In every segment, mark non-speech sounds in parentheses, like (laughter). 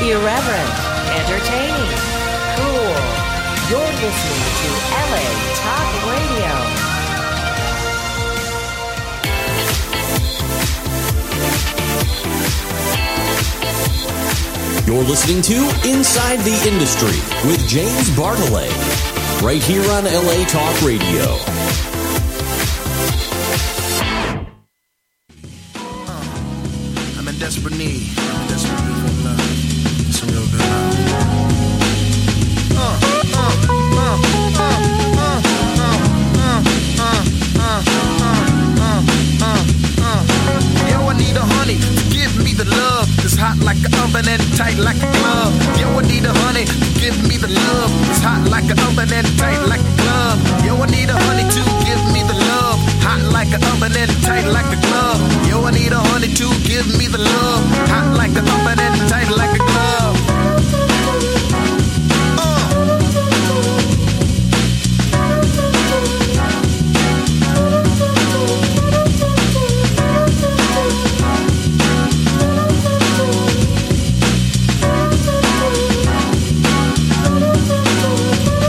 Irreverent, entertaining, cool. You're listening to LA Talk Radio. You're listening to Inside the Industry with James Bartolet, right here on LA Talk Radio. I'm in desperate need. I'm in desperate need of love. Some real good love. Uh, uh, uh, uh, uh, uh, uh, uh, uh, uh, uh, uh. Yo, I need a honey to give me the love. It's hot like an oven and tight like a glove. Yo, I need a honey to give me the love. It's hot like an oven and tight like a glove. Yo, I need a honey to give me the love. Hot like an oven and tight like a glove. Yo, I need a honey to give me the love. Hot like an oven and tight like a glove.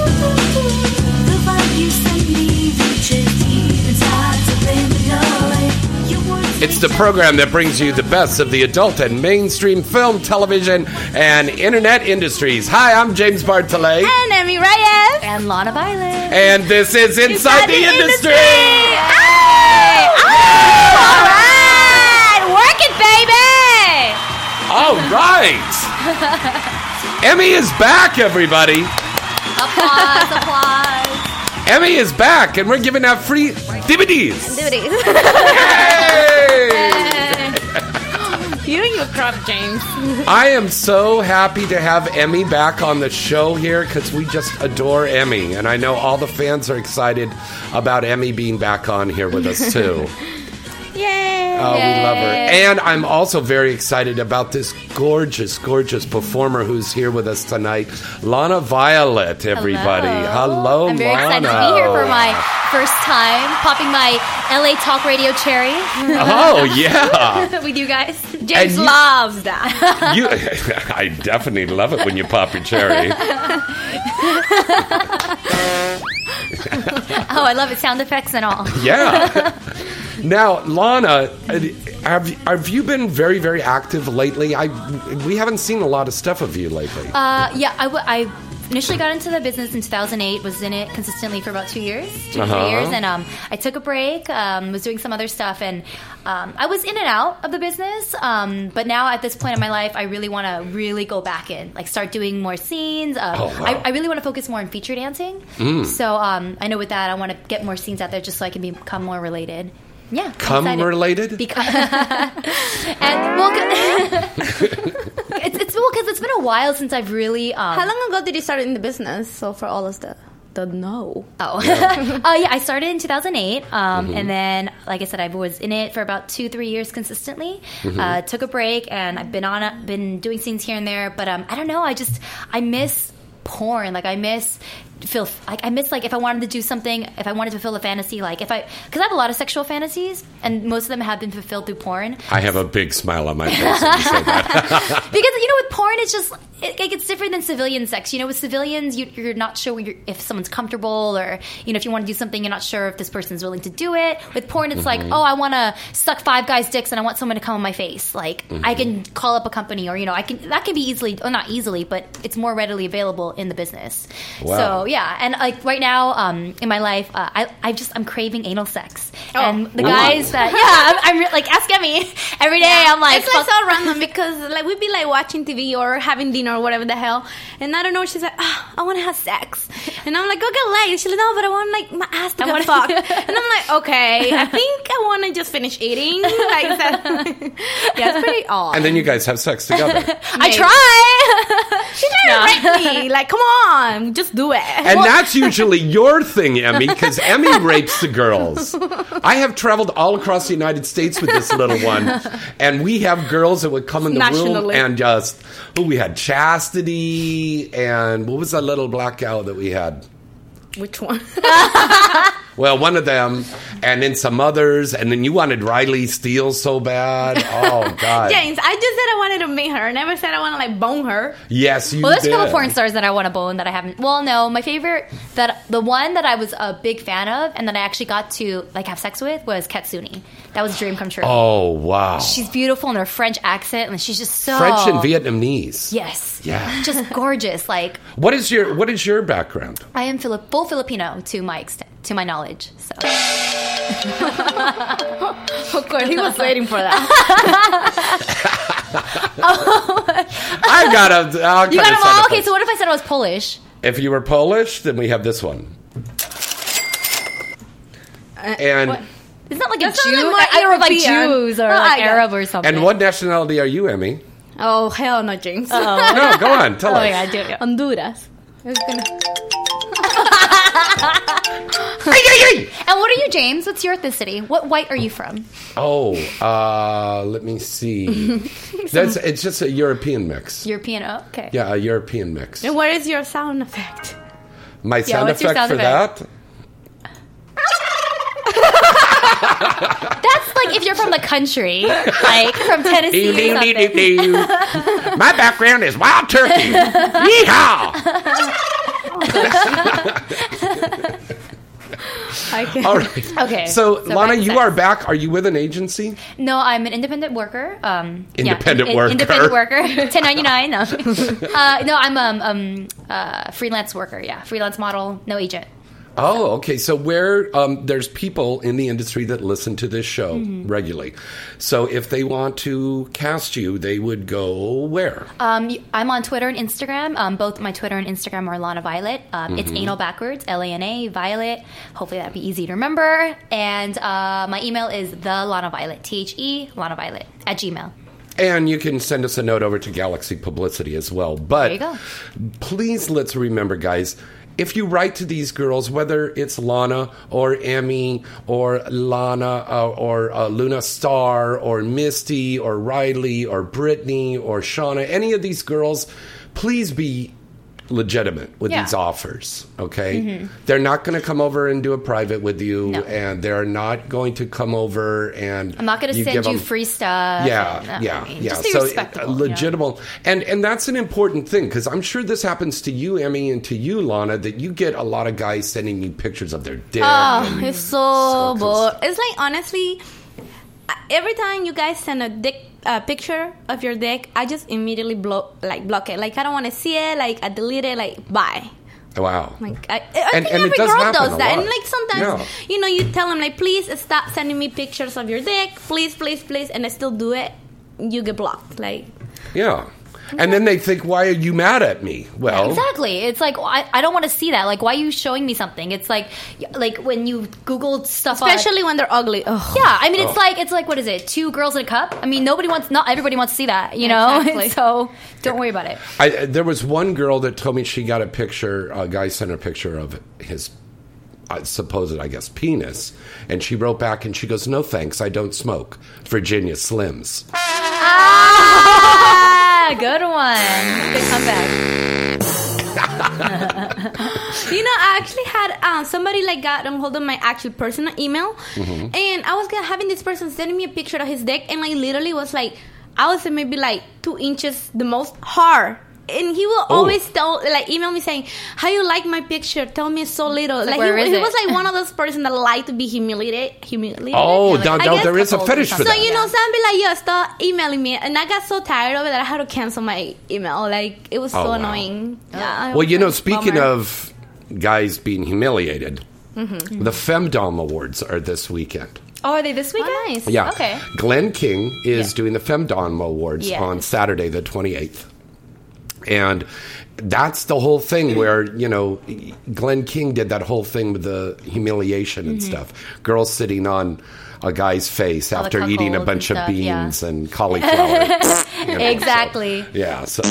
The vibe you send me reaches deep inside subliminally. Your words It's the program that brings you the best of the adult and mainstream film, television, and internet industries. Hi, I'm James Bartolet, and Emmy Reyes. And Lana Violet. and this is Inside the, Industry. Hey! All right, work it, baby. All right. Emmy is back, everybody. (laughs) applause, applause. Emmy is back, and we're giving out free DVDs. (laughs) You and your crop, James. I am so happy to have Emmy back on the show here because we just adore Emmy. And I know all the fans are excited about Emmy being back on here with us, too. Yay! Oh, we love her. And I'm also very excited about this gorgeous, gorgeous performer who's here with us tonight, Lana Violet, everybody. Hello, I'm very Lana. excited to be here for my first time popping my LA Talk Radio cherry (laughs) Oh, yeah. with you guys. And James you- loves that. (laughs) You, (laughs) I definitely love it when you pop your cherry. Oh, I love it. Sound effects and all. (laughs) Yeah. Now, Lana, have have you been very very active lately? I we haven't seen a lot of stuff of you lately. Uh, yeah, I, w- I initially got into the business in 2008. Was in it consistently for about two years, 2 to Uh-huh. three years, and um, I took a break. Um, was doing some other stuff, and um, I was in and out of the business. Um, but now at this point in my life, I really want to really go back in, like start doing more scenes. Um, Oh, wow. Mm. I, I really want to focus more on feature dancing. So um, I know with that, I want to get more scenes out there just so I can become more related. Yeah, I'm Come excited. related? Because and well, 'cause- (laughs) it's it's well because it's been a while since I've really um, How long ago did you start in the business? So for all us that don't know, (laughs) Oh, uh, yeah. I started in 2008, um, and then, like I said, I was in it for about two, three years consistently. Uh, took a break, and I've been on, a, been doing scenes here and there. But um, I don't know. I just I miss porn. Like I miss feel like I miss like if I wanted to do something, if I wanted to fulfill a fantasy, like if I because I have a lot of sexual fantasies, and most of them have been fulfilled through porn. I have a big smile on my face when you say that. (laughs) Because you know, with porn, it's just it, like it's different than civilian sex. You know, with civilians, you, you're not sure where you're, if someone's comfortable, or you know, if you want to do something, you're not sure if this person's willing to do it. With porn, it's Mm-hmm. like, oh, I want to suck five guys' dicks, and I want someone to come on my face. Like, I Mm-hmm. can call up a company, or you know, I can that can be easily, or not easily, but it's more readily available in the business. Wow. So yeah, and like right now um, in my life, uh, I I just I'm craving anal sex, and the Ooh. guys that yeah, I'm, I'm re- like ask Emmy every day. I'm like, it's like fuck- so random because like we'd be like watching TV or having dinner or whatever the hell, and I don't know. She's like, ah, I want to have sex, and I'm like, go get laid. And She's like, no, but I want like my ass to get wanna- (laughs) fucked, and I'm like, okay, I think I want to just finish eating. (laughs) Like, that. yeah, it's pretty odd. And then you guys have sex together. I try. (laughs) She tried to rape me. Like, come on, just do it. (laughs) And that's (laughs) usually your thing, Emmy, because Emmy rapes the girls. I have traveled all across the United States with this little one, and we have girls that would come in the room Nationally. and just. Oh, we had Chastity, and what was that little black gal that we had? Which one? Well, one of them, and then some others, and then you wanted Riley Steele so bad. (laughs) Oh God! James, I just (laughs) said I wanted to meet her. I never said I want to like bone her. Yes, you. Well, there's did. a couple porn stars that I want to bone that I haven't. Well, no, my favorite that the one that I was a big fan of and that I actually got to like have sex with was Katsuni. That was a dream come true. Oh wow! She's beautiful in her French accent, and she's just so French and Vietnamese. Yes, Yeah. (laughs) just gorgeous. Like What is your What is your background? I am Filip- full Filipino to my extent, to my knowledge. So (laughs) Of course, he was waiting for that. (laughs) (laughs) (laughs) I got a. I'll you cut this got out them all. of Okay, this. so what if I said I was Polish? If you were Polish, then we have this one. Uh, And what? It's not like a That Jew. sounded more I don't know, if like European. Jews or Oh, like I got- Arab or something. and what nationality are you, Emmy? oh hell no, James. (laughs) No, go on, tell Oh us. my god, dude. Honduras. It's gonna- And what are you, James? What's your ethnicity? What white are you (laughs) from? Oh, uh, let me (laughs) see. That's it's just a European mix. European. Oh, okay. Yeah, a European mix. And what is your sound effect? My sound what's your effect sound for effect? that. That's like if you're from the country, like (laughs) from Tennessee. Doo, or doo, doo, doo, something. doo. (laughs) My background is wild turkey. Yeehaw! I can. All right. Okay. So, Lana, back to you sex. are back. Are you with an agency? No, I'm an independent worker. Um, yeah, Independent in- in- worker. (laughs) Independent worker. (laughs) 1099. No, uh, no I'm um, um uh, freelance worker. Yeah, freelance model. No agent. Oh, okay. So where um, there's people in the industry that listen to this show Mm-hmm. regularly. So if they want to cast you, they would go where? Um, you- I'm on Twitter and Instagram. Um, both my Twitter and Instagram are Lana Violet. Um, It's Mm-hmm. anal backwards, L A N A Violet. Hopefully that'd be easy to remember. And uh, my email is the Lana Violet, T H E Lana Violet at Gmail. And you can send us a note over to Galaxy Publicity as well. But There you please let's remember, guys. If you write to these girls, whether it's Lana or Emmy or Lana uh, or uh, Luna Star or Misty or Riley or Brittany or Shauna, any of these girls, please be legitimate with Yeah. Mm-hmm. these offers. Okay, they're not going to come over and do a private with you, No. and they're not going to come over and I'm not going to you send give you them- free stuff. and, yeah, uh, yeah, I mean, yeah. Just be so respectable. uh, you know? legitimate, and and that's an important thing because I'm sure this happens to you, Emmy, and to you, Lana, that you get a lot of guys sending you pictures of their dick. Oh, and- it's so, So bored. It's like honestly, I- every time you guys send a dick a picture of your dick, I just immediately blow like block it. Like I don't want to see it. Like I delete it. Like bye. wow. Like I, I And- think and it every does girl happen does a that. And lot. like sometimes Yeah. you know you tell them like please stop sending me pictures of your dick, please, please, please, and I still do it. You get blocked. (laughs) Like yeah. And then they think, "Why are you mad at me?" Well, Exactly. It's like I, I don't want to see that. Like, why are you showing me something? It's like, like when you Googled stuff, on- especially when they're ugly. Ugh. yeah, I mean, Ugh. it's like it's like what is it? Two girls in a cup. I mean, nobody wants. Not everybody wants to see that, you know. (laughs) Exactly. so don't (laughs) worry about it. I, uh, there was one girl that told me she got a picture. A guy sent her a picture of his uh, supposed, I guess, penis, and she wrote back and she goes, "No thanks, I don't smoke." Virginia Slims. Ah, good one. Good comeback. You know, I actually had um, somebody like got on hold of my actual personal email, Mm-hmm. and I was gonna- having this person sending me a picture of his dick, and like literally was like, I would say maybe like two inches the most hard. And he will Oh. always tell, like, email me saying, "How you like my picture? Tell me so little." like where he, is he it? was like one of those persons that like to be humiliated. Humiliated. Oh, like, down, I down, guess there is a couples or fetish for something. So that. you know, somebody like yo, stop emailing me, and I got so tired of it that I had to cancel my email. Like it was Oh, so wow. annoying. Yeah, it Well, was you know, like, speaking bummer. Mm-hmm. of guys being humiliated, the Femdom Awards are this weekend. Oh, are they this weekend? Oh, nice. Yeah. Okay. Glenn King is doing the Femdom Awards Yeah. on Saturday, the 28th. And that's the whole thing where, you know, Glenn King did that whole thing with the humiliation and stuff. Girls sitting on a guy's face Mm-hmm. the after eating a cuckold and bunch of stuff, yeah. beans (laughs) and cauliflower. you know, so- Exactly. yeah. So,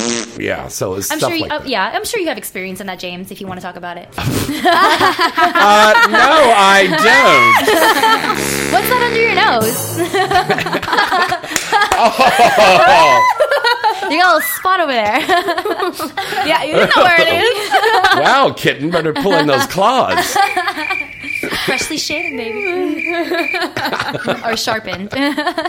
yeah. So it's I'm stuff sure. You, like uh, that. yeah, I'm sure you have experience in that, James. If you want to talk about it, (laughs) (laughs) Uh, no, I don't. (laughs) what's that under your nose? (laughs) (laughs) you got a little spot over there. (laughs) yeah, you know where it is. (laughs) (laughs) wow, kitten, better pull in those claws. freshly shaven, baby, (laughs) or sharpened.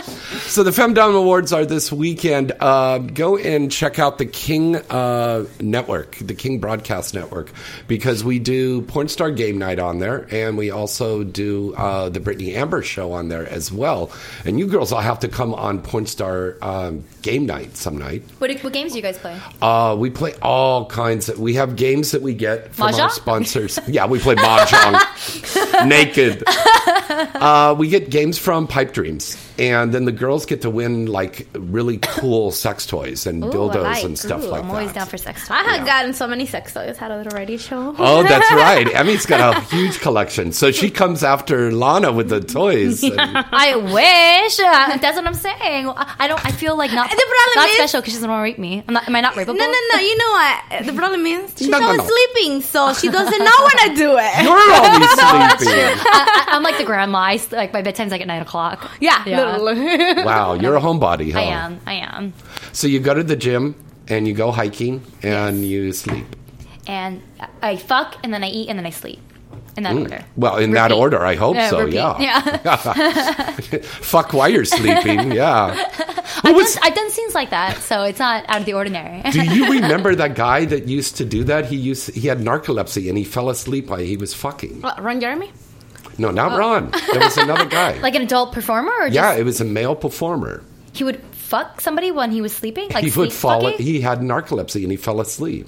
(laughs) So the Femdom Awards are this weekend. Uh, go and check out the King uh, Network, the King Broadcast Network, because we do Porn Star Game Night on there, and we also do uh, the Brittany Amber Show on there as well. And you girls all have to come on Porn Star um, Game Night some night. what, what games do you guys play? Uh, we play all kinds. Of, we have games that we get from our Mahjong? sponsors. yeah, we play (laughs) mahjong naked. Uh, we get games from Pipe Dreams, and then the girls get to win like really (coughs) cool sex toys and Ooh, I dildos like. and stuff Ooh, like I'm that. always down for sex I talk. have gotten so many sex toys out of the radio show. (laughs) Oh, (laughs) that's right. Emmy's got a huge collection, so she comes after Lana with the toys. (laughs) and- (laughs) I wish. Uh, That's what I'm saying. I I don't. I feel like not. The problem not is- special because she doesn't want to rape me. I'm not, am I not rapeable? No, no, no. You know what? The (laughs) problem is she's No, no, always no. sleeping, so (laughs) she doesn't know when to do (laughs) it. You're always sleeping. I, I, am like the grandma. I, s- like my bedtime's like at nine o'clock. Yeah, literally. (laughs) Yeah. Wow, you're a homebody, huh? I am. I am. So you go to the gym and you go hiking and you sleep. And I fuck, and then I eat, and then I sleep. In that order. Well, in that Repeat. order, I Mm. hope Uh, so. repeat. Yeah. (laughs) Yeah. (laughs) Fuck while you're sleeping. Yeah. Who I've, was- done, I've done scenes like that, so it's not out of the ordinary. do (laughs) you remember that guy that used to do that? He used he had narcolepsy and he fell asleep while he was fucking. What, Ron Jeremy? No, not Ron. There was (laughs) another guy. Oh. like an adult performer, or yeah, just it was a male performer. he would fuck somebody when he was sleeping. Like he would sleep fall. fucking? He had narcolepsy and he fell asleep.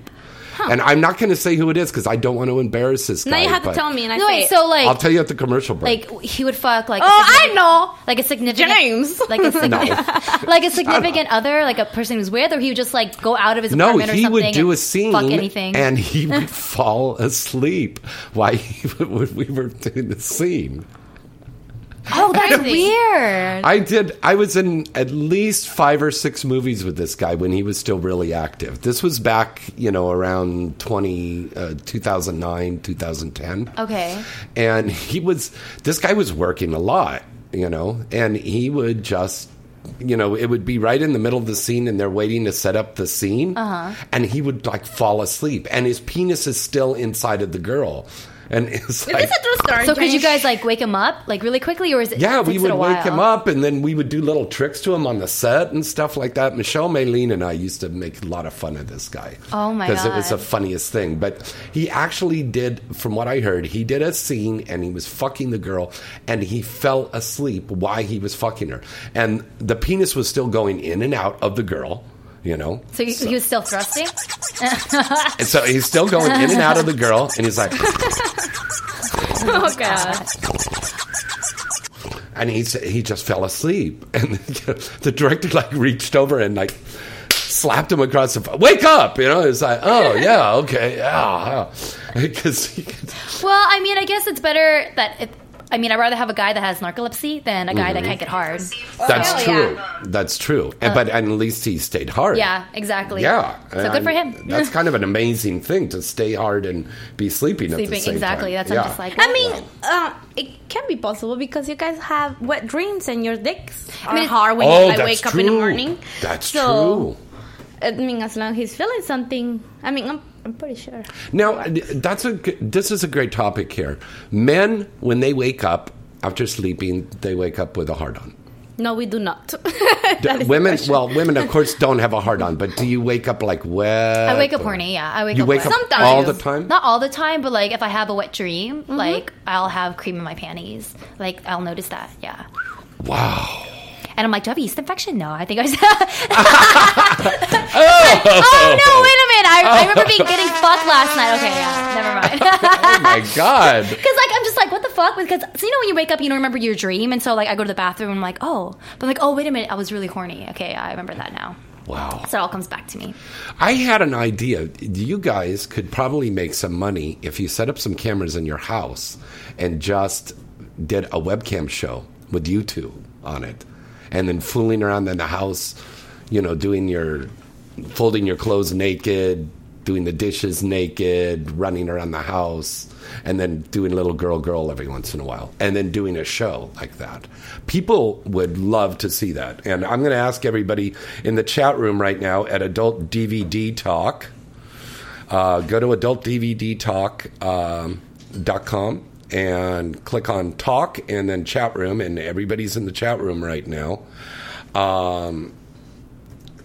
And I'm not going to say who it is because I don't want to embarrass this guy. Now you have to but tell me, and I no, say wait. it. So like, I'll tell you at the commercial break. like he would fuck like. a Oh, I significant- know. Like a significant James. (laughs) (laughs) Like a no, significant, (laughs) like (laughs) a significant other, like a person who's with, or he would just like go out of his no, apartment or he something. would do and a scene, Fuck anything. and he would (laughs) fall asleep while he, (laughs) when we were doing the scene. (laughs) oh, (laughs) that's Crazy. weird. I did. I was in at least five or six movies with this guy when he was still really active. This was back, you know, around 20, uh, 2009, 2010. Uh. Okay. And he was, this guy was working a lot, you know, and he would just, you know, it would be right in the middle of the scene and they're waiting to set up the scene. Uh-huh. And he would like fall asleep and his penis is still inside of the girl. And it's like. This is a true story. So could you James. guys like wake him up like really quickly, or is it? Yeah, it we takes would it a wake him while? up, and then we would do little tricks to him on the set and stuff like that. Michelle Maylene and I used to make a lot of fun of this guy. Oh, my Because it was the God. funniest thing. But he actually did, from what I heard, he did a scene and he was fucking the girl, and he fell asleep while he was fucking her, and the penis was still going in and out of the girl. You know, So he, he was (laughs) still thrusting. (laughs) and so he's still going in and out of the girl, and he's like, Oh god. and he s- he just fell asleep, (laughs) and the director like reached over and like slapped him across the f- wake up, you know. It's like, (laughs) oh yeah, okay, yeah, (laughs) because Well, I mean, I guess it's better that. It, I mean, I'd rather have a guy that has narcolepsy than a guy that can't get hard. that's Hell true, yeah. that's true. And, but at least he stayed hard. Uh. Yeah, exactly. Yeah. So good for him. (laughs) that's kind of an amazing thing to stay hard and be sleeping, at the Sleeping, same exactly. time. That's what I'm Yeah. just like. I mean, uh, it can be possible because you guys have wet dreams and your dicks are mean- hard when Oh, you like, that's wake true. up in the morning. That's So, true. I mean, as long as he's feeling something, I mean, I'm, I'm pretty sure. Now, that's a g- this is a great topic here. Men, when they wake up after sleeping, they wake up with a hard on. No, we do not. (laughs) D- That is the women, question. well, women (laughs) of course don't have a hard on, but do you wake up like wet? I wake up or- horny. Yeah, I wake You up. wake wet. up Sometimes. all the time. Mm-hmm. Not all the time, but like if I have a wet dream, like I'll have cream in my panties. Like I'll notice that. Yeah. Wow. And I'm like, do I have a yeast infection? No, I think I was. (laughs) oh no! Wait a minute! I, (laughs) I remember being getting fucked last night. Okay, yeah, never mind. (laughs) Oh my god. Because like I'm just like, what the fuck? Because so you know when you wake up, you don't remember your dream, and so like I go to the bathroom, and I'm like, oh, but I'm like, oh, wait a minute, I was really horny. Okay, I remember that now. Wow. So it all comes back to me. I had an idea. You guys could probably make some money if you set up some cameras in your house and just did a webcam show with you two on it, and then fooling around in the house, you know, doing your folding your clothes naked, doing the dishes naked, running around the house, and then doing little girl girl every once in a while, and then doing a show like that. People would love to see that. And I'm going to ask everybody in the chat room right now at Adult DVD Talk. Uh, go to adultdvdtalk.com um, dot com and click on talk and then chat room, and everybody's in the chat room right now. Um,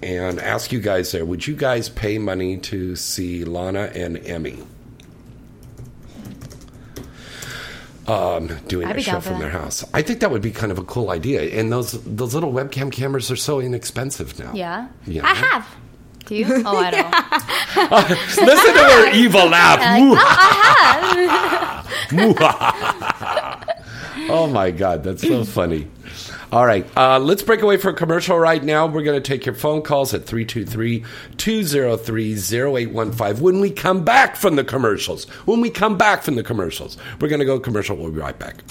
and ask you guys there would you guys pay money to see Lana and Emmy? Um, doing I'd a be show down for from that. their house. I think that would be kind of a cool idea. And those those little webcam cameras are so inexpensive now. Yeah. Yeah. I have. Do you? Oh, I don't. (laughs) Listen to her evil laugh. oh my god, that's so funny. All right, uh, let's break away for a commercial right now. We're going to take your phone calls at 323-203-0815. When we come back from the commercials, when we come back from the commercials, we're going to go commercial. We'll be right back.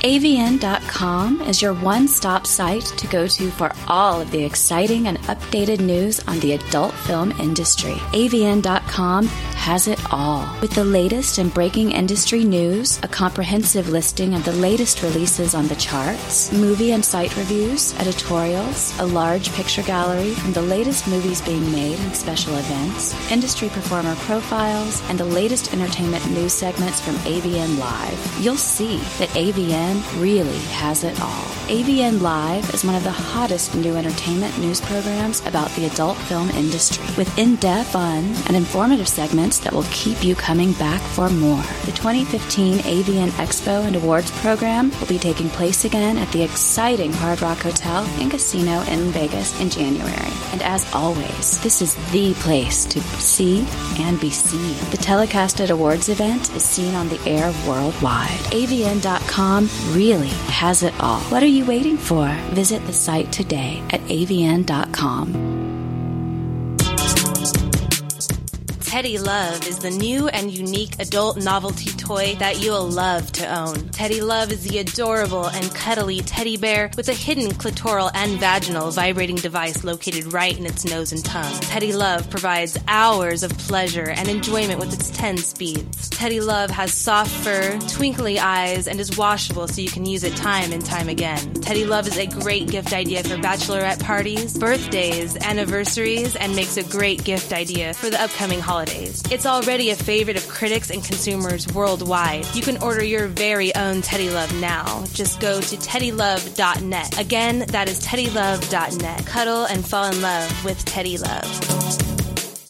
AVN.com is your one stop site to go to for all of the exciting and updated news on the adult film industry. AVN.com has it all. With the latest and breaking industry news, a comprehensive listing of the latest releases on the charts, movie and site reviews, editorials, a large picture gallery from the latest movies being made and special events, industry performer profiles, and the latest entertainment news segments from AVN Live. You'll see that AVN really has it all. AVN Live is one of the hottest new entertainment news programs about the adult film industry, with in depth, fun, and informative segments that will keep you coming back for more. The 2015 AVN Expo and Awards program will be taking place again at the exciting Hard Rock Hotel and Casino in Vegas in January. And as always, this is the place to see and be seen. The telecasted awards event is seen on the air worldwide. AVN.com really has it all. What are you waiting for? Visit the site today at avn.com. Teddy Love is the new and unique adult novelty toy that you'll love to own. Teddy Love is the adorable and cuddly teddy bear with a hidden clitoral and vaginal vibrating device located right in its nose and tongue. Teddy Love provides hours of pleasure and enjoyment with its 10 speeds. Teddy Love has soft fur, twinkly eyes, and is washable so you can use it time and time again. Teddy Love is a great gift idea for bachelorette parties, birthdays, anniversaries, and makes a great gift idea for the upcoming holidays. It's already a favorite of critics and consumers worldwide. You can order your very own Teddy Love now. Just go to teddylove.net. Again, that is teddylove.net. Cuddle and fall in love with Teddy Love.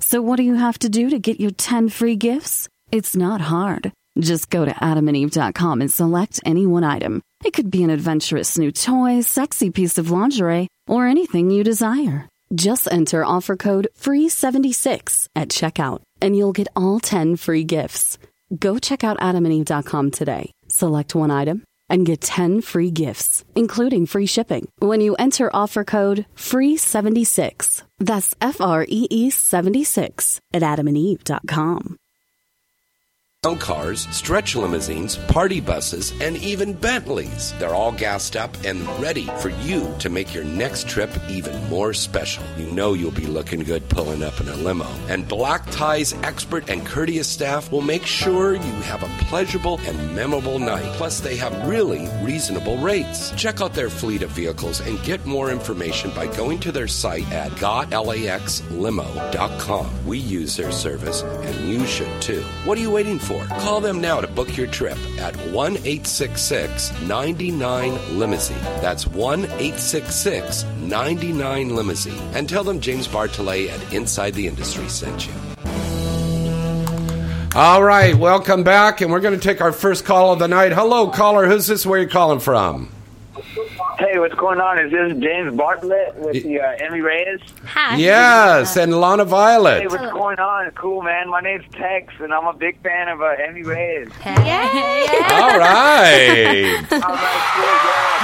So, what do you have to do to get your 10 free gifts? It's not hard. Just go to adamandeve.com and select any one item. It could be an adventurous new toy, sexy piece of lingerie, or anything you desire. Just enter offer code FREE76 at checkout and you'll get all 10 free gifts. Go check out adamandeve.com today. Select one item and get 10 free gifts, including free shipping, when you enter offer code E FREE76. That's F R E E 76 at adamandeve.com. cars, stretch limousines, party buses, and even Bentleys. They're all gassed up and ready for you to make your next trip even more special. You know you'll be looking good pulling up in a limo. And Black Tie's expert and courteous staff will make sure you have a pleasurable and memorable night. Plus, they have really reasonable rates. Check out their fleet of vehicles and get more information by going to their site at gotlaxlimo.com. We use their service and you should too. What are you waiting for? Call them now to book your trip at 1 866 99 Limousine. That's 1 866 99 Limousine. And tell them James Bartolet at Inside the Industry sent you. All right, welcome back, and we're going to take our first call of the night. Hello, caller. Who's this? Where are you calling from? Hey, what's going on? Is this James Bartlett with the uh, Emmy Reyes? Hi. Yes, and Lana Hey, Violet. what's going on? Cool, man. My name's Tex, and I'm a big fan of uh, Emmy Reyes. Yay! All right. All right, cool,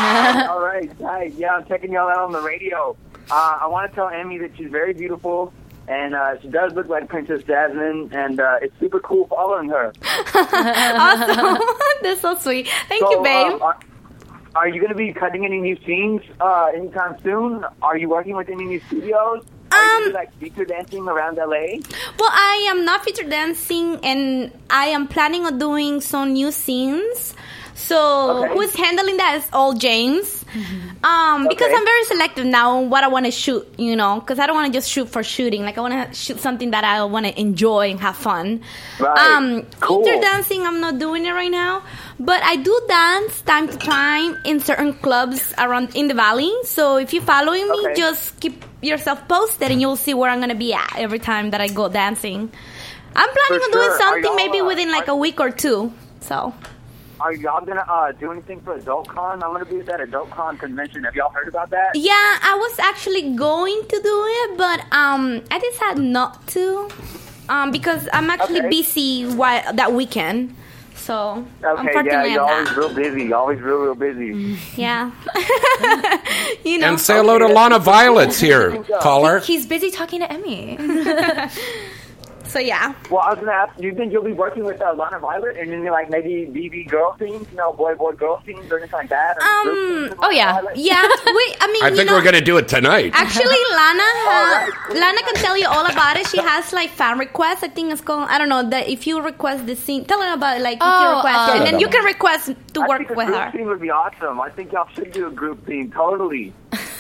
yeah. All right, tight. Yeah, I'm checking y'all out on the radio. Uh, I want to tell Emmy that she's very beautiful, and uh, she does look like Princess Jasmine, and uh, it's super cool following her. awesome. (laughs) That's so sweet. Thank so, you, babe. um, are, are you going to be cutting any new scenes uh, anytime soon? Are you working with any new studios? Are you Um, like feature dancing around LA? Well, I am not feature dancing, and I am planning on doing some new scenes. So Okay. who's handling that is all James. Um, because Okay. I'm very selective now on what I want to shoot, you know, because I don't want to just shoot for shooting. Like I want to shoot something that I want to enjoy and have fun. Right. Um, Cool. feature dancing, I'm not doing it right now, but I do dance time to time in certain clubs around in the valley. So if you're following me, Okay. just keep yourself posted, and you'll see where I'm gonna be at every time that I go dancing. I'm planning For on doing sure. Are something y'all, maybe uh, within like are- a week or two. So Are y'all gonna uh, do anything for AdultCon? I'm gonna be at that AdultCon convention. Have y'all heard about that? yeah, I was actually going to do it, but um, I decided not to um, because I'm actually Okay. busy while, that weekend. So Okay, yeah, unfortunately, you're I'm always not. real busy. You're always real, real busy. Yeah, (laughs) you know. And say hello to Lana Violet's (laughs) here, caller. He's busy talking to Emmy. (laughs) so yeah. Well, I was gonna ask, do you think you'll be working with uh, Lana Violet and then like maybe BB girl scenes, you know, boy boy girl scenes or anything like that? Or group scenes Um. with Oh Lana yeah. Violet? Yeah. We. I mean. I you think know, we're going to do it tonight. (laughs) Actually, Lana, ha- Alright, cool. Lana can tell you all about it. She has like fan requests. I think it's called. I don't know that if you request the scene, tell her about it, like if you Oh, request, um, it, and then you can request to I work think a with group her. scene would be awesome. I think y'all should do a group scene, totally.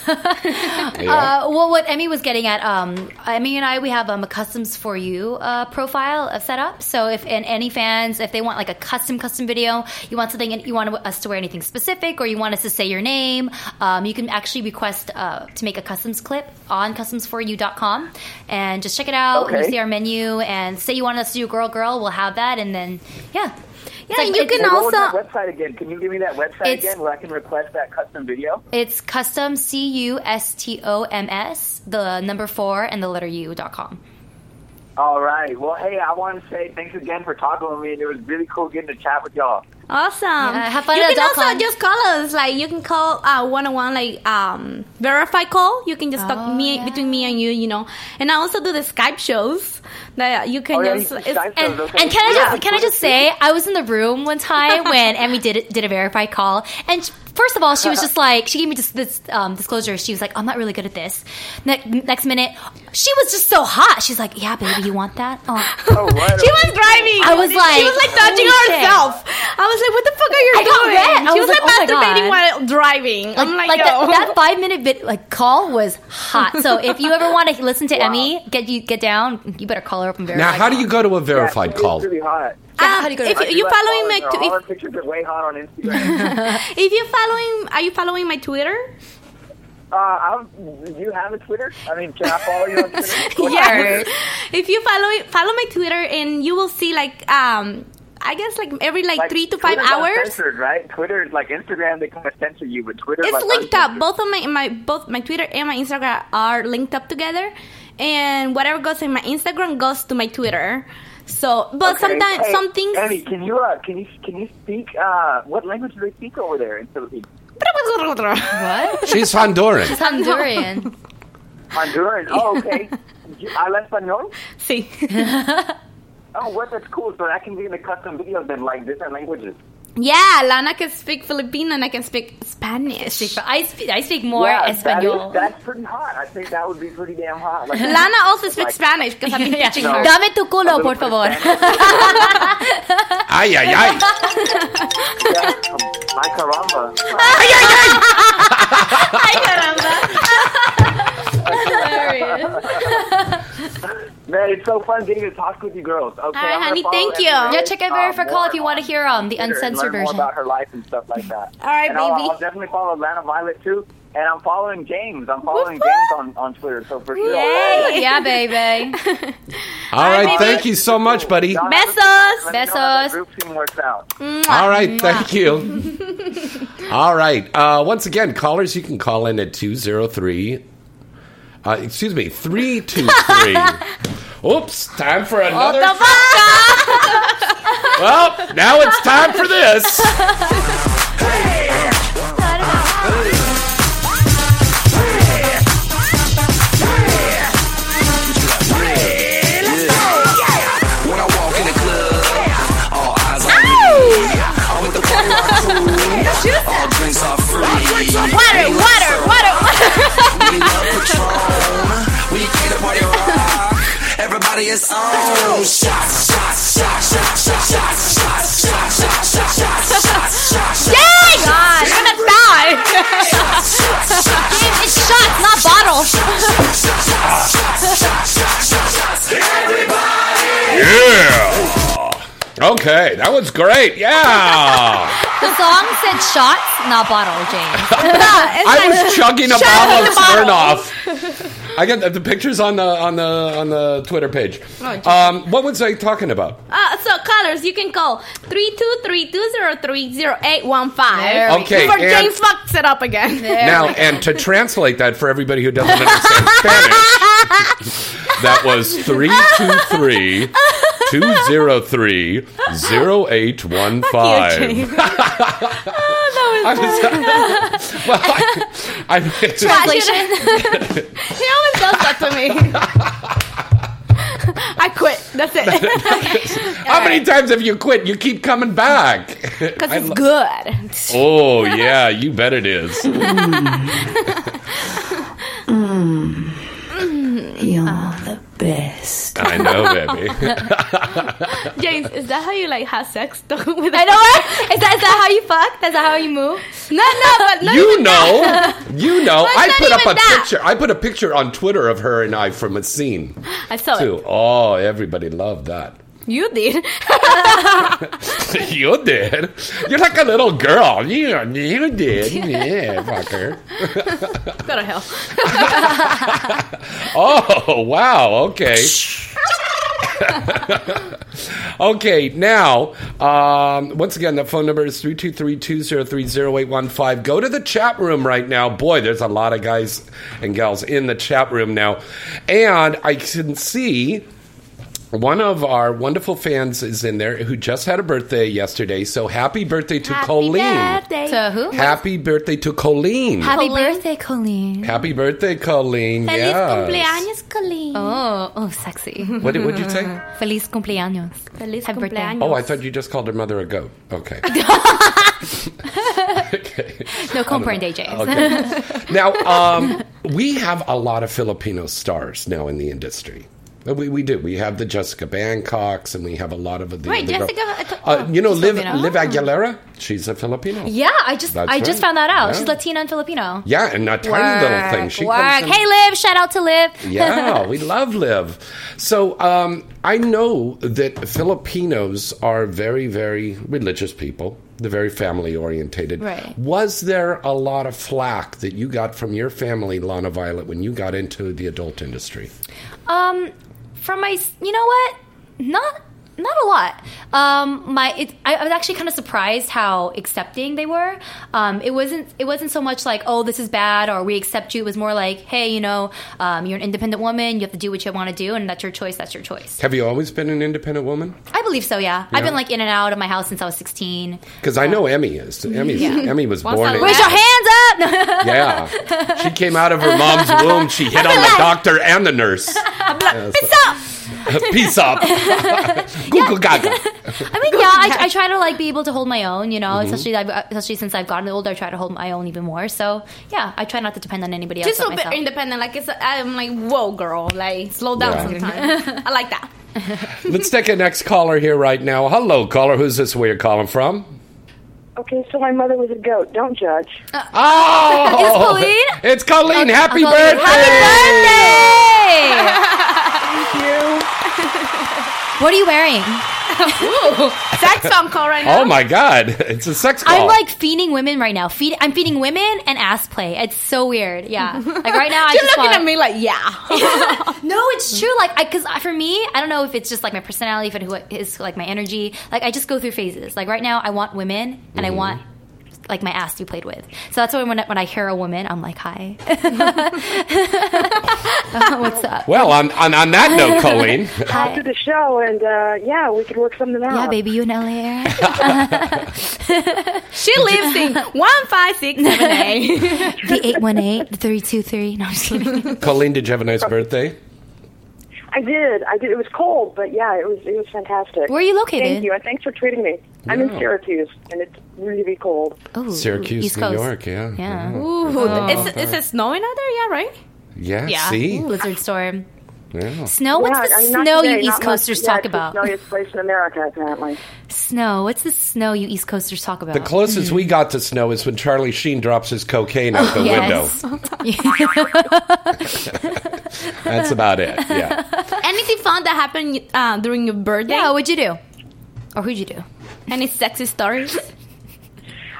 Yeah. Uh, well, what Emmy was getting at, um, Emmy and I, we have um, a customs for you uh, profile uh, set up. So if and any fans, if they want like a custom custom video, you want something, you want us to wear anything specific, or you want us to say your name, um, you can actually request uh, to make a customs clip on customsforyou.com and just check it out. When you Okay. see our menu and say you want us to do girl girl, we'll have that, and then yeah, Yeah, and you can Well, what was that also. website again? Can you give me that website It's- again where I can request that custom video? it's custom c u s t o m s the number four and the letter u dot com. All right. Well, hey, I want to say thanks again for talking with me, and it was really cool getting to chat with y'all. Awesome. Yeah, have fun you at can Adult also Con. just call us. Like you can call uh, one on one, like um, verify call. You can just talk Oh, me yeah. between me and you, you know. And I also do the Skype shows that you can Oh, yeah, just. you can it's- Skype and, those, okay. and can I Yeah, just can I just say I was in the room one time when Emmy did it- did a verify call, and sh- first of all she was just like she gave me just this um, disclosure. She was like, "I'm not really good at this." Ne- next minute, she was just so hot. She's like, "Yeah, baby, you want that?" Oh. (laughs) Oh, right. She was driving. I was like, she was like dodging holy shit. herself. I was like, what the fuck are you I got doing? red. I she was, was like, like, oh my masturbating God. while driving. I'm like, yo. that, that five minute bit like call was hot. (laughs) So if you ever want to listen to Emmy, get you get down. You better call her up and verify. Now, how do you go to a Yeah, verified it's call? Really hot. Um, how do you go to if that? you, you following my, All tw- our pictures are way hot on Instagram. (laughs) if, if you following, are you following my Twitter? uh, I'm, do you have a Twitter? I mean, (laughs) can I follow you on Twitter? Yes. If you follow follow my Twitter, and you will see like um, I guess like every like, Like, three to five Twitter's not hours. Censored, right? Twitter is like Instagram. They kind of censor you, but Twitter. It's like, linked up. uncensored. Both of my, my both my Twitter and my Instagram are linked up together, and whatever goes in my Instagram goes to my Twitter. So, but Okay. sometimes Hey, some things. Emmy, can you uh, can you can you speak? Uh, what language do they speak over there in Philippines? (laughs) What? She's Honduran. Honduran. (laughs) Honduran. Oh, okay. I left Espanol. See, Oh, what? That's cool. So I can be in the custom videos then, like different languages. Yeah, Lana can speak Filipino and I can speak Spanish. I speak, I speak more yeah, that Espanol. is- (laughs) that's pretty hot. I think that would be pretty damn hot. Like, Lana also like, speaks Spanish because I've been (laughs) Yeah. teaching No. her. Dame tu culo, por little favor. Ay, ay, ay. Yeah, um, my caramba. Man, it's so fun getting to talk with you girls. Okay, All right, I'm gonna honey, follow thank Emily you. Ray, Yeah, check out Vera um, for call more if you want to on hear um the Twitter and learn uncensored more version. about her life and stuff like that. All right, and I'll, baby. I'll definitely follow Atlanta Violet too. And I'm following James. I'm following Woof, James on, on Twitter. So for sure. Yay. yeah, baby. (laughs) All right, thank you so much, buddy. Y'all have a good Besos. Let me know how that Besos. Group team works (laughs) out. All right, thank you. All right. Uh, once again, callers, you can call in at 203. Uh, excuse me, (laughs) 323. Oops, time for another. well, now it's time for (laughs) this. When I walk in the club, all eyes on me. I'm with the party rock crew. All drinks are free. Water, water, water, water. (laughs) We love Patron. We get the party rock. Everybody is on. Shots, shots, shots, shots, shots, shots, shots, shots, shots, shots, shots, shots, shots, shots. Yay! God, (laughs) I'm gonna die. Give it shots, not bottles. Yeah. Okay, that was great. Yeah. The song said shots, not bottle, James. (laughs) I was chugging a bottle of Chugging a bottle. Smirnoff. I got the, the pictures on the on the on the Twitter page. Um, what was I talking about? (laughs) Uh, so, callers, you can call 323-203-0815. There we Okay, Before and- James fucks it up (laughs) again. now, and to translate that for everybody who doesn't understand Spanish, that was 323 203 0815. I was- Well, (laughs) I- I- Translation. He always does that to me. (laughs) I quit. That's (laughs) it. (laughs) how many times have you quit? You keep coming back. (laughs) Because I it's lo- (laughs) good. Oh, yeah, you bet it is. Mm. (laughs) You're the best. I know, baby. (laughs) James, is that how you like have sex (laughs) though? With I know. Right? Is that is that how you fuck? Is that how you move? No, no, (laughs) but no. you know, you know. But I not put up even a that. picture. I put a picture on Twitter of her and I from a (gasps) scene. (laughs) I saw it. too. Oh, everybody loved that. (laughs) You did. (laughs) you did. You're like a little girl. You, you (laughs) did. Yeah, fucker. Go to hell. Oh, wow. Okay. okay, now, um, once again, the phone number is 323 203 0815. Go to the chat room right now. Boy, there's a lot of guys and gals in the chat room now. And I can see one of our wonderful fans is in there who just had a birthday yesterday. So happy birthday to Colleen. To who? Happy birthday to Colleen. Happy Colleen. birthday, Colleen. Happy birthday, Colleen. Feliz yes. cumpleaños, Colleen. Oh, oh, sexy. What did what'd you say? (laughs) Feliz cumpleaños. Feliz Happy birthday. cumpleaños. Oh, I thought you just called her mother a goat. (laughs) Okay. okay. No, comprende, James. (laughs) Okay. now, um, we have a lot of Filipino stars now in the industry. We, we do. We have the Jessica Bancocks, and we have a lot of the. Wait, the girl- Jessica- Uh, you know, she's Liv, Filipino. Liv Aguilera. She's a Filipino. Yeah, I just That's I just right. found that out. Yeah. She's Latina and Filipino. Yeah, and a tiny little thing. She comes work. from- Hey, Liv. Shout out to Liv. (laughs) yeah, we love live. So um, I know that Filipinos are very, very religious people. They're very family orientated. Right. Was there a lot of flack that you got from your family, Lana Violet, when you got into the adult industry? Um, from my, s- you know what? Not not a lot. Um, my it, I, I was actually kind of surprised how accepting they were. Um, it wasn't it wasn't so much like oh this is bad or we accept you. It was more like hey you know um, you're an independent woman. You have to do what you want to do and that's your choice. That's your choice. Have you always been an independent woman? I believe so. Yeah, I've Yeah. been like in and out of my house since I was 16. Because I know Emmy is. Emmy's, Emmy was Once born. I in- (laughs) Raise your hands up. (laughs) Yeah, she came out of her mom's womb. She hit on the doctor and the nurse. Peace out. (laughs) Peace up. (laughs) Google gaga. (laughs) I mean, yeah, I, I try to like be able to hold my own, you know, Mm-hmm. especially I've, especially since I've gotten older, I try to hold my own even more. So yeah, I try not to depend on anybody Just so else. but bit myself. independent. Like it's, I'm like, whoa, girl. Like slow down Yeah. sometimes. (laughs) I like that. Let's take a next caller here right now. Hello, caller. Who's this? Where you're calling from? Okay, so my mother was a goat. Don't judge. Uh, (laughs) Oh, It's Colleen? It's Colleen. Oh, Happy Colleen. birthday! (laughs) What are you (laughs) wearing? Ooh, sex phone call right now. Oh my God! It's a sex call. I'm like feeding women right now. Feed, I'm feeding women and ass play. It's so weird. Yeah. Like right now, I (laughs) You're just looking want- at me like, yeah. (laughs) no, it's true. Like, I, cause uh, for me, I don't know if it's just like my personality, if it who- is like my energy. Like, I just go through phases. Like right now, I want women and I Mhm. want like my ass to be played with. So that's why when I, when I hear a woman, I'm like, hi, (laughs) what's up? well, on on, on that (laughs) note, Colleen. After the show, and uh, yeah, we could work something out. Yeah, baby, you in LA? (laughs) she lives in one five six seven eight. (laughs) (laughs) the eight one eight, the three two three. No, I'm just kidding. Colleen, did you have a nice birthday? I did. I did. It was cold, but yeah, it was it was fantastic. Where are you located? Thank you, and thanks for treating me. I'm in Yeah. Syracuse, and it's really cold. Oh. Syracuse, New York. Yeah. Ooh, Oh. it's it's it snowing out there? Yeah, right. Yeah. See. lizard storm. Yeah. Snow, what's Yeah, the I mean, not snow today, you East not much. Coasters Yeah, talk it's the about? snowiest place in America, apparently. Snow, what's the snow you East Coasters talk about? The closest we got to snow is when Charlie Sheen drops his cocaine (laughs) out the window. (laughs) That's about it. Yeah. Anything fun that happened uh, during your birthday? Yeah, what'd you do? Or who'd you do? Any sexy stories?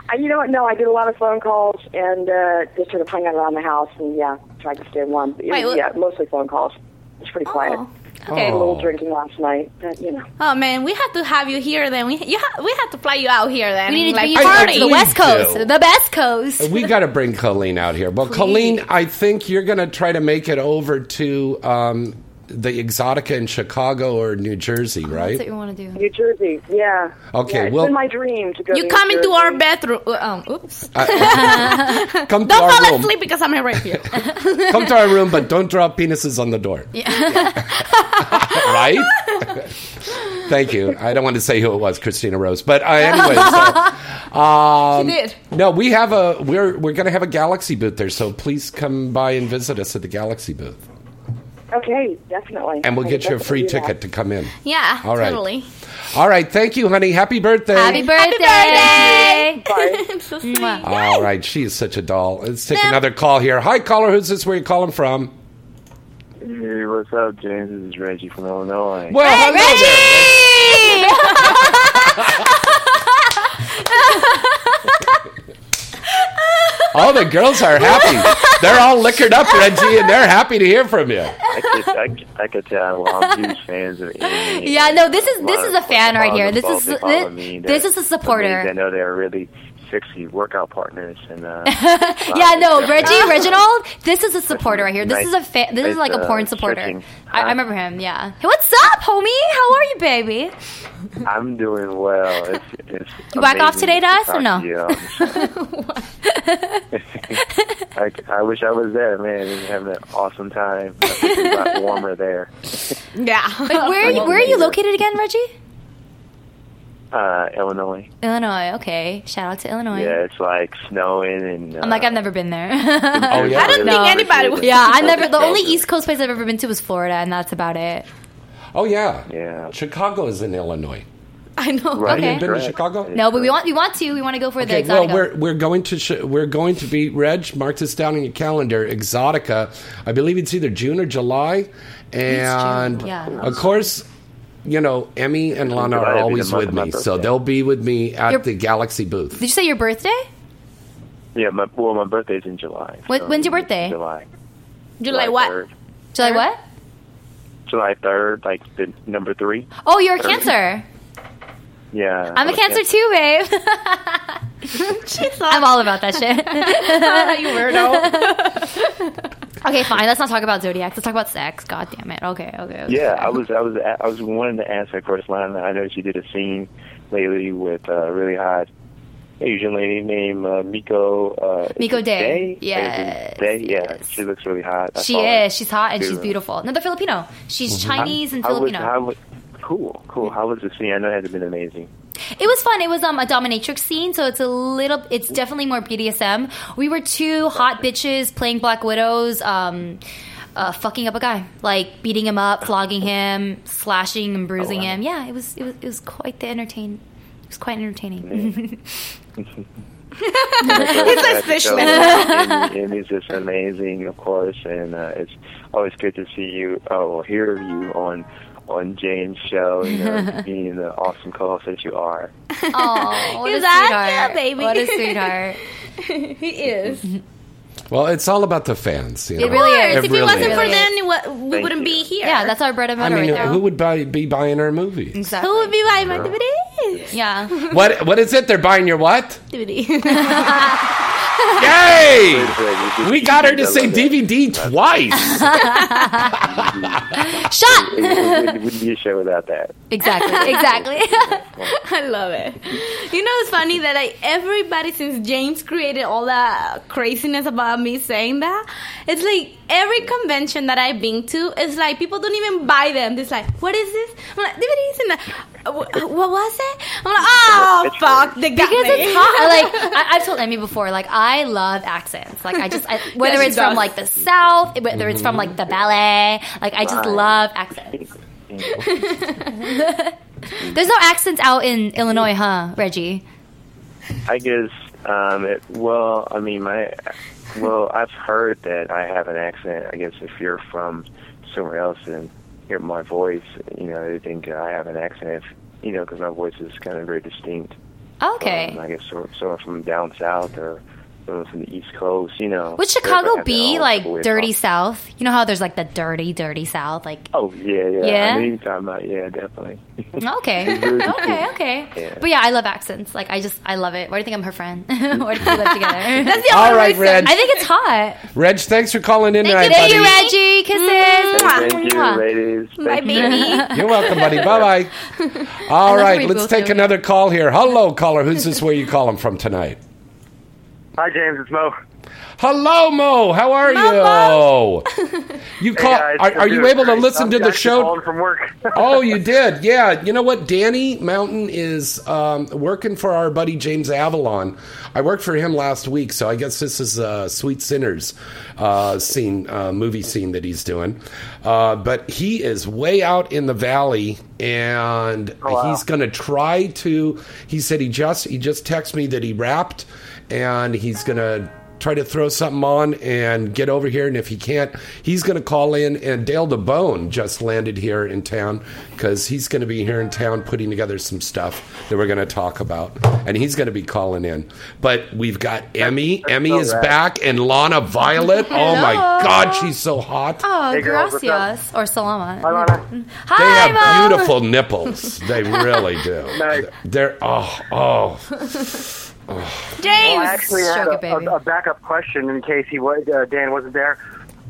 I, you know what? No, I did a lot of phone calls and uh, just sort of hung out around the house, and yeah, tried to stay warm. But it Wait, was- what- yeah, mostly phone calls. It's pretty quiet. Oh. okay. Had a Oh. little drinking last night, but you know. Oh man, we have to have you here. Then we you ha- we have to fly you out here. Then We need to like, be part of party. the West We Coast, do. the best coast. We got to bring Colleen out here. Well, Colleen, I think you're going to try to make it over to um, the Exotica in Chicago or New Oh, Jersey, right? you want to do? New Jersey, yeah. Okay, yeah, it's well- been my dream to go. You to come New into Jersey. our bedroom. uh, Um, oops. (laughs) Come to Don't our fall room. asleep because I'm right here. (laughs) Come to our room, but don't draw penises on the door. (laughs) right? (laughs) Thank you. I don't want to say who it was, Christina Rose, but uh, anyway. (laughs) So, um, She did. No, we have a we're we're going to have a Galaxy booth there, so please come by and visit us at the Galaxy booth, Okay, definitely. and we'll I get you a definitely free do that. ticket to come in. Yeah, All right. totally. All right, thank you, honey. Happy birthday. Happy birthday! I'm so sweet. (laughs) All right, she is such a doll. Let's take another call here. Hi, caller. Who's this? Where you calling from? Hey, what's up, James? This is Reggie from Illinois. Well, hello All the girls are happy. they're all liquored up, Reggie, and they're happy to hear from you. I could, I, could- I could tell I'm huge fans of Amy. Yeah, no, this is this is a fan right Follow here. them, This follow- is they follow this, me. this They're is a amazing. I supporter. know they're really sexy workout partners, and uh, (laughs) yeah, (laughs) no, Reggie Reginald, this is a supporter right here. This Nice- is a fa- this is nice, like a uh, porn supporter. stretching. I, I remember him. Yeah. Hey, what's up, homie? How are you, baby? I'm doing (laughs) well. It's, it's You back off today to us or no? (laughs) (laughs) I, I wish I was there, man. We're having an awesome time. I think it's a (laughs) lot warmer there. Yeah. Wait, where are you, where are you located again, Reggie? Uh, Illinois. Illinois. Okay. Shout out to Illinois. Yeah, it's like snowing and. Uh, I'm like I've never been there. Oh, yeah? I don't think anybody would. (laughs) Yeah, (laughs) I never. The only East Coast place I've ever been to was Florida, and that's about it. Oh yeah, yeah. Chicago is in Illinois. I know. Right. Okay. You've been to Chicago? No, but we want we want to we want to go for Okay, the well, exotic. we're we're going to sh- we're going to be Reg. Mark this down on your calendar. Exotica, I believe it's either June or July, and yeah. of course, you know Emmy and Lana July are would be always the month with of my me, so birthday. they'll be with me at Your- the Galaxy booth. Did you say your birthday? Yeah, my, well, my birthday's in uh, July. When- so when's your birthday? July. July what? 3rd. July what? July 3rd, like the number three. Oh, you're a Third. Cancer. Yeah. I'm a Cancer too, babe. (laughs) I'm all about that shit. You weirdo. (laughs) okay, fine. Let's not talk about zodiacs. Let's talk about sex. God damn it. Okay, okay. okay. Yeah, I was, I was, I was wanting to ask that question. Lana. I know she did a scene lately with uh, really hot Asian lady named uh, Miko. Uh, is Miko it Day. Day. Yes, Day. Yeah. She looks really hot. I She follow her. is. She's hot and she's Dude. beautiful. Another Filipino. She's Mhm. Chinese and How- how was- Filipino. how was- cool, cool. How was the scene? I know it had to have been (laughs) amazing. It was fun. It was um, a dominatrix scene, so it's a little. It's definitely more BDSM. We were two hot bitches playing Black Widows, um, uh, fucking up a guy, like beating him up, flogging him, slashing and bruising him. Yeah, it was. It was. It was quite the entertain. It was quite entertaining. (laughs) (laughs) Amy, Amy's just amazing, of course, and uh, it's always good to see you, oh, hear you on on Jane's show, you (laughs) know, being the awesome co-host that you are. Oh, what a He's out sweetheart, there, baby. What a sweetheart. (laughs) he is. Well, it's all about the fans. You It know? really is. if it really wasn't is. for them, it wa- we Thank wouldn't you. be here. Yeah, that's our bread and I mean, who would buy, be buying our movie? Exactly. Who would be buying my Girl. DVDs? Yeah. (laughs) What What is it? They're buying your what? (laughs) DVD. (laughs) Yay! Hey, We got her to say DVD (laughs) twice. It wouldn't- it wouldn't be a show without that. Exactly. (laughs) exactly. I love it. You know, it's funny that like everybody since James created all that craziness about me saying that, it's like every convention that I've been to, it's like people don't even buy them. It's like, what is this? I'm like, DVDs and uh, wh- what was it? I'm like, oh fuck, they got because me. it's hot. (laughs) Like I, I've told Emmy before, like I love accents. Like I just I, whether Yeah, she it's from does. like the South, whether it's from like the ballet, like I just Right. love accents. (laughs) There's no accents out in Illinois, huh, Reggie? I guess, um, it, well, I mean, my, well, I've heard that I have an accent. I guess if you're from somewhere else and hear my voice, you know, they think I have an accent, if, you know, because my voice is kind of very distinct. Okay. Um, I guess so- someone from down south or someone from the East Coast, you know. Would everybody Chicago has their be own like voice. dirty South? You know how there's like the dirty, dirty South. Like Oh, yeah, yeah. Yeah? I know you're talking about, yeah, definitely. (laughs) okay, okay, okay. Yeah. But yeah, I love accents. Like I just I love it. Why do you think I'm her friend? (laughs) Why do you think we live together? That's the All only right, reason. Reg. I think it's hot. Reg, thanks for calling in Thank tonight, you, buddy. Reggie. Kisses. Mm. Thank you, ladies. My Thank you. baby. (laughs) You're welcome, (laughs) buddy. (laughs) Bye bye. All I right, love where we let's both take go. another call here. Hello, caller. Who's this? Where you calling from tonight? Hi, James. It's Mo. Hello, Mo. How are (laughs) you? You call? guys. are, are you Dude, able to great. listen I'm to the actually show? calling from work. oh, you did. Yeah. You know what? Danny Mountain is um, working for our buddy James Avalon. I worked for him last week, so I guess this is uh, Sweet Sinners uh, scene, uh, movie scene that he's doing. Uh, but he is way out in the valley, and he's going to try to. He said he just he just texted me that he rapped, and he's going to try to throw something on and get over here. And if he can't, he's going to call in. And Dale DeBone just landed here in town because he's going to be here in town putting together some stuff that we're going to talk about. And he's going to be calling in. But we've got Emmy. Emmy so is rad. back. And Lana (laughs) Violet. Oh my Hello. God, she's so hot. Oh, Hey, girls, what's gracias or salama. Hi, They Hi, have Mom. beautiful nipples. They really (laughs) do. They're, oh, oh. Well, I actually had Stroke a, it, baby. a- a backup question in case he was, uh, Dan wasn't there.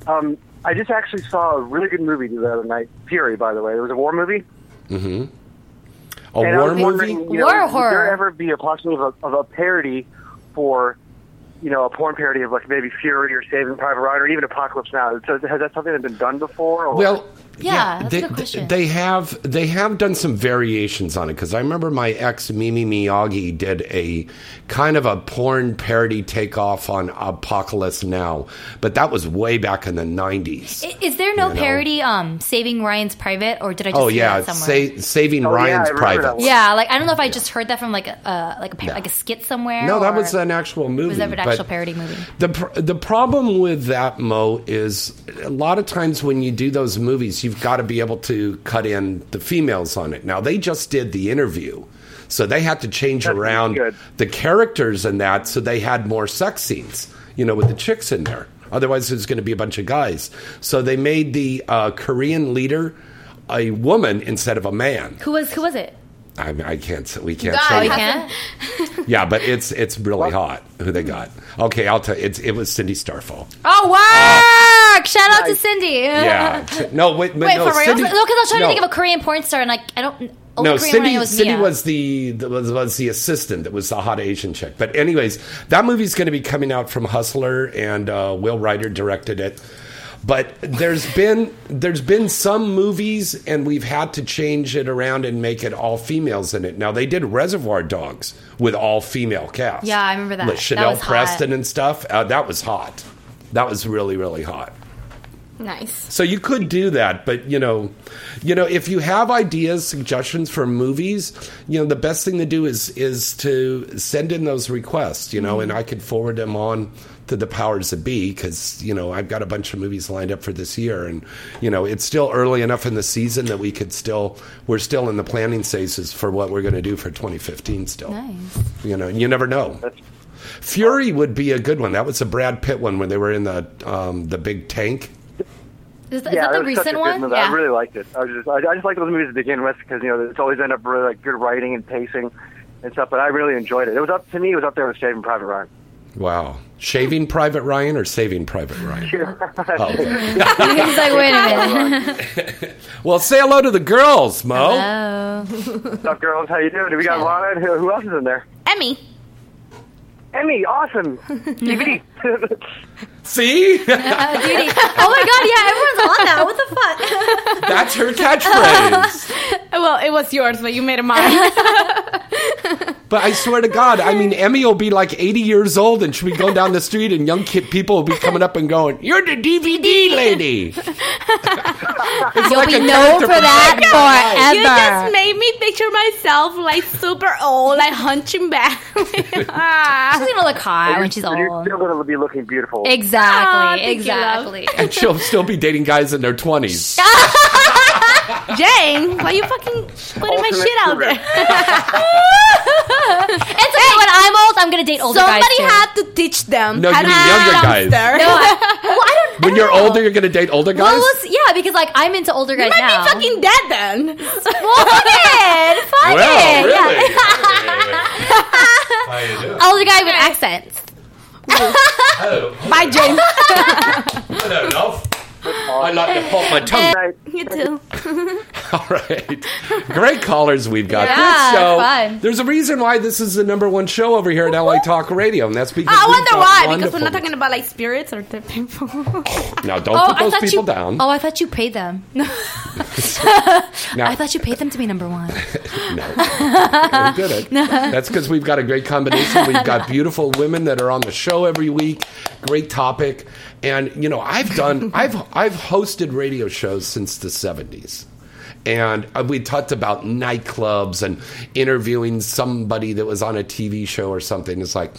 Um, I just actually saw a really good movie the other night. Fury, by the way. It was a war movie. Mm-hmm. A And I war was movie? wondering, you know, War would horror. there ever be a possibility of a, of a parody for, you know, a porn parody of like maybe Fury or Saving Private Ryan or even Apocalypse Now? So has that something that's been done before? Or? Well, Yeah, that's a they, good question. they have they have done some variations on it because I remember my ex Mimi Miyagi did a kind of a porn parody takeoff on Apocalypse Now, but that was way back in the nineties. I- (laughs) Is there no You know. parody um saving Ryan's private or did I just Oh see yeah, that somewhere? sa- Oh, saving Oh, Ryan's private. Yeah, like I don't know if I just heard that from like a uh, like a par- like a skit somewhere. No, that or- was an actual movie. was that an but- actual parody movie? The pr- the problem with that mo is a lot of times when you do those movies, you've got to be able to cut in the females on it. Now they just did the interview, so they had to change around the characters and that, so they had more sex scenes, you know, with the chicks in there. Otherwise, it's going to be a bunch of guys. So they made the uh, Korean leader a woman instead of a man. Who was who was it? I, I can't. say- We can't. God, say we that. can't. Yeah, but it's it's really hot. Who they got? Okay, I'll tell. It's it was Cindy Starfall. Oh work! Shout out to Cindy. Yeah. No, wait, but (laughs) Wait no, for real? Cindy- no, because I was trying no. to think of a Korean porn star, and like I don't. Old no, Green Cindy. Rhino was Cindy Mia. was the, the was, was the assistant that was the hot Asian chick. But anyways, that movie's going to be coming out from Hustler, and uh, Will Ryder directed it. But there's been there's been some movies, and we've had to change it around and make it all females in it. Now they did Reservoir Dogs with all female cast. Yeah, I remember that. With That Chanel was hot. Preston and stuff. Uh, that was hot. That was really really hot. Nice. So you could do that, but you know, you know, if you have ideas, suggestions for movies, you know, the best thing to do is is to send in those requests, you know, and I could forward them on to the powers that be because you know I've got a bunch of movies lined up for this year, and you know it's still early enough in the season that we could still we're still in the planning stages for what we're going to do for 2015 still. Nice. You know, you never know. Fury would be a good one. That was a Brad Pitt one when they were in the um, the big tank. Is that, is yeah, that that the was such a recent good one? movie. I really liked it. I was just, I, I just like those movies to begin with because you know it's always end up really like good writing and pacing and stuff. But I really enjoyed it. It was up to me. It was up there with Saving Private Ryan. Wow. Shaving Private Ryan or (laughs) Saving Private Ryan? (laughs) Oh, He's like, wait a minute. Well, say hello to the girls, Mo. What's up, girls? How you doing? We got Lana and who, who else is in there? Emmy. Emmy, (laughs) awesome. DVD. See? (laughs) Uh, duty. Oh my god, yeah, everyone's on that. What the fuck? That's her catchphrase. (laughs) well, it was yours, but you made it mine. (laughs) But I swear to God, I mean, Emmy will be like 80 years old and she'll be going down the street and young kid people will be coming up and going, You're the (laughs) DVD lady. You'll like be a known character for that from- You just forever. made me picture myself like super old, like (laughs) hunching back. she's gonna look hot when she's You're old. still going to be looking beautiful. Aw, Exactly. Ah, thank you, love. exactly. And she'll still be dating guys in their 20s. (laughs) Jane, why you fucking putting my shit out there? (laughs) It's okay. When I'm old, I'm gonna date older Somebody guys. too. had to teach them. No, how you to mean be younger a guys. dumpster. No, (laughs) I, well, I don't. When you're (laughs) older, you're going to date older Well, guys? we'll see- yeah, because like I'm into older you guys might now. be fucking dead then. (laughs) well, fuck (laughs) it, fuck Well, it. really? Yeah. Older guy with accents. Bye, (laughs) Jane. Hello, love. I like to pop my tongue. (laughs) you too. All right. Great callers we've got. Yeah, Good show. fun. There's a reason why this is the number one show over here at LA Talk Radio, and that's (laughs) because Ah, I we've wonder got why, because we're wonderful- not talking about like spirits or dead people. Oh, Now, (laughs) don't put those people you. down. Oh, I thought you paid (laughs) them. (laughs) Now- I thought you paid them to be number (laughs) one. Very good. (laughs) That's because we've got a great combination. We've got beautiful women that are on the show every week. Great topic, and you know, I've done, I've, I've hosted radio shows since the '70s, and uh, we talked about nightclubs and interviewing somebody that was on a TV show or something. It's like,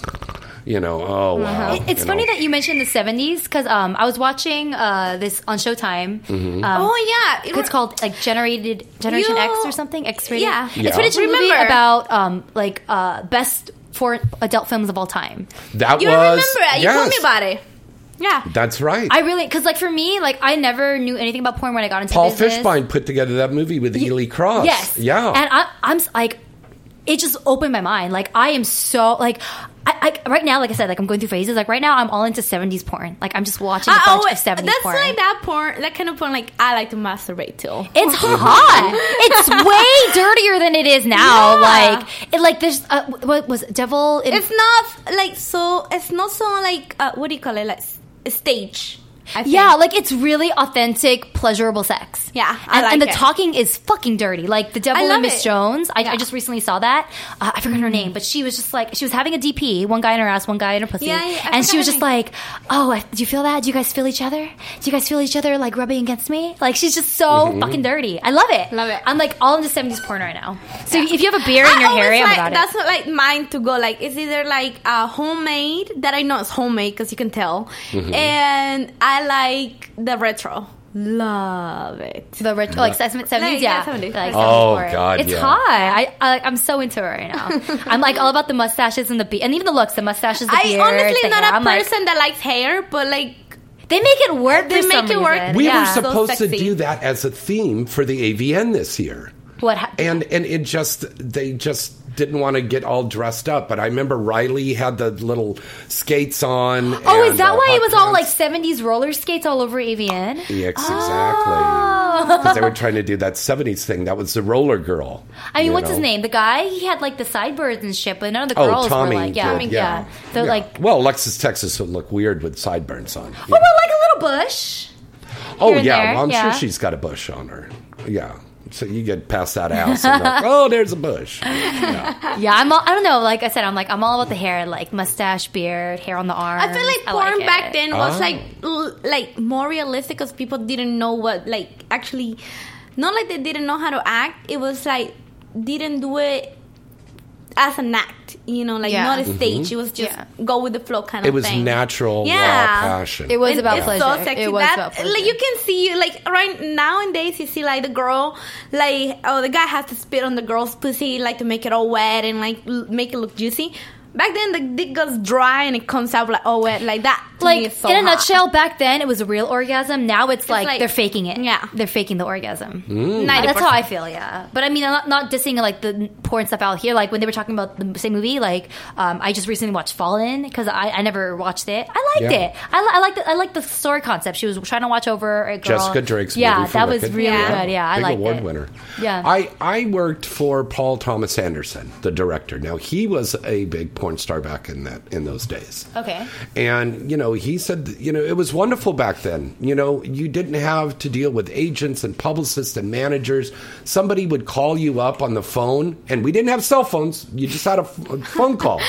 you know, oh wow. Mm-hmm. Mm-hmm. It- it's you funny know. that you mentioned the 70s because um, I was watching uh, this on Showtime. Mhm. Um, oh yeah, it's called like generated Generation You- X or something. X rated. Yeah. Yeah. it's footage movie Remember. about um, like uh, best foreign adult films of all time. that you was remember? it. You told me yes. about it. Yeah. That's right. I really because like for me, like I never knew anything about porn when I got into Paul business. Fishbein put together that movie with Ely Cross. Yes. Yeah. And I, I'm s- like, it just opened my mind. Like I am so like. I, I, right now, like I said, like I'm going through phases. Like right now, I'm all into 70s porn. Like I'm just watching a I bunch always, of 70s Ah, oh, that's porn. like that porn, that kind of porn. Like I like to masturbate too. (laughs) It's hot. (laughs) it's way dirtier than it is Yeah. now. Like it, like there's uh, what was it, devil? In, It's not like so. It's not so like uh, what do you call it? Like s- stage. I think. yeah, like it's really authentic, pleasurable sex. Yeah, I and, and like the it. talking is fucking dirty. Like the I devil love and Miss it. Jones. I, Yeah. I just recently saw that. Uh, I forgot her name, but she was just like she was having a DP, one guy in her ass, one guy in her pussy, Yeah, yeah, I and she forgot was her just name. like, "Oh, I, do you feel that? Do you guys feel each other? Do you guys feel each other like rubbing against me? Like she's just so fucking dirty. I love it. Love it. I'm like all into 70s porn right now. So if you have a beer in I your always hair, I'm like, about it. That's not like mine to go. Like it's either like uh, homemade that I know it's homemade because you can tell, Mm-hmm. and I like the retro. Love it. The retro, like seventies, Like, yeah, yeah. 70s. Like, Oh, 70s. God, it's yeah. hot. I, I, I'm so into it right (laughs) now. I'm like all about the mustaches and the beard, and even the looks, the mustaches, the I beard. honestly not a I'm like, person that likes hair, but like they make it work. They for make some it work. reason. we Yeah. were supposed to sexy. do that as a theme for the AVN this year. What? hap- and and it just they just didn't want to get all dressed up. But I remember Riley had the little skates on. oh, is and, that uh, why hot it was all like pants. 70s roller skates all over AVN? Yes, exactly. Oh, because they were trying to do that '70s thing. That was the roller girl. (laughs) I mean, you what's know? his name? The guy he had like the sideburns and shit, but none of the Oh, girls Tommy were like, yeah, did, I mean, yeah. yeah. They're Yeah. like, well, Lexus Texas would look weird with sideburns on. what about like a little bush? Oh Here and yeah, there, well, I'm yeah. sure she's got a bush on her. Yeah, so you get past (laughs) that house, and like, oh, there's a bush. yeah, I'm. All, I don't know. Like I said, I'm like I'm all about the hair, like mustache, beard, hair on the arm. I feel like porn back then was Ah. Oh. like l- like more realistic because people didn't know what like actually not like they didn't know how to act. It was like didn't do it as an act, you know, like Yeah. not a Mhm. stage. It was just go with the flow kind It of was thing. natural, raw yeah, passion. And it's So sexy. It was that, about Like you can see, like right nowadays, you see like the girl, like oh, the guy has to spit on the girl's pussy, like to make it all wet and like l- make it look juicy. Back then, the dick goes dry and it comes out like oh wet, like that. to me Like is so in a hot. nutshell, back then it was a real orgasm. Now it's, like, like- they're faking it. Yeah, they're faking the orgasm. Mm. That's how 90%. I feel. Yeah, but I mean, I'm not, not dissing like the porn stuff out here. Like when they were talking about the same movie, like um, I just recently watched Fallen because I, I never watched it. I liked Yeah. it. I, li- I like the I like the story concept. She was trying to watch over a girl. Jessica Drake's Yeah, movie for that was Wicked. really good. Yeah, I Big liked award it. winner. Yeah. I, I worked for Paul Thomas Anderson, the director. Now he was a big porn star back in that in those days. Okay. And, you know, he said, you know, it was wonderful back then. You know, you didn't have to deal with agents and publicists and managers. Somebody would call you up on the phone, and we didn't have cell phones. You just had a f- a phone (laughs) call,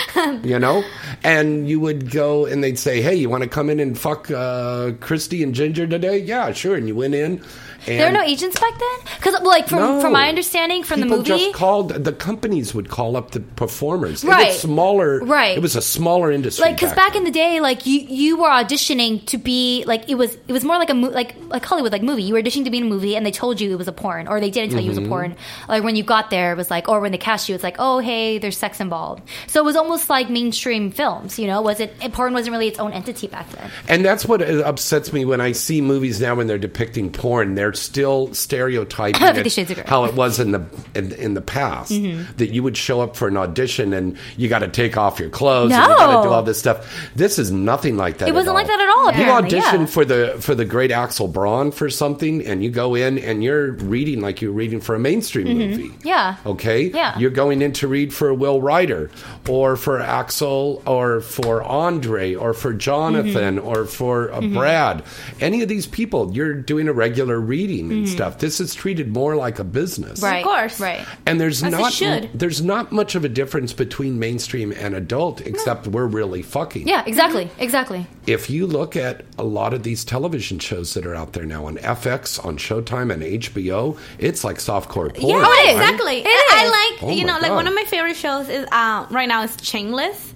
you know? And you would go and they'd say, hey, you want to come in and fuck uh, Christy and Ginger today? Yeah, sure. And you went in. And there were no agents back then, because like from No. from my understanding from People the movie, just called the companies would call up the performers. It Right. was smaller. Right. It was a smaller industry. like because back in the day like you you were auditioning to be like it was it was more like a mo- like like hollywood like movie you were auditioning to be in a movie and they told you it was a porn or they didn't tell you it was Mm-hmm. Mhm. a porn like when you got there it was like or when they cast you it's like oh hey there's sex involved so it was almost like mainstream films you know was it and porn wasn't really its own entity back then And that's what uh, upsets me when I see movies now when they're depicting porn. They're still (laughs) stereotyping Fifty it Shades of Grey. how it was in the in, in the past. Mhm. That you would show up for an audition and you got to take off your clothes and you No. got to do all this stuff. This is nothing like that. It at wasn't all. like that at all, You apparently, audition yeah. for the for the great Axel Braun for something, and you go in and you're reading like you're reading for a mainstream Mhm. movie. yeah Okay. Yeah. You're going in to read for Will Ryder or for Axel or for Andre or for Jonathan Mm-hmm. or for uh, Mhm. Brad. Any of these people, you're doing a regular reading and Mhm. stuff. This is treated more like a business. Of course, Mm. right. And there's As it not should. there's not much of a difference between mainstream and adult except we're really fucking. yeah exactly Mm-hmm. exactly If you look at a lot of these television shows that are out there now on FX, on Showtime and HBO, it's like softcore porn. yeah, right? exactly. I I like Oh you my know like God. one of my favorite shows is uh, right now is Shameless.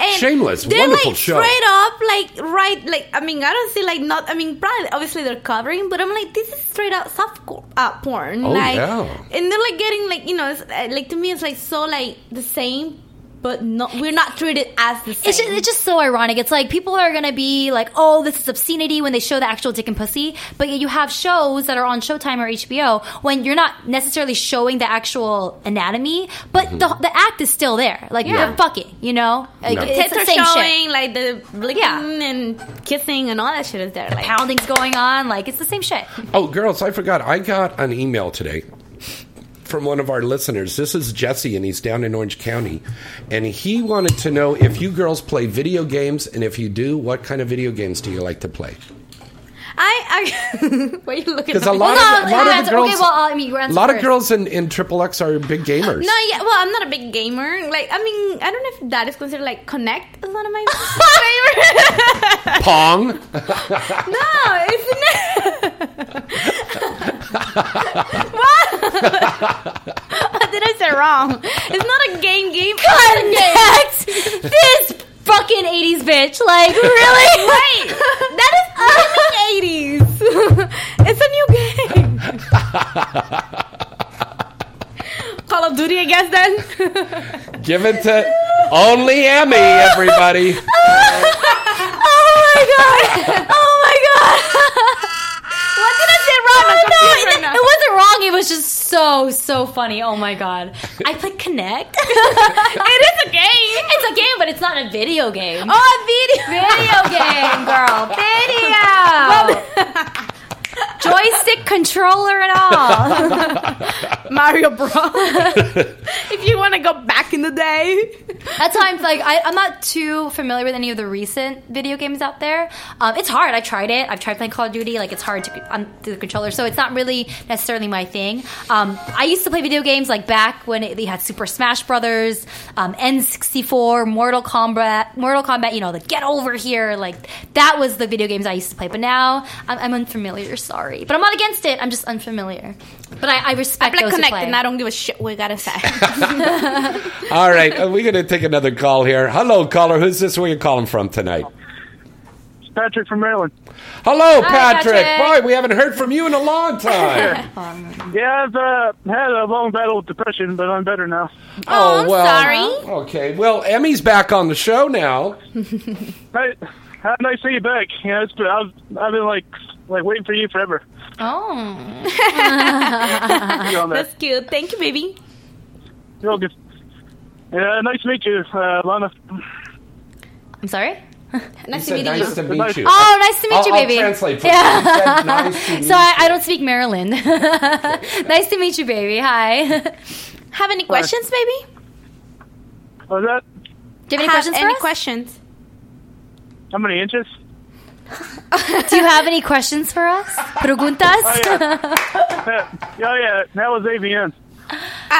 And Shameless, they're wonderful like show. straight up like right like I mean I don't see like not I mean probably obviously they're covering but I'm like this is straight up soft co- uh, porn Oh, like yeah. and they're like getting like you know it's, uh, like to me it's like so like the same but not we're not treated as the same. It's just, it's just so ironic. It's like people are gonna be like, "Oh, this is obscenity" when they show the actual dick and pussy, but yet you have shows that are on Showtime or HBO when you're not necessarily showing the actual anatomy, but the, the act is still there. Like Mm-hmm. Yeah. they're fucking, you know, like, The tits it's the are same showing, shit. like the licking and kissing and all that shit is there. Like pounding's going on, like it's the same shit. Oh, girls, I forgot. I got an email today from one of our listeners. This is Jesse, and he's down in Orange County. And he wanted to know if you girls play video games, and if you do, what kind of video games do you like to play? I, I (laughs) why are you looking? Because at a me? lot of, a lot of the girls, uh, mean, a lot of girls in, in Triple X are big gamers. No, yeah. Well, I'm not a big gamer. Like, I mean, I don't know if that is considered like Connect is one of my (laughs) favorite. Pong. no, it's (laughs) not. (laughs) what? Did I say wrong? It's not a game. Game. Connect this fucking eighties bitch. Like (laughs) really? Wait, that (laughs) is only 80s. (laughs) it's a new (laughs) game. Call of Duty, I guess. Then. (laughs) Give it to only Emmy, everybody. oh (laughs) my god! Oh my god! (laughs) what did I say wrong? I'm confused Oh, no, right it, now. it wasn't wrong. It was just so so funny. Oh my god! I played (laughs) Connect. it is a game. It's a game, but it's not a video game. Oh, a video (laughs) video game, girl. Video. joystick controller at (laughs) all. Oh (laughs) Mario Bros. (laughs) if you want to go back in the day. That's why I'm like, I, I'm not too familiar with any of the recent video games out there. Um, it's hard. I tried it. I've tried playing Call of Duty. Like, it's hard to on the controller, so it's not really necessarily my thing. Um, I used to play video games like back when it, they had Super Smash Brothers, um, N64, Mortal Kombat, Mortal Kombat. You know, the Get Over Here. Like, that was the video games I used to play. But now I'm, I'm unfamiliar. Sorry, but I'm not against it. I'm just unfamiliar. But I, I respect. play those who Connect play. and I don't give a shit what you gotta say. (laughs) All right, uh, we're going to take another call here. Hello, caller. Who's this? Where you calling from tonight? It's Patrick from Maryland. Hello, Patrick. Boy, we haven't heard from you in a long (laughs) time. yeah, I've uh, had a long battle with depression, but I'm better now. Oh, well. Sorry. Okay. Well, Emmy's back on the show (laughs) now. Hey, how nice to see you back. Yeah, it's been, I've, I've been like like waiting for you forever. oh. Uh-huh. You're on there. (laughs) That's cute. Thank you, baby. You're all good. Yeah, nice to meet you, uh, Lana. I'm sorry. Nice said nice to meet you. Oh, nice to meet I'll- you, I'll baby. translate for you. yeah. He said nice (laughs) to meet so I, I don't speak Maryland. (laughs) nice to meet you, baby. Hi. (laughs) Have any questions, baby? What was Oh, that? Do you have any questions for any us? questions? How many inches? Do you have any questions (laughs) for us? Preguntas? (laughs) Oh yeah, that was AVN.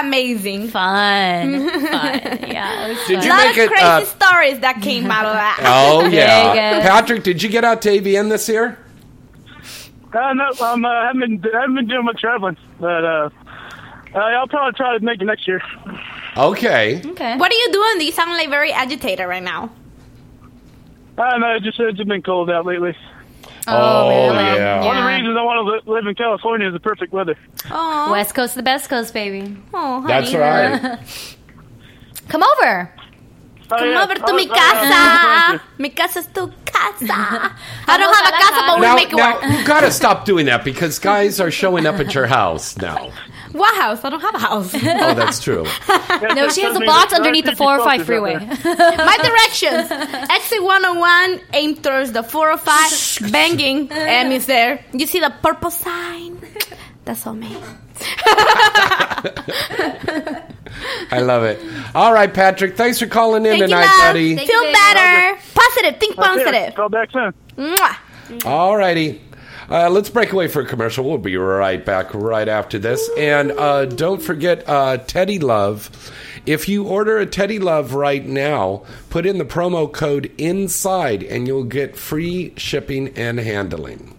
Amazing. (laughs) Fun. Fun. Yeah. Did fun. you a lot make of it, crazy uh, stories that came out of that. Oh, (laughs) yeah. Vegas. Patrick, did you get out to AVN this year? Uh, no, I'm, uh, I haven't been, I haven't been doing much traveling, but uh, uh, I'll probably try to make it next year. Okay. Okay. What are you doing? You sound like very agitated right now. I don't know, it's just, it's just been cold out lately. Oh, really? yeah. One of the Yeah. reasons I want to li- live in California is the perfect weather. West coast to the best coast, baby. Oh, That's right. (laughs) Come over. Come yeah. over to Oh, mi oh, (laughs) casa. mi casa es tu (laughs) casa. I don't have a casa, but now, we make it now work. you got to stop doing that because guys are showing up at your house now. (laughs) What house? I don't have a house. Oh, that's true. No, she has a box underneath the 405 freeway. My directions. Exit 101, aim towards the (laughs) 405, banging, and it's there. You see the purple sign? That's all me. I love it. All right, Patrick. Thanks for calling in Thank you, tonight, love. buddy. Feel better. Positive. Think positive. Call back soon. Mwah. All righty. Uh, let's break away for a commercial. We'll be right back right after this. And uh, don't forget uh, Teddy Love. If you order a Teddy Love right now, put in the promo code INSIDE and you'll get free shipping and handling.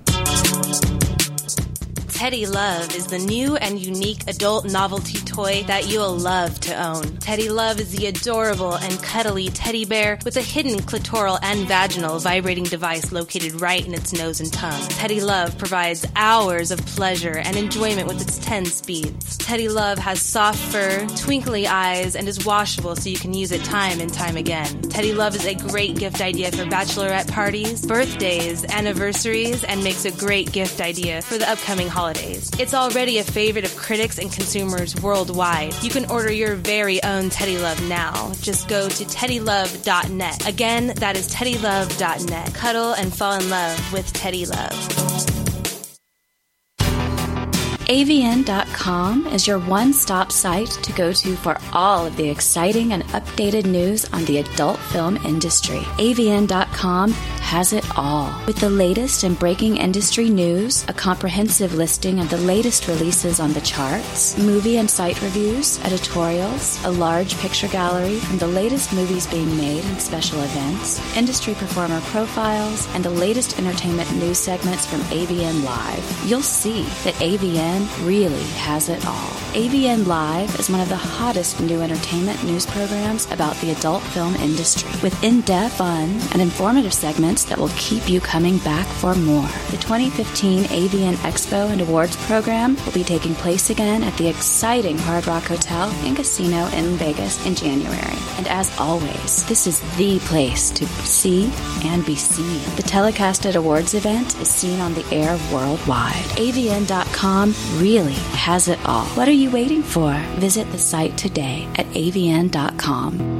Teddy Love is the new and unique adult novelty toy that you'll love to own. Teddy Love is the adorable and cuddly teddy bear with a hidden clitoral and vaginal vibrating device located right in its nose and tongue. Teddy Love provides hours of pleasure and enjoyment with its 10 speeds. Teddy Love has soft fur, twinkly eyes, and is washable so you can use it time and time again. Teddy Love is a great gift idea for bachelorette parties, birthdays, anniversaries, and makes a great gift idea for the upcoming holidays. It's already a favorite of critics and consumers worldwide. You can order your very own Teddy Love now. Just go to teddylove.net. Again, that is teddylove.net. Cuddle and fall in love with Teddy Love. AVN.com is your one stop site to go to for all of the exciting and updated news on the adult film industry. AVN.com has it all. With the latest and breaking industry news, a comprehensive listing of the latest releases on the charts, movie and site reviews, editorials, a large picture gallery from the latest movies being made and special events, industry performer profiles, and the latest entertainment news segments from AVN Live, you'll see that AVN really has it all. AVN Live is one of the hottest new entertainment news programs about the adult film industry, with in depth, fun, and informative segments that will keep you coming back for more. The 2015 AVN Expo and Awards program will be taking place again at the exciting Hard Rock Hotel and Casino in Vegas in January. And as always, this is the place to see and be seen. The telecasted awards event is seen on the air worldwide. AVN.com really has it all. What are you waiting for? Visit the site today at AVN.com.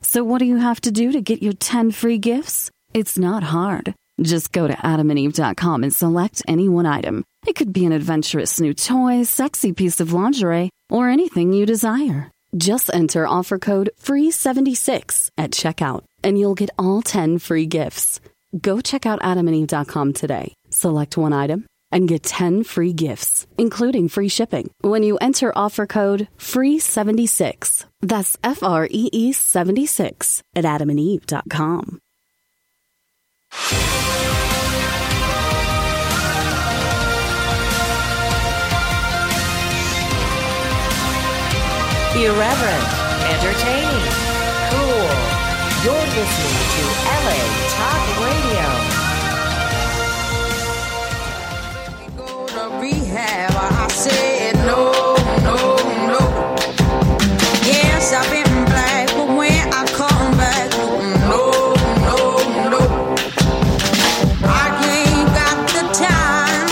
So, what do you have to do to get your 10 free gifts? It's not hard. Just go to adamandeve.com and select any one item. It could be an adventurous new toy, sexy piece of lingerie, or anything you desire. Just enter offer code FREE76 at checkout and you'll get all 10 free gifts. Go check out adamandeve.com today. Select one item and get 10 free gifts, including free shipping, when you enter offer code E FREE76. That's F R E E 76 at adamandeve.com. Irreverent, entertaining, cool. You're listening to LA Talk Radio. rehab. I said no, no, no. Yes, I've been black, but when I come back, no, no, no. I ain't got the time,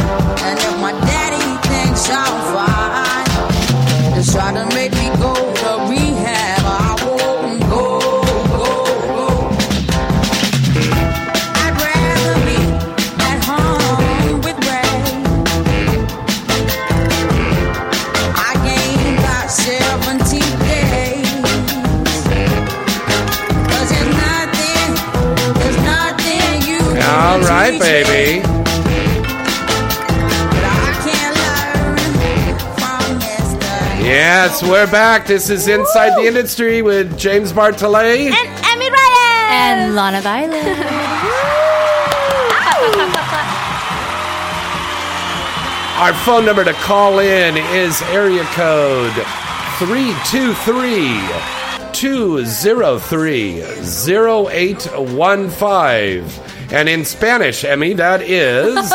and if my daddy thinks I'm fine, just try to make me go to rehab. I won't go, go, go. I'd rather be at home with Ray. I gained about 17 days. 'Cause there's nothing, there's nothing you All can right, teach baby. Yes, we're back. This is Inside the Industry with James Bartolet. Emmy Reyes (laughs) and Lana Violet. Our phone number to call in is area code 323 203 0815. And in Spanish, Emmy, that is. (laughs)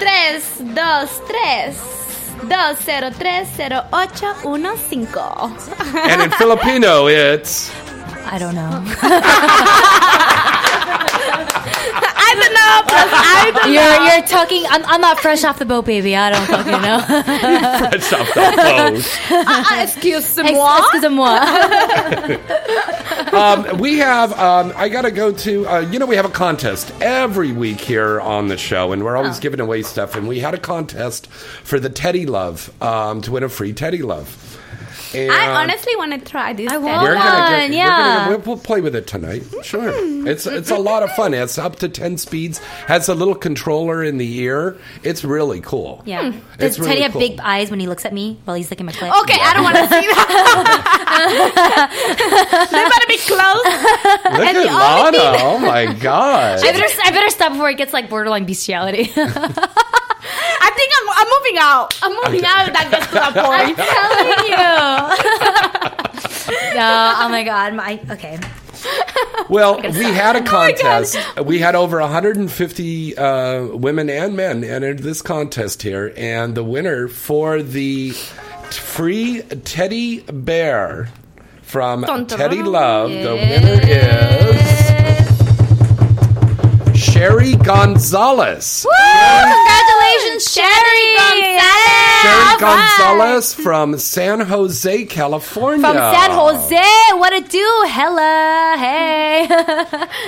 3, 2, 3, 2, 0, 3, 0, and 8, 1, 5. (laughs) in Filipino, it's. I don't know. I don't know, plus (laughs) I don't you're, know. You're talking. I'm, I'm not fresh off the boat, baby. (laughs) I don't fucking know. (laughs) Fresh off the uh, excuse (laughs) moi. Excuse moi. boat. Um, we have, um, I got to go to, uh, you know, we have a contest every week here on the show, and we're always giving away stuff. And we had a contest for the Teddy Love um, to win a free Teddy Love. And I honestly want to try this. I uh, We're gonna get- We're (laughs) gonna, we'll, we'll play with it tonight. Sure. It's it's a lot of fun. It's up to ten speeds. Has a little controller in the ear. It's really (laughs) cool. yeah. It's Does really Teddy have cool. big eyes when he looks at me while he's looking at my clit? Hmm. Okay, I don't want to see that. (laughs) they better be close. Look And at the only Lana. thing- Oh my god. I better, I better stop before it gets like borderline bestiality. (laughs) I think I'm, I'm moving out. I'm moving out if that gets to that (laughs) point. (laughs) no, oh my god, my okay. Well, we had Oh a contest. we had over 150 uh, women and men entered this contest here, and the winner for the t- free teddy bear from Dun, dun, Teddy dun. Love, the winner is. Sherry Gonzalez. Congratulations, Sherry Gonzalez. Sherry Gonzalez from San Jose, California. From San Jose, what a do? Hella, hey.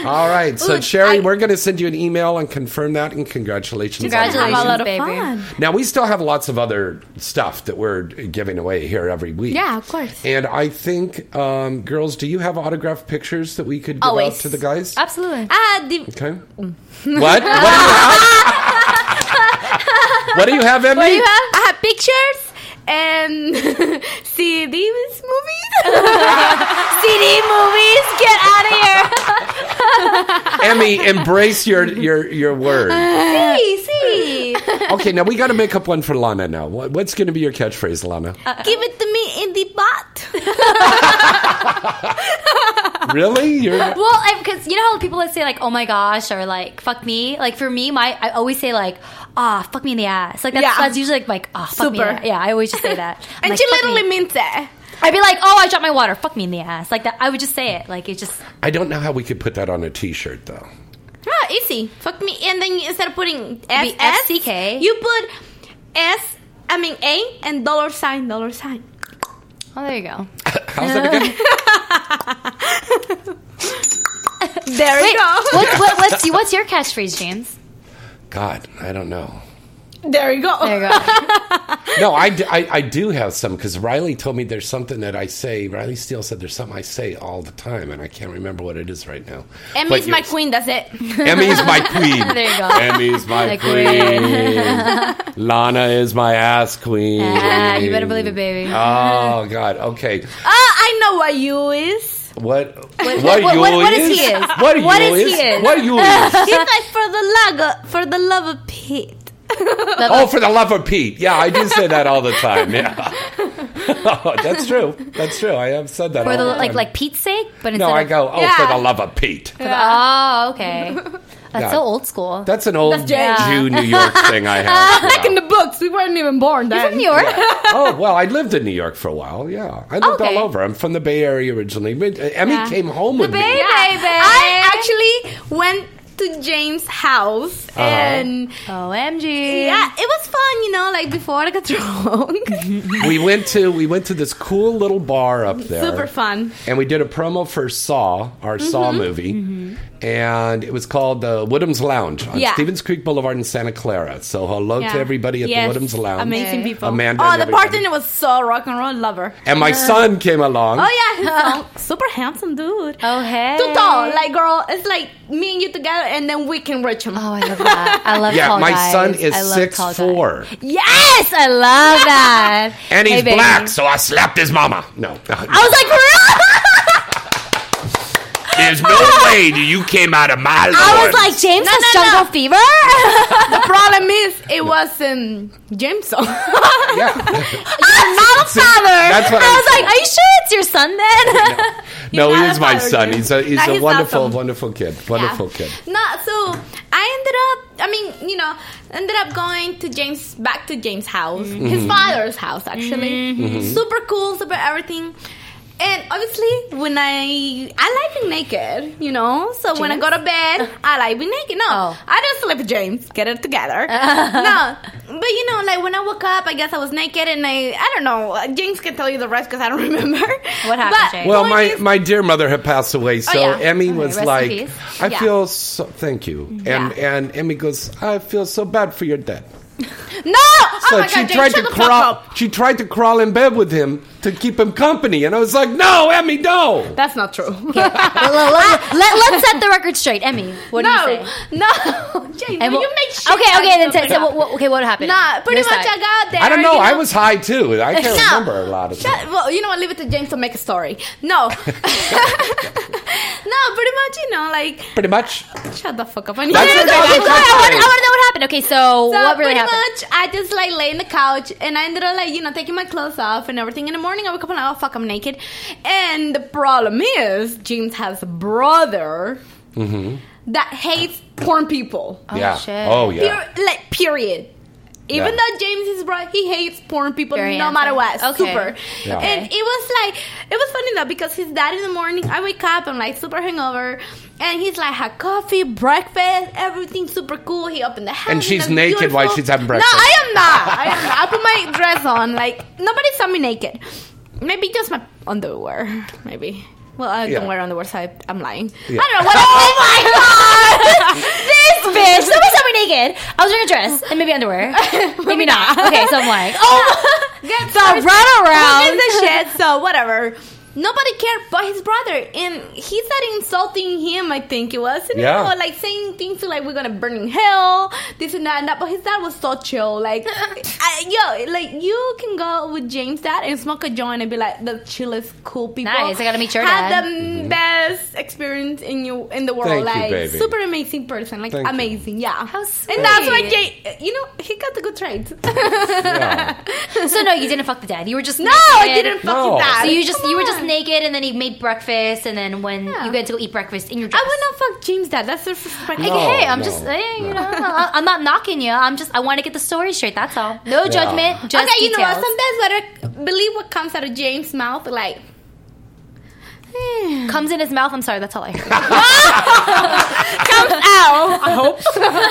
(laughs) All right, so Sherry, we're going to send you an email and confirm that, and congratulations. on the Congratulations, raise. baby. Now we still have lots of other stuff that we're giving away here every week. (laughs) Yeah, of course. And I think, um, girls, do you have autographed pictures that we could give out Always. to the guys? Absolutely. Uh, the, (laughs) Okay. (laughs) What? What do you have? what do you have, Emmy? What do you have? I have pictures and (laughs) CDs movies. (laughs) CD movies, get out of here. Emmy, embrace your your your word. (laughs) See, see. Okay, now we got to make up one for Lana. Now, What- what's going to be your catchphrase, Lana? Give it to me in the pot. Really? (laughs) (laughs) You're well, because you know how people always say like, "Oh my gosh," or like "fuck me." Like for me, my I always say like, "Ah, fuck me in the ass." Like that's, Yeah. that's usually like, like "Ah, fuck me." in Super. the- Yeah, I always just say (laughs) that. And like, she "Fuck literally me." means it. I'd be like, "Oh, I dropped my water. Fuck me in the ass." Like that. I would just say it. Like it just I don't know how we could put that on a T-shirt though. Ah, easy. Fuck me. And then you, instead of putting S, Be S, FCK. you put S, I mean A, and dollar sign, dollar sign. Oh, there you go. How's that again? There we Wait, go. What, what, what's, what's your catchphrase, James? God, I don't know. There you go. There you go. No, I, d- I- I do have some because Riley told me there's something that I say. Riley Steele said there's something I say all the time, and I can't remember what it is right now. Emmy's But my you- (laughs) queen, that's it. Emmy's my queen. (laughs) there you go. Emmy's my The (laughs) queen. Lana is my ass queen. Ah, you better believe it, baby. Oh God. Okay. Ah, I know what you is. What? What- What? what- you what- what is he is? What you What is is? he is? (laughs) What you He's is? like for the love, for the love of Pete. Oh, for the love of Pete. Yeah, I do say that all the time. (laughs) Yeah. (laughs) Oh, that's true. That's true. I have said that For all (laughs) the the time. like, like Pete's sake, but instead no, I of- go, oh, for the love of Pete. For the- oh, (laughs) okay. That's Yeah. so old school. That's an old That's James. Jew New York thing I (laughs) have. Back yeah. in the books, we weren't even born then. from New York? oh well, I lived in New York for a while. Yeah, I lived Okay. all over. I'm from the Bay Area originally. But, uh, Emmy Yeah. came home with me. Yeah. (laughs) I actually went to James' house Uh-huh. and OMG. Yeah, it was fun, you know, like before I got (laughs) drunk. (laughs) We went to we went to this cool little bar up there. (laughs) Super fun. And we did a promo for Saw, our Saw Mhm. movie, and it was called the Woodham's Lounge on Mm-hmm. Yeah. Stevens Creek Boulevard in Santa Clara. So hello Yeah. to everybody at Yes. the Woodham's Lounge. Amazing people. Amanda. oh, and the everybody. bartender was so rock and roll lover. And my son came along. Oh yeah, he's so- super handsome dude. Oh hey, too tall. Like girl, it's like me and you together, and then we can reach him. Oh, I love that. I love yeah, tall my guys. son is I love six tall guys. four, Yes, I love that. and he's Hey, baby. black. So I slapped his mama. No, (laughs) I was like, for real? There's (laughs) no way that you came out of my lord. I (laughs) was like, James has jungle fever. the problem is it was um, (laughs) Jameson. (laughs) You're not a See, father. that's what I I was like, are you sure it's your son then? (laughs) no, he is my father, son. dude. He's a he's Nah, a he's wonderful, awesome. wonderful kid. Wonderful kid. no, so I ended up. I mean, you know, ended up going to James back to James' house, his Mhm. father's house actually. Mhm. Super cool, super everything. And obviously, when I I like being naked, you know. So when I go to (laughs) bed, I like being naked. No, I don't sleep, James. Get it (laughs) together. no, but you know, like when I woke up, I guess I was naked, and I I don't know. James can tell you the rest because I don't (laughs) remember what happened. But Well, my, my dear mother had passed away, so Oh, yeah. Emmy Okay, was rest in like, peace. "I Yeah. feel so." Thank you, and and Emmy goes, "I feel so bad for your dad." no, oh So my she god, James, tried shut to the fuck up. crawl. She tried to crawl in bed with him to keep him company, and I was like, "No, Emmy, no." That's not true. (laughs) let, (laughs) let, let, us set the record straight, Emmy. What no, do you say? (laughs) no, James, And will what- you make shit Okay, okay, out then of say- it. so what- what- okay, what happened? Nah, pretty Your much (laughs) I side. got there. I don't know. you I was high too. I can't (laughs) No. remember a lot of Shut, things. well, you know what? Leave it to James to make a story. (laughs) No, no, pretty much. You know, like Pretty much. shut the fuck up. I No, need no, to no, no, go. I want to know what happened. Okay, so, So what really pretty happened? much, I just like lay in the couch, and I ended up like you know taking my clothes off and everything. In the morning, I woke up and like, oh fuck, I'm naked. And the problem is, James has a brother Mm-hmm. that hates porn people. Oh, Yeah. shit. Oh, yeah. Pure- like period. Even Yeah. though James is bright, he hates porn people Very no matter what. handsome. Okay. Super. Yeah. And it was like it was funny though because he's that in the morning. I wake up, I'm like super hungover, and he's like had coffee, breakfast, everything super cool. He opened the house, And she's I'm naked while beautiful. she's having breakfast. No, I am not. (laughs) I am not. I put my dress on. Like nobody saw me naked. Maybe just my underwear. Maybe. Well, I Yeah. don't wear underwear, so I, I'm lying. Yeah. I don't know what. oh (laughs) my god! this bitch. Somebody saw me naked. I was wearing a dress and maybe underwear. (laughs) maybe not. Okay, so I'm like, (laughs) oh, (laughs) Get So run around. Who gives a shit? (laughs) So whatever. Nobody cared but his brother, and he started insulting him. I think it was, and Yeah. you know, like saying things like "we're gonna burn in hell," this and that, and that. But his dad was so chill. (laughs) Like, I, yo, like you can go with James' dad and smoke a joint and be like the chillest, cool people. Nice, I gotta meet your Have dad. the best experience in you in the world. Mm-hmm. Thank you, like, baby. super amazing person. Like, Thank you. amazing. Yeah. How sweet. And that's why, Jay, you know, he got the good traits. (laughs) so no, you didn't fuck the dad. You were just No, I naked. didn't fuck the No. dad. So you just Come you were just on. naked, and then he made breakfast, and then when you had to go eat breakfast in your dress. I would not fuck James' dad. That's disrespectful. Like, No, hey, I'm no, just saying, you know, I- I'm not knocking you. I'm just I want to get the story straight. That's all. No Yeah. judgment. Just okay, you know what? details. Sometimes better believe what comes out of James' mouth. Like, (sighs) comes in his mouth. I'm sorry, that's all I (laughs) heard. (laughs) comes out. I hope.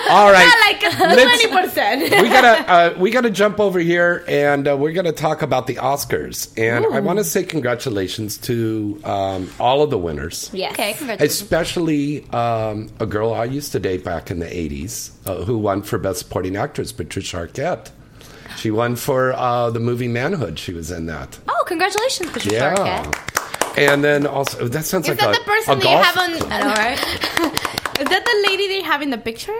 All (laughs) right. Not like twenty percent. we gotta uh, we gotta jump over here and uh, we're gonna talk about the Oscars and I Ooh. want to say congratulations to um, all of the winners. Yes. Okay, congratulations. Especially um, a girl I used to date back in the '80s uh, who won for Best Supporting Actress, Patricia Arquette. She won for uh, the movie Manhood. She was in that. oh, congratulations, Patricia yeah. Arquette. And then also that sounds Is like that a, the person a that you golf. (laughs) have on? I know, right? (laughs) Is that the lady they have in the picture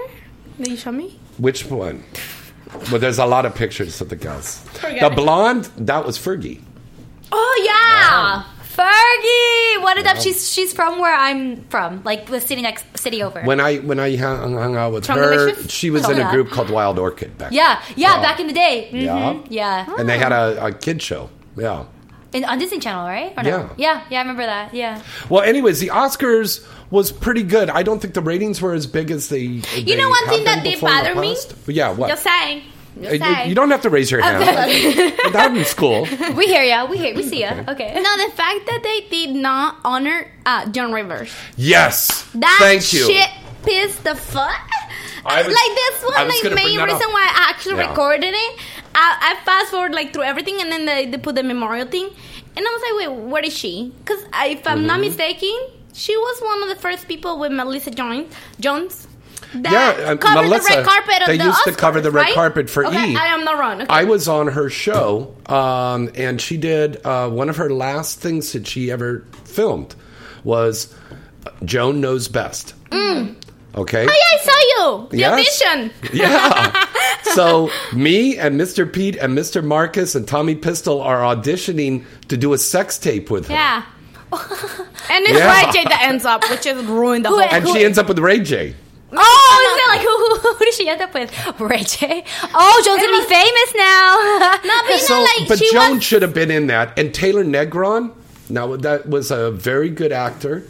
that you showed me? Which one? Well, there's a lot of pictures of the girls. Forget The it. blonde that was Fergie. Oh yeah, Fergie. What it up? Wow. She's she's from where I'm from, like the city next city over. When I when I hung, hung out with From her, Delicious? she was in a Yeah. group called Wild Orchid back, yeah, yeah, Yeah. back in the day. hmm Yeah. Yeah, and they had a, a kid show. Yeah. In, on Disney Channel, right? Or Yeah. no? yeah, yeah. I remember that. Yeah. (laughs) Well, anyways, the Oscars was pretty good. I don't think the ratings were as big as they. You know one thing that did bother me? Yeah. What? Just saying. Just Uh, you, saying. you don't have to raise your hand. Okay. that was cool. (laughs) we hear ya. We hear. We see ya. Okay. (laughs) No, the fact that they did not honor uh, John Rivers. Yes. That Thank you. shit pissed the fuck. I was- like this I one, was like gonna bring main that reason up. why I actually Yeah. recorded it. I, I fast forward like through everything, and then they, they put the memorial thing, and I was like, wait, where is she? Because if I'm not Mhm. mistaken, she was one of the first people with Melissa Jones. Jones. That Yeah, uh, covered Melissa, the red carpet of they the used to Oscars, cover the red right? carpet for okay, E. I am not wrong. Okay. I was on her show, um, and she did uh, one of her last things that she ever filmed was uh, Joan Knows Best. Mm. Okay. Oh yeah, I saw you. The Yes. audition. (laughs) Yeah. so me and Mr. Pete and Mr. Marcus and Tommy Pistol are auditioning to do a sex tape with her. Yeah. (laughs) and it's Yeah. right Jay that ends up, which is ruined the whole. And she ends up with Ray J. Oh, is it like who, who, who did she end up with? Ray J. Oh, Joan's gonna be famous now. (laughs) no, but you So, know, like but she Joan was. should have been in that. And Taylor Negron, now that was a very good actor.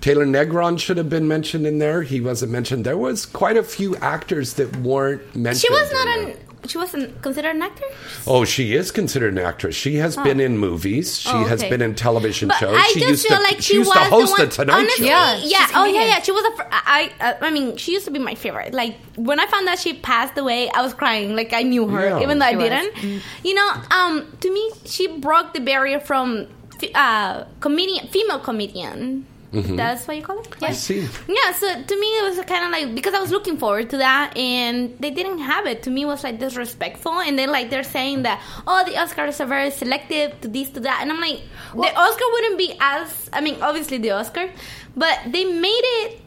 Taylor Negron should have been mentioned in there. He wasn't mentioned. There was quite a few actors that weren't mentioned. She was in not there. an. She wasn't considered an actor. Oh, she is considered an actress. She has Oh. been in movies. She Oh, has okay. been in television But shows. I she just used feel to, like she she, used was to host the the, one. Tonight honestly, Show. yeah, Oh yeah, comedian. yeah. She was a. fr- I. I- I mean, she used to be my favorite. Like when I found out she passed away, I was crying. Like I knew her, Yeah. even though I She was. Mm. didn't. You know, um, to me, she broke the barrier from f- uh, comedian, female comedian. Mhm. That's what you call it. I see. Yeah, so to me it was kind of like because I was looking forward to that and they didn't have it. To me it was like disrespectful and then like they're saying that oh the Oscars are very selective to this to that and I'm like the Oscar wouldn't be as I mean obviously the Oscar, but they made it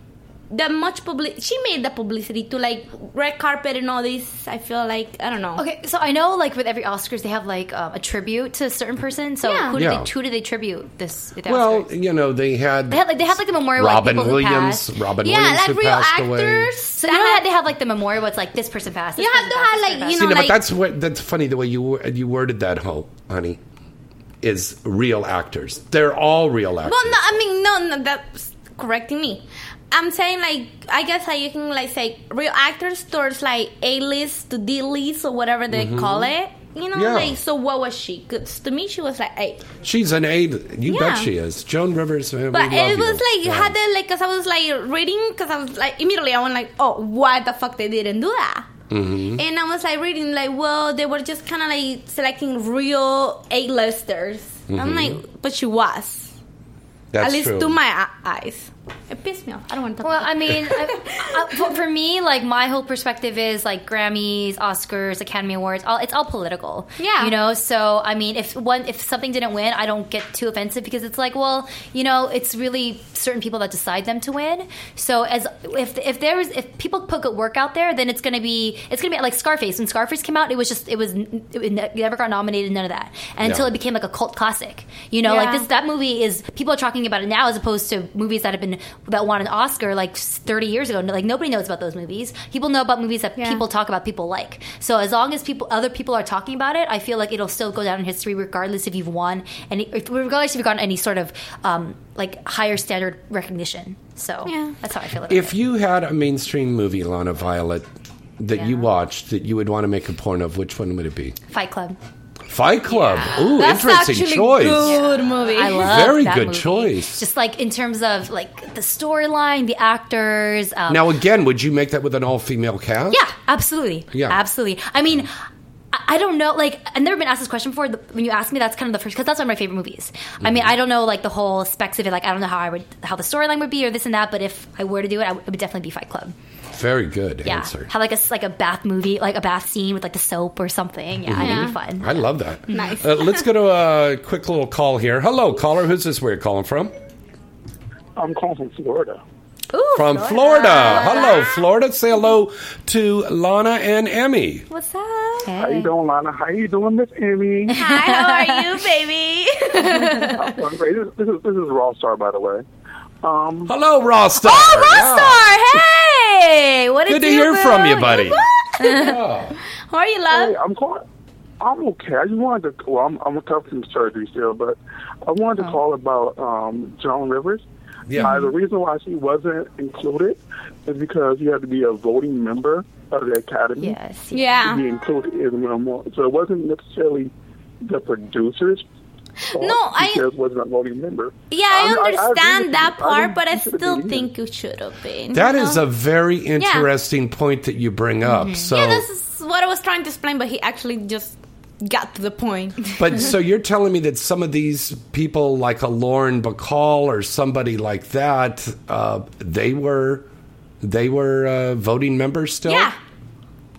that much public. She made the publicity to like red carpet and all this. I feel like I don't know. Okay, so I know Oh, like with every Oscars they have like um, a tribute to a certain person. So Yeah. who do Yeah. they who do they tribute this? The Oscars? Well, you know, they had, they had like they have like the memorial. like, Robin people who Williams. passed. Robin Williams who passed away. So you know how they have like the memorial. What's like this person passed. You have to have like, you See, no, but that's what that's funny the way you wo- you worded that, ho, honey. Is real actors. They're all real actors. Well, no, I mean no, no that's correcting me. I'm saying like I guess like you can like say real actors towards like A list to D list or whatever they Mhm. call it. You know, Yeah. like so what was she? 'Cause to me she was like A. She's an aide. You Yeah. bet she is. Joan Rivers. uh, we But love it was you. like Yeah. had the like because I was like reading because I was like immediately I went like oh why the fuck they didn't do that Mhm. and I was like reading like well they were just kind of like selecting real A listers I'm Mhm. like but she was That's at least true. to my e- eyes it pissed me off I don't want to talk Well, about I it. mean, I, I, for- for me, like my whole perspective is like Grammys, Oscars, Academy Awards. All it's all political. Yeah. you know. So I mean, if one if something didn't win, I don't get too offensive because it's like, well, you know, it's really certain people that decide them to win. So as if if there is if people put good work out there, then it's gonna be it's gonna be like Scarface. When Scarface came out, it was just it was it never got nominated, none of that, and until Yeah. it became like a cult classic. You know, Yeah. like this that movie is people are talking about it now as opposed to movies that have been that won an Oscar like 30 years ago. Like nobody knows about those movies. People know about movies that people talk about, people like. So as long as people other people are talking about it, I feel like it'll still go down in history regardless if you've won any if- regardless if you've gotten any sort of um, like higher standard recognition. So that's how I feel about If you had a mainstream movie, Lana Violet, that you watched that you would want to make a porn of, which one would it be? it. Fight Club. Fight Club. Ooh, That's interesting actually choice. good movie. I love Very that good movie. choice. Just like in terms of like the storyline, the actors. Um, now, again, would you make that with an all-female cast? Yeah, absolutely. Oh. Yeah. absolutely. I mean, I- I don't know. Like, I've never been asked this question before. The- When you ask me, that's kind of the first because that's one of my favorite movies. I Mm-hmm. mean, I don't know like the whole specs of it. Like, I don't know how I would how the storyline would be or this and that. But if I were to do it, I would, it would definitely be Fight Club. Very good Yeah, answer. have like a s- like a bath movie, like a bath scene with like the soap or something. Yeah, Mhm. it'd be fun. I love that. Nice. Uh, let's go to a quick little call here. Hello, caller. Who's this? Where you calling from? Oh, I'm calling from Florida. from Florida. Hello, Florida. Say hello to Lana and Emmy. What's up? How you doing, Lana? How you doing, Miss (laughs) Amy? Hi, how (laughs) are you, baby? Oh, I'm great. This, this is this is Raw Star, by the way. Um, Hello, Raw Star. Oh, Rostar! Hey, what Good it to do, hear boo? from you, buddy. (laughs) How are you, love? Hey, I'm calling. I'm okay. I just wanted to. Well, I'm I'm recovering from surgery still, but I Oh. wanted to call about um, Joan Rivers. Yeah. Uh, the reason why she wasn't included is because you had to be a voting member of the academy. Yes. Yeah. To be included in the more. So it wasn't necessarily the producers. fault No, I- because wasn't a voting member. Yeah, I, mean, agree understand with that you. I part, didn't but I think it still either. think you should have been. That you is know? a very Yeah. interesting point that you bring up. Mhm. So, yeah, this is what I was trying to explain, but he actually just got to the point. (laughs) but so you're telling me that some of these people, like a Lauren Bacall or somebody like that, uh, they were they were uh, voting members still. Yeah.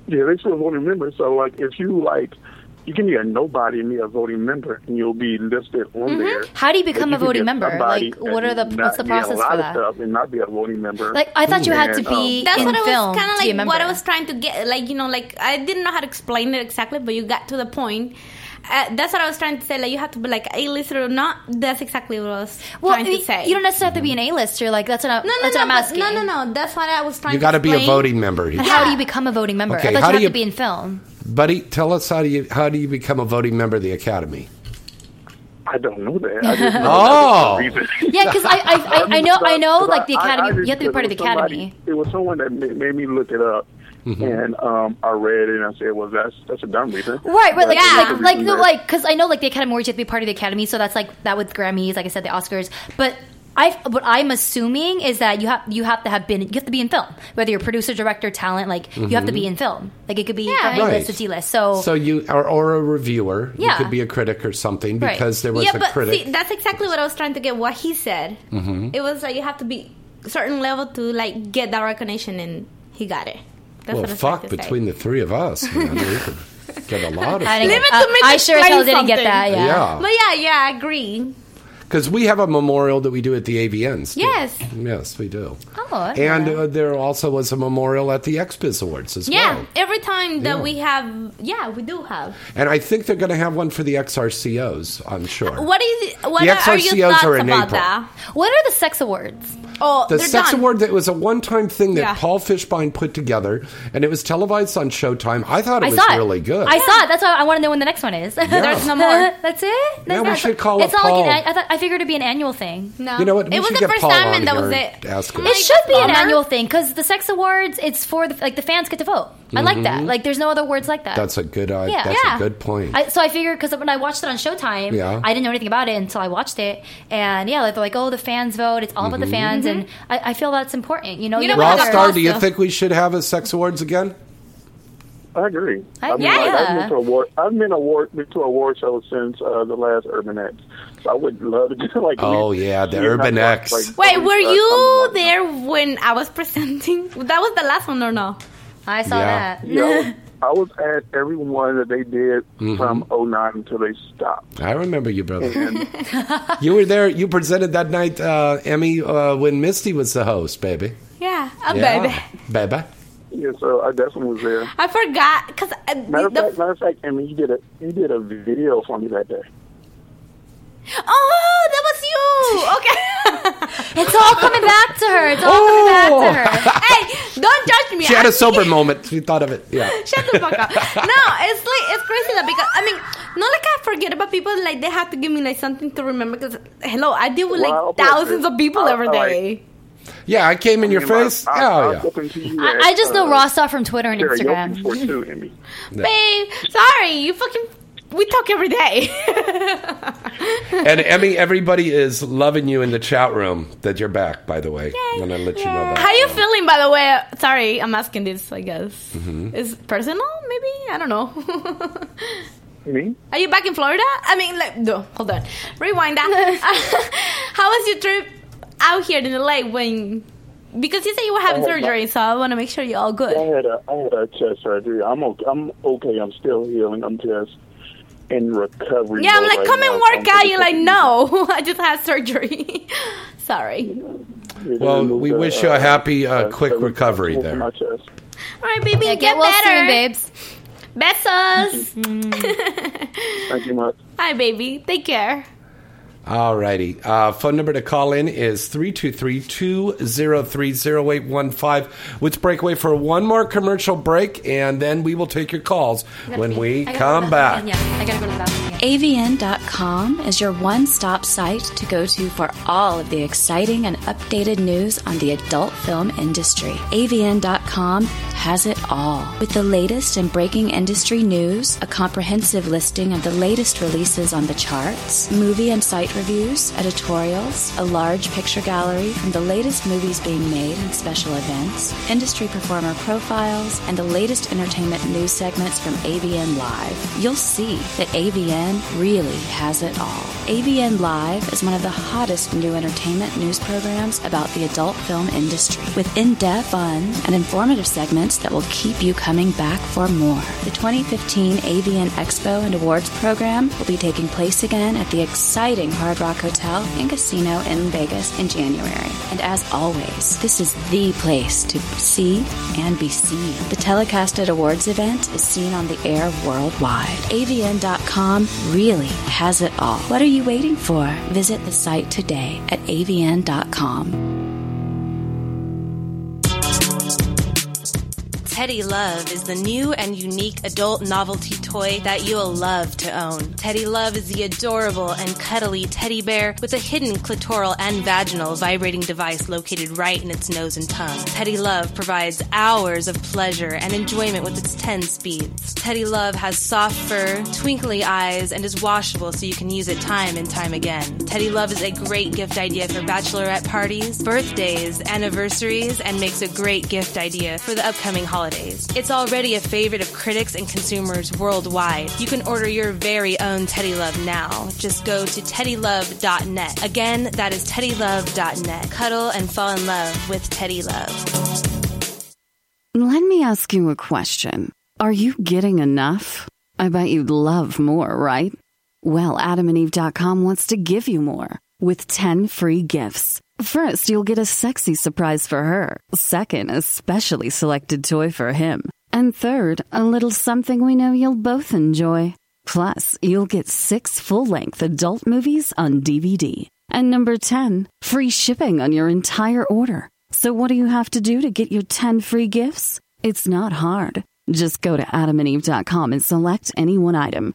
Yeah, they still voting members. So like, if you like, you can be a nobody and be a voting member, and you'll be listed on there. Mm-hmm. How do you become But a can voting be member? somebody Like, what are the- and what's the not be a process lot for of that? Stuff and not be a voting member. Like, I thought you had to And, be um, That's in what I film was kind of to be a like. What I member. was trying to get, like you know, like I didn't know how to explain it exactly, but you got to the point. Uh, that's what I was trying to say. Like you have to be like a lister or not. That's exactly what I was Well, trying I mean, to say. you don't necessarily have to be an A-lister. Like that's what I'm, No, no, that's no, what I'm but- asking. no, no, no. That's what I was trying. You got to be a explain. voting (laughs) member. But How do you become a voting member? Okay, I how thought you do you- have to be in film. buddy. Tell us how do you how do you become a voting member of the Academy? I don't know that. (laughs) I just know oh, that was the (laughs) reason. (laughs) Yeah, because I, I, I, I know I know Because like the I- I- I academy. just- You have to be part of the it was somebody- academy. It was someone that ma- made me look it up. And um, I read it and I said, "Well, that's that's a dumb reason." Right, right, But like, there's like, a like, reason no, that- like, because I know, like, the Academy Awards, you have to be part of the Academy, so that's like that with Grammys, like I said, the Oscars. But I, what I'm assuming is that you have you have to have been, you have to be in film, whether you're producer, director, talent, like you have to Mhm. be in film, like it could be Yeah. from A list Right. to D list. So, So you or, or a reviewer. Oh. Yeah. You could be a critic or something Right. because there was yeah, a but critic. See, that's exactly what I was trying to get. What he said. Mhm. It was like you have to be certain level to like get that recognition, and he got it. That's well, what I was trying fuck to say. between the three of (laughs) us, man, we could get a lot of. (laughs) I, didn't- stuff. uh, I sure as hell didn't get something. that. Yeah. Yeah. But yeah, yeah, I agree. Because we have a memorial that we do at the AVNs. too. Yes. Yes, we do. Oh. And uh, there also was a memorial at the XBiz Awards as yeah, well. every time that Yeah. we have, yeah, we do have. And I think they're going to have one for the XRCOs, I'm sure. What is? What The are XRCOs your thoughts are in about April. that? What are the sex awards? Oh, the they're sex done. award that was a one-time thing that Yeah. Paul Fishbein put together, and it was televised on Showtime. I thought it I was saw it. really good. I saw it. That's why I want to know when the next one is. (laughs) There's no more. That's it. Yeah, we That's- should call It's up not Paul. like an, an- I thought I figured it'd be an annual thing. No, You know what? We It was should the get first Paul time, on and that here was and it. Ask him. it should be an annual thing because the sex awards. It's for the, like the fans get to vote. I like that. Mhm. Like there's no other words like that. That's a good. Uh, Yeah. That's Yeah. a good point. I, so I figured because when I watched it on Showtime, Yeah. I didn't know anything about it until I watched it, and yeah, like they're like, oh, the fans vote. It's all about the Mhm. fans, and Mm-hmm. I, I feel that's important. You know, you Ross Star, do you think we should have a sex awards again? I agree. I- mean, like, I've yeah. been to award. I've been award been to award shows since uh, the last Urban X. So I would love to (laughs) do like. Oh, yeah, the Yeah, Urban like, X. like, Wait, were uh, you there when I was (laughs) presenting? That was the last one or no? I saw Yeah. that. Yeah. I was at every one that they did Mm-hmm. from '09 until they stopped. I remember you, brother. you were there. You presented that night, uh, Emmy, uh, when Misty was the host, baby. (laughs) yeah, a Yeah, baby. baby. Yeah, so I definitely was there. I forgot because Matter the, of fact, matter of fact, I mean, you did a you did a video for me that day. oh, that was (laughs) you. Okay, it's all coming back to her. It's all coming back (laughs) to her. hey, don't judge me. Oh. She had I a sober moment. She thought of it. Yeah. Shut the fuck up. (laughs) No, it's like it's crazy that because I mean, not like I forget about people. Like they have to give me like something to remember. Because hello, I deal with like Well, but thousands of people I- every I like- day. (laughs) Yeah, I came in your face. oh, yeah. I, I just Uh, uh, know Ross Star from Twitter and Instagram. Babe, sorry, you fucking. We talk every day. (laughs) and Emmy, everybody is loving you in the chat room that you're back, by the way. I'm going to let you know How that. you feeling, by the way? Sorry, I'm asking this. I guess Mhm. it's personal. Maybe I don't know. (laughs) Me? Are you back in Florida? I mean, like, no, hold on. Rewind that. (laughs) How was your trip out here in LA when? Because you said you were having Oh, my- surgery, so I want to make sure you're all good. I had a I had a chest surgery. I'm okay. I'm okay. I'm still healing. I'm just in recovery. Yeah, I'm mode like, right come now, so and I'm work out. pretty You're like, fucking- no, (laughs) I just had surgery. (laughs) Sorry. Well, we wish you a happy, uh, quick recovery there. All right, baby, Yeah, get, get well better, soon, babes. (laughs) Besos. Thank you much. Hi, baby. Take care. All righty. Uh, phone number to call in is 323 203 0815. Let's break away for one more commercial break, and then we will take your calls when we come back. Yeah, I gotta go to the bathroom. AVN.com is your one stop site to go to for all of the exciting and updated news on the adult film industry. AVN.com has it all. With the latest and breaking industry news, a comprehensive listing of the latest releases on the charts, movie and site reviews, editorials, a large picture gallery from the latest movies being made and special events, industry performer profiles, and the latest entertainment news segments from AVN Live. You'll see that AVN really has it all. AVN Live is one of the hottest new entertainment news programs about the adult film industry, with in depth, fun, and informative segments that will keep you coming back for more. The 2015 AVN Expo and Awards program will be taking place again at the exciting Hard Rock Hotel and Casino in Vegas in January. And as always, this is the place to see and be seen. The telecasted awards event is seen on the air worldwide. AVN.com really has it all. What are you waiting for? Visit the site today at avn.com. Teddy Love is the new and unique adult novelty toy that you'll love to own. Teddy Love is the adorable and cuddly teddy bear with a hidden clitoral and vaginal vibrating device located right in its nose and tongue. Teddy Love provides hours of pleasure and enjoyment with its 10 speeds. Teddy Love has soft fur, twinkly eyes, and is washable so you can use it time and time again. Teddy Love is a great gift idea for bachelorette parties, birthdays, anniversaries, and makes a great gift idea for the upcoming holidays. It's already a favorite of critics and consumers worldwide. You can order your very own Teddy Love now. Just go to teddylove.net. Again, that is teddylove.net. Cuddle and fall in love with Teddy Love. Let me ask you a question. Are you getting enough? I bet you'd love more, right? Well, adamandeve.com wants to give you more with 10 free gifts. First, you'll get a sexy surprise for her. Second, a specially selected toy for him. And third, a little something we know you'll both enjoy. Plus, you'll get six full length adult movies on DVD. And number 10, free shipping on your entire order. So, what do you have to do to get your 10 free gifts? It's not hard. Just go to adamandeve.com and select any one item.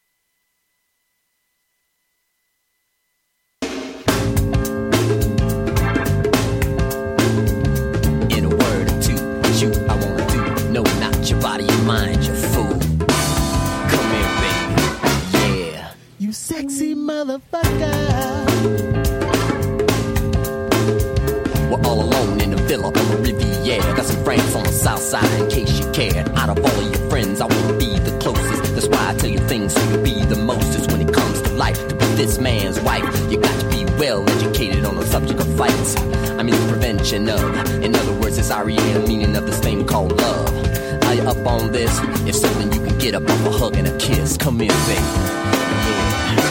In a word or two, it's you I wanna do. No, not your body, your mind, your fool. Come here, baby. Yeah. You sexy motherfucker. We're all alone in a villa on the Riviera. Got some friends on the south side in case you cared. Out of all of your friends, I wanna be the closest. That's why I tell you things so you'll be the most. It's when it comes to life, to be this man's wife, you got to be well educated on the subject of fights. I mean, the prevention of. In other words, it's REM, meaning of this thing called love. Are you up on this? If so, then you can get up off a hug and a kiss. Come here, baby. Yeah.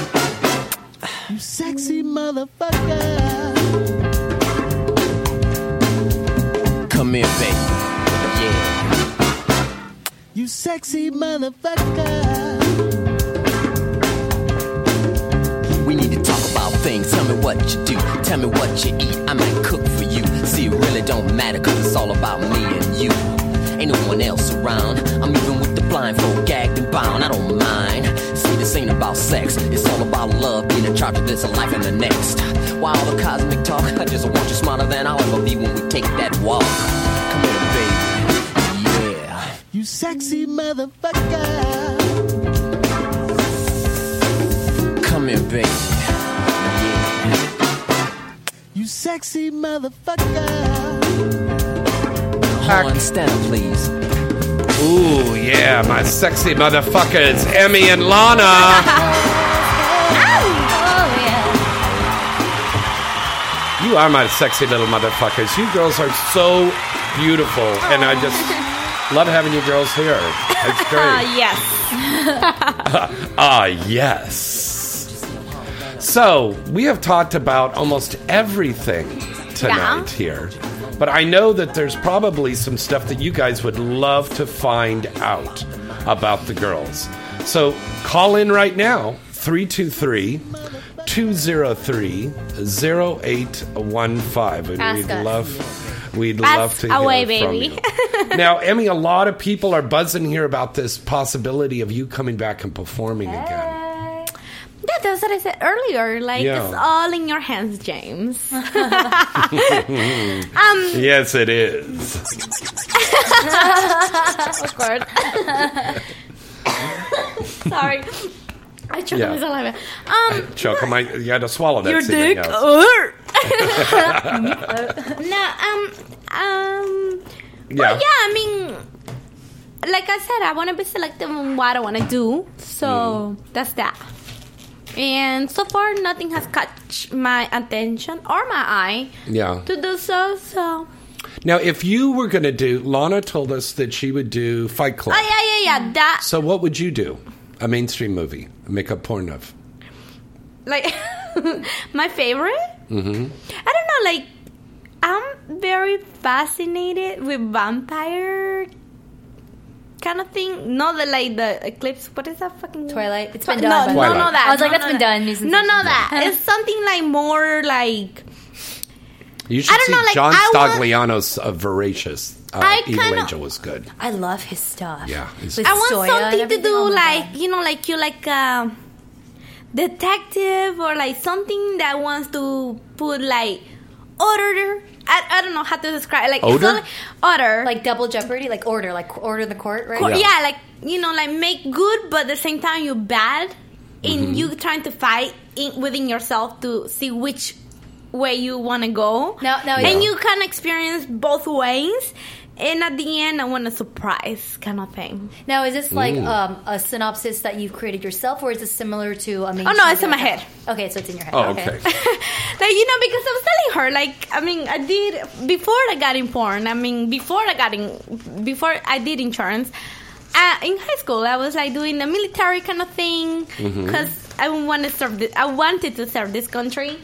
You sexy motherfucker. Come here, baby. Yeah. You sexy motherfucker. We need to talk about things. Tell me what you do. Tell me what you eat. I might cook for you. See, it really don't matter because it's all about me and you. Ain't no one else around. I'm even with the blindfold, gagged and bound. I don't mind. See, this ain't about sex. It's all about love, being in charge of this and life and the next. Why all the cosmic talk? I just want you smarter than I'll ever be when we take that walk. Come here, baby. Yeah. You sexy motherfucker. Come here, baby. You sexy motherfucker. (laughs) Hold on, stand up, Oh, please. Ooh, yeah, my sexy motherfuckers, Emmy and Lana. Oh, yeah. You are my sexy little motherfuckers. You girls are so beautiful, and I just love having you girls here. (laughs) It's Ah, great. yes. (laughs) (laughs) Ah, yes. So, we have talked about almost everything tonight here, but I know that there's probably some stuff that you guys would love to find out about the girls. So, call in right now 323 203 0815. And Ask we'd us. love, we'd love Ask to hear away, from baby. you now, Emmy, a lot of people are buzzing here about this possibility of you coming back and performing again. Yeah, that's what I said earlier. Like Yeah. it's all in your hands, (laughs) James. (laughs) Um, yes, it is. Awkward. Sorry. (laughs) I choked Yeah. myself. like that. Um, Chuck, am I, you had to swallow that. your semen, dick. Oh. yes. Urgh. (laughs) no, um, um, Yeah. well, yeah. I mean, like I said, I want to be selective on what I want to do. So that's that. And so far, nothing has caught my attention or my eye Yeah. to do so. So, Now, if you were going to do, Lana told us that she would do Fight Club. oh yeah, yeah, yeah. That So, what would you do? A mainstream movie, make a porn of. like (laughs) my favorite. hmm I don't know, like I'm very fascinated with vampire kind of thing. Not the like the eclipse. What is that fucking Twilight? It's been no, done, but- No, no, Twilight. that. I was like, no, that's no, been that. done, News and No, no, Sensations. that. it's something like more like You should I don't see know, like, John I want- Stagliano's uh, Voracious. Uh, I Evil kinda- Angel was good. I love his stuff. Yeah. he's- I want soya and something to everything. Oh do like you know, like you like a detective or like something that wants to put like order. I, I don't know how to describe it. like it's Odor? not like order Like double jeopardy, like order, like order the court, right? Cor- yeah. like you know, like make good, but at the same time you're bad, and Mhm. you trying to fight in, within yourself to see which way you want to go. No, no, yeah. and you can experience both ways, and at the end, I want a surprise kind of thing. Now, is this like Ooh. um, a synopsis that you've created yourself, or is this similar to a main? Oh, no, it's in my head. Okay, so it's in your head. Oh, okay. Like you know, because I was telling her, like I mean, I did before I got in porn. I mean, before I got in, before I did insurance. Uh, in high school, I was like doing the military kind of thing Mhm. because I want to serve. This, I wanted to serve this country,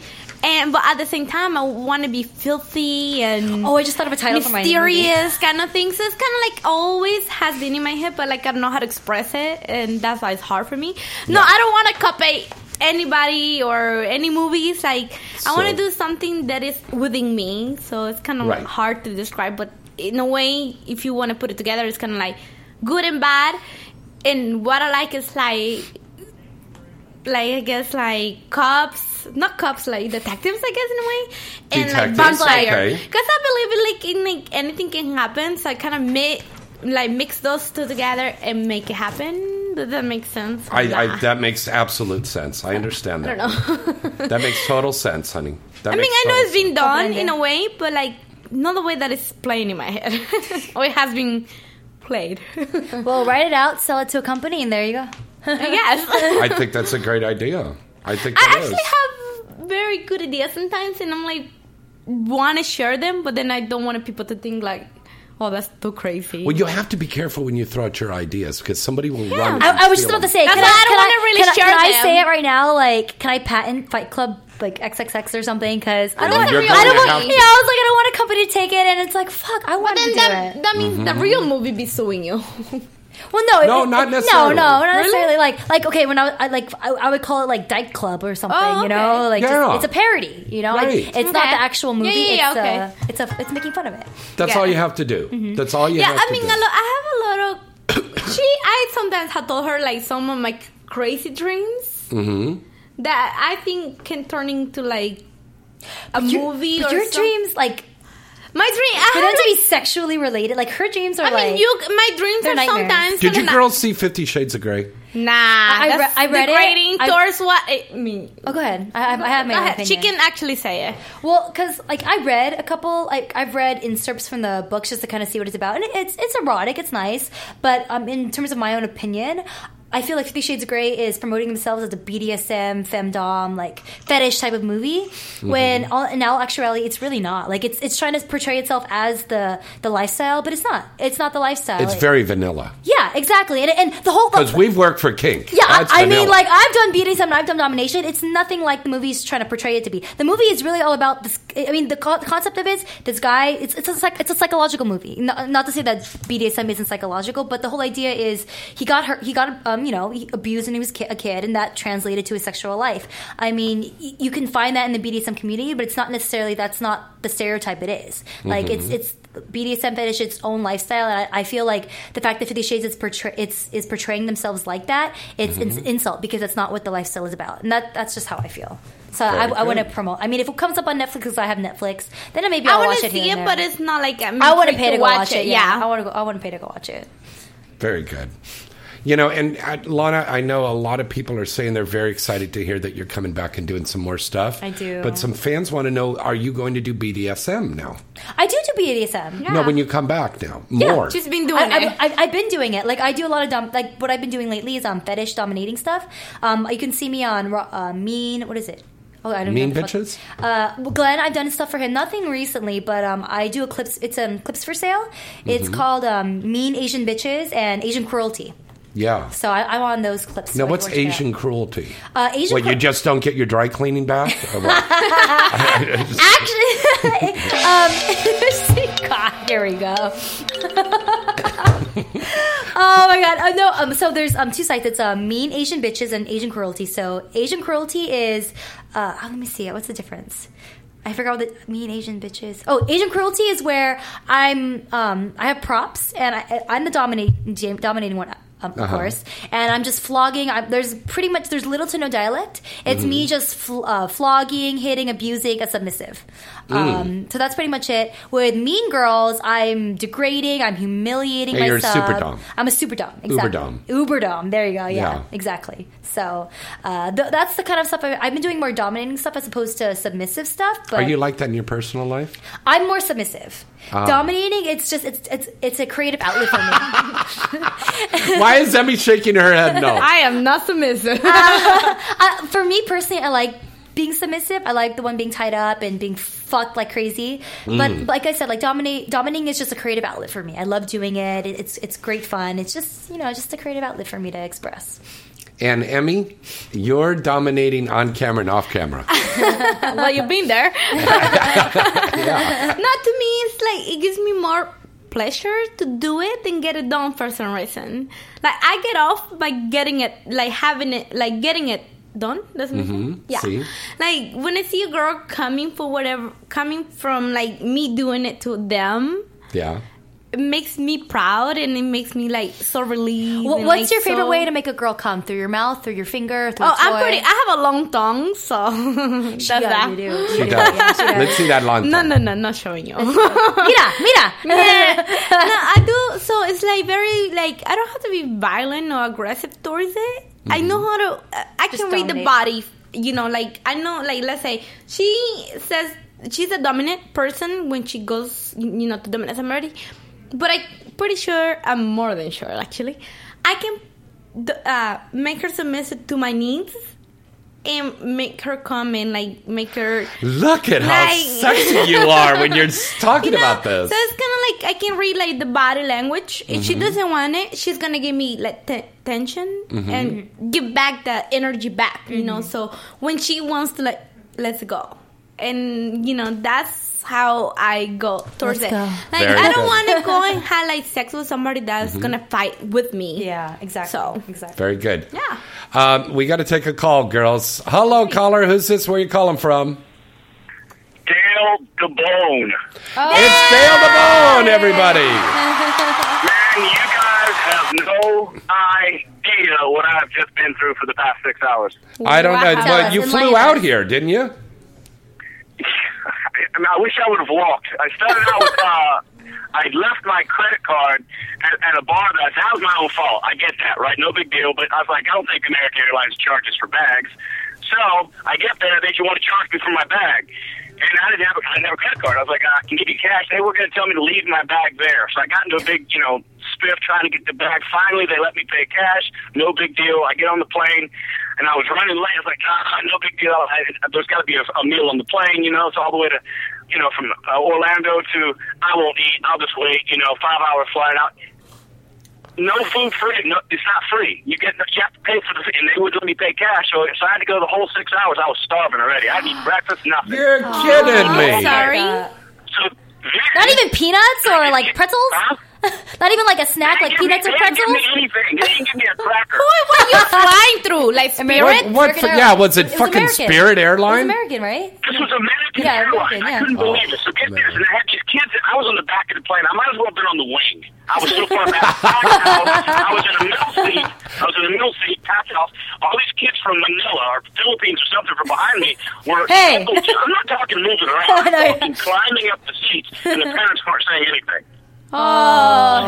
and but at the same time, I want to be filthy and Oh, I just thought of a title for my new movie. mysterious kind of thing. So it's kind of like always has been in my head, but like I don't know how to express it, and that's why it's hard for me. No, I don't want to copy anybody or any movies. Like I want to So- do something that is within me. So it's kind of Right. hard to describe, but in a way, if you want to put it together, it's kind of like good and bad. And what I like is like like I guess like cops, not cops, like detectives, I guess in a way, and like Detectives, vampire. okay. Because I believe in like in like anything can happen, so I kind of make like mix those two together and make it happen. Does that make sense? I, I, Nah. that makes absolute sense. I I understand don't that. know. That makes total sense, honey. That (laughs) I mean, makes I know total it's been sense. done in a way, but like not the way that it's playing in my head, (laughs) or it has been played. (laughs) well, write it out, sell it to a company, and there you go. (laughs) yes. (laughs) I think that's a great idea. I think I that is. actually have very good ideas sometimes, and I'm like, want to share them, but then I don't want people to think like, oh, that's too crazy. Well, (laughs) you have to be careful when you throw out your ideas because somebody will Yeah. run. I, I and was just steal about to them. say, That's can why I, I don't can wanna really can I- share Can I them. say it right now? Like, can I patent Fight Club like XXX or something? Because I Well, don't want. you're I don't gonna want. (laughs) have Yeah, to. I was like, I don't want a company to take it, and it's like, fuck, I wanted then to do that, it. that means the Mm-hmm. Mhm. real movie be suing you. (laughs) Well, no, No, it- it- not it- necessarily. No, no, not Really? necessarily. Like, like okay, when I, was- I like, I, I would call it like Dyke Club or something. You know, like just- Yeah. it's a parody. You know, like, Right. it's not Oh, Okay. the actual Yeah, movie. yeah, yeah, it's, okay. uh, it's a, it's making fun of it. That's all you have to do. That's all you Mm-hmm. yeah, have I to mean, do. a lot, I have a lot of. (coughs) she, I sometimes have told her like some of my crazy dreams Mm-hmm. that I think can turn into like a your- movie. but or your some- dreams, like my dream, I for have them to like, be sexually related. Like her dreams are I mean, like you, my dreams they're are nightmares. sometimes. Did you sometimes- girls see Fifty Shades of Grey? Nah, I that's re- I read it. degrading I- towards what it means. Oh, go ahead. I, I, I have my Go own ahead. opinion. She can actually say it. Well, because like I read a couple, like I've read excerpts from the books just to kind of see what it's about, and it- it's it's erotic, it's nice, but um, in terms of my own opinion. I feel like Fifty Shades of Grey is promoting themselves as a BDSM, femdom, like fetish type of movie. Mm-hmm. When all, in all actuality, it's really not. Like it's it's trying to portray itself as the the lifestyle, but it's not. It's not the lifestyle. It's very vanilla yeah, exactly. And, and the whole because we've worked for kink. yeah, I, That's I mean, vanilla. uh, like I've done BDSM and I've done domination. It's nothing like the movie's trying to portray it to be. The movie is really all about this. I mean, the co- concept of it is this guy. It's it's a, psych- it's a psychological movie. Not, not to say that BDSM isn't psychological, but the whole idea is he got hurt. He got um, you know he abused when he was ki- a kid, and that translated to his sexual life. I mean, y- you can find that in the BDSM community, but it's not necessarily that's not the stereotype it is. Like it's Mm-hmm. Mhm. it's BDSM fetish its own lifestyle, and I, I feel like the fact that Fifty Shades is portray- it's is portraying themselves like that, Mm-hmm. it's an Mhm. insult because that's not what the lifestyle is about, and that that's just how I feel. So Very I, I want to good. promote. I mean, if it comes up on Netflix, because I have Netflix, then maybe I I'll want watch to it. see here it, and but there. it's not like I'm I want to free pay to go watch it. Yeah, Yeah. I want to go. I want to pay to go watch it. Very good. You know, and uh, Lana, I know a lot of people are saying they're very excited to hear that you're coming back and doing some more stuff. I do. But some fans want to know are you going to do BDSM now? I do do BDSM. No, when you come back now. More. been doing I, it. I, have been doing it. Like I do a lot of dom- like what I've been doing lately is um fetish dominating stuff. Um, you can see me on Ro- uh, Mean. What is it? Oh, I don't mean know. what the fuck- bitches? Uh, well, Glenn, I've done stuff for him. Nothing recently, but um, I do a clips. It's um clips for sale. It's Mhm. called um, Mean Asian Bitches and Asian Cruelty. Yeah. So I, I'm on those clips. Now, so I what's can check it out. Asian cruelty? Uh, Asian what, you cru- just don't get your dry cleaning back? Or what? (laughs) (laughs) um, (laughs) God, here we go. (laughs) oh my God! Oh no! Um, so there's um two sites. It's um, mean Asian bitches and Asian cruelty. So Asian cruelty is uh, oh, let me see. What's the difference? I forgot what the mean Asian bitches. Oh, Asian cruelty is where I'm. Um, I have props and I, I'm the dominate, dominating one. um, of Uh-huh. course. And I'm just flogging. I'm, there's pretty much there's little to no dialect. It's me Mhm. just fl- uh, flogging, hitting, abusing a submissive. Mm. Um, so that's pretty much it. With Mean Girls, I'm degrading. I'm humiliating And you're a myself. super dom. I'm a super dom. Exactly. Uber dom. Uber dom. There you go. Yeah, Yeah. exactly. So uh, th- that's the kind of stuff I, I've been doing more dominating stuff as opposed to submissive stuff. But Are you like that in your personal life? I'm more submissive. Ah. Dominating, it's just it's it's it's a creative outlet for (laughs) me. (laughs) Why is Emmy shaking her head? (laughs) No. am not submissive. (laughs) Uh, uh, for me personally, I like being submissive. I like the one being tied up and being fucked like crazy. Mm. But like I said, like dominate dominating is just a creative outlet for me. I love doing it. It- It's it's great fun. It's just you know just a creative outlet for me to express. And Emmy, you're dominating on camera and off camera. well, you've been (laughs) there. Not to me, it's like it gives me more pleasure to do it than get it done for some reason. Like I get off by getting it, like having it, like getting it done. Doesn't make sense? Mm-hmm. Yeah. See? Like when I see a girl coming for whatever, coming from like me doing it to them. Yeah. It makes me proud and it makes me like so relieved. Wha- and, what's like, your favorite so- way to make a girl come? Through your mouth, through your finger, through Oh, a toy? I'm pretty. I have a long tongue, (laughs) so that's does, that. you do, (laughs) She does. Let's see that long No, tongue. no, no, not showing you. (laughs) mira, (laughs) mira. Yeah. (laughs) Eh, no, I do. So it's like very like I don't have to be violent or aggressive towards it. I know how to. Uh, I Just can read the dominate. body. You know, like I know, like let's say she says she's a dominant person when she goes, you know, to dominate somebody. But I'm pretty sure, I'm more than sure actually, I can d- uh, make her submissive to my needs and make her come and like make her Look at how Like- sexy you are when you're s- talking about this. so it's kind of like I can read like the body language. If she Mhm. doesn't want it, she's gonna give me like te- tension Mhm. and give back the energy back. You know, so when she wants to like, let's go, and you know that's how I go towards it. Let's go. Like Very I don't good. want to (laughs) go and have like sex with somebody that's Mhm. gonna fight with me. Yeah, exactly. So exactly. Very good. Yeah. Um, we got to take a call, girls. Hello, caller. Who's this? Where you calling from? Dale DeBone. Oh. It's Dale the Bone, everybody. Man, you guys have no idea what I've just been through for the past six hours. I don't know. Wow. Well, you Enlighten flew us. out here, didn't you? I, mean, I wish I would have walked. I started out with, uh, I left my credit card at, at a bar that that was my own fault. I get that, right? No big deal. But I was like, I don't think American Airlines charges for bags. So I get there, they just want to charge me for my bag. And I didn't have a, I didn't have a credit card. I was like, I can give you cash. They were going to tell me to leave my bag there. So I got into a big, you know, spiff trying to get the bag. Finally, they let me pay cash. No big deal. I get on the plane, and I was running late. I was like, ah, no big deal. I, there's got to be a, a meal on the plane, you know. So all the way to, you know, from uh, Orlando to I won't eat. I'll just wait. You know, five hour flight out. No food free. No, it's not free. You get you have to pay for the food, and they wouldn't let me pay cash. So, so I had to go the whole six hours. I was starving already. I would eat breakfast, nothing. You're kidding me. I'm sorry. Not even peanuts or like pretzels. (laughs) Not even like a snack, like peanuts or pretzels. Who were (laughs) (laughs) you flying through? Like Spirit? What, what f- yeah, was it, fucking Spirit Airline? American, right? This was American Airlines. I couldn't believe it. So get this, and I had these kids. I was on the back of the plane. I might as well have been on the wing. I was so far back. I was in the middle seat. I was in the middle seat, packed off. All these kids from Manila or Philippines or something from behind me were. Hey. I'm not talking moving (laughs) around. Oh, I'm no. talking climbing up the seats, and the parents weren't saying anything. Oh, Oh, I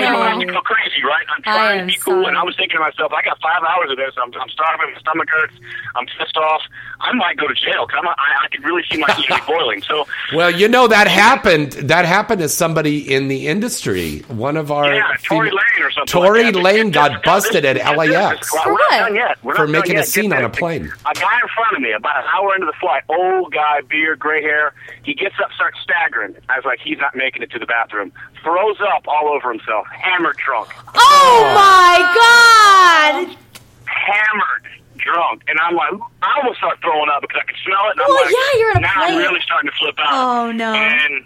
know hell I go crazy, right? I'm I trying to am be cool, and I was thinking to myself, I got five hours of this. I'm, I'm starving, my stomach hurts, I'm pissed off. I might go to jail because I, I could really see my (laughs) TV boiling. So Well, you know that happened. That happened to somebody in the industry. One of our Yeah, Tory Lane or something Tory like that. Lane got busted at LAX Well, we're not done yet. We're not for done making yet. a Get scene on a this. plane. A guy in front of me, about an hour into the flight, old guy, beard, gray hair. He gets up, starts staggering. I was like, he's not making it to the bathroom. Throws up all over himself, hammered drunk. Oh my god! hammered drunk, and I'm like, I almost start throwing up because I could smell it. And I'm Well, like, yeah, you're in a now I'm plane. really starting to flip out. Oh, no. And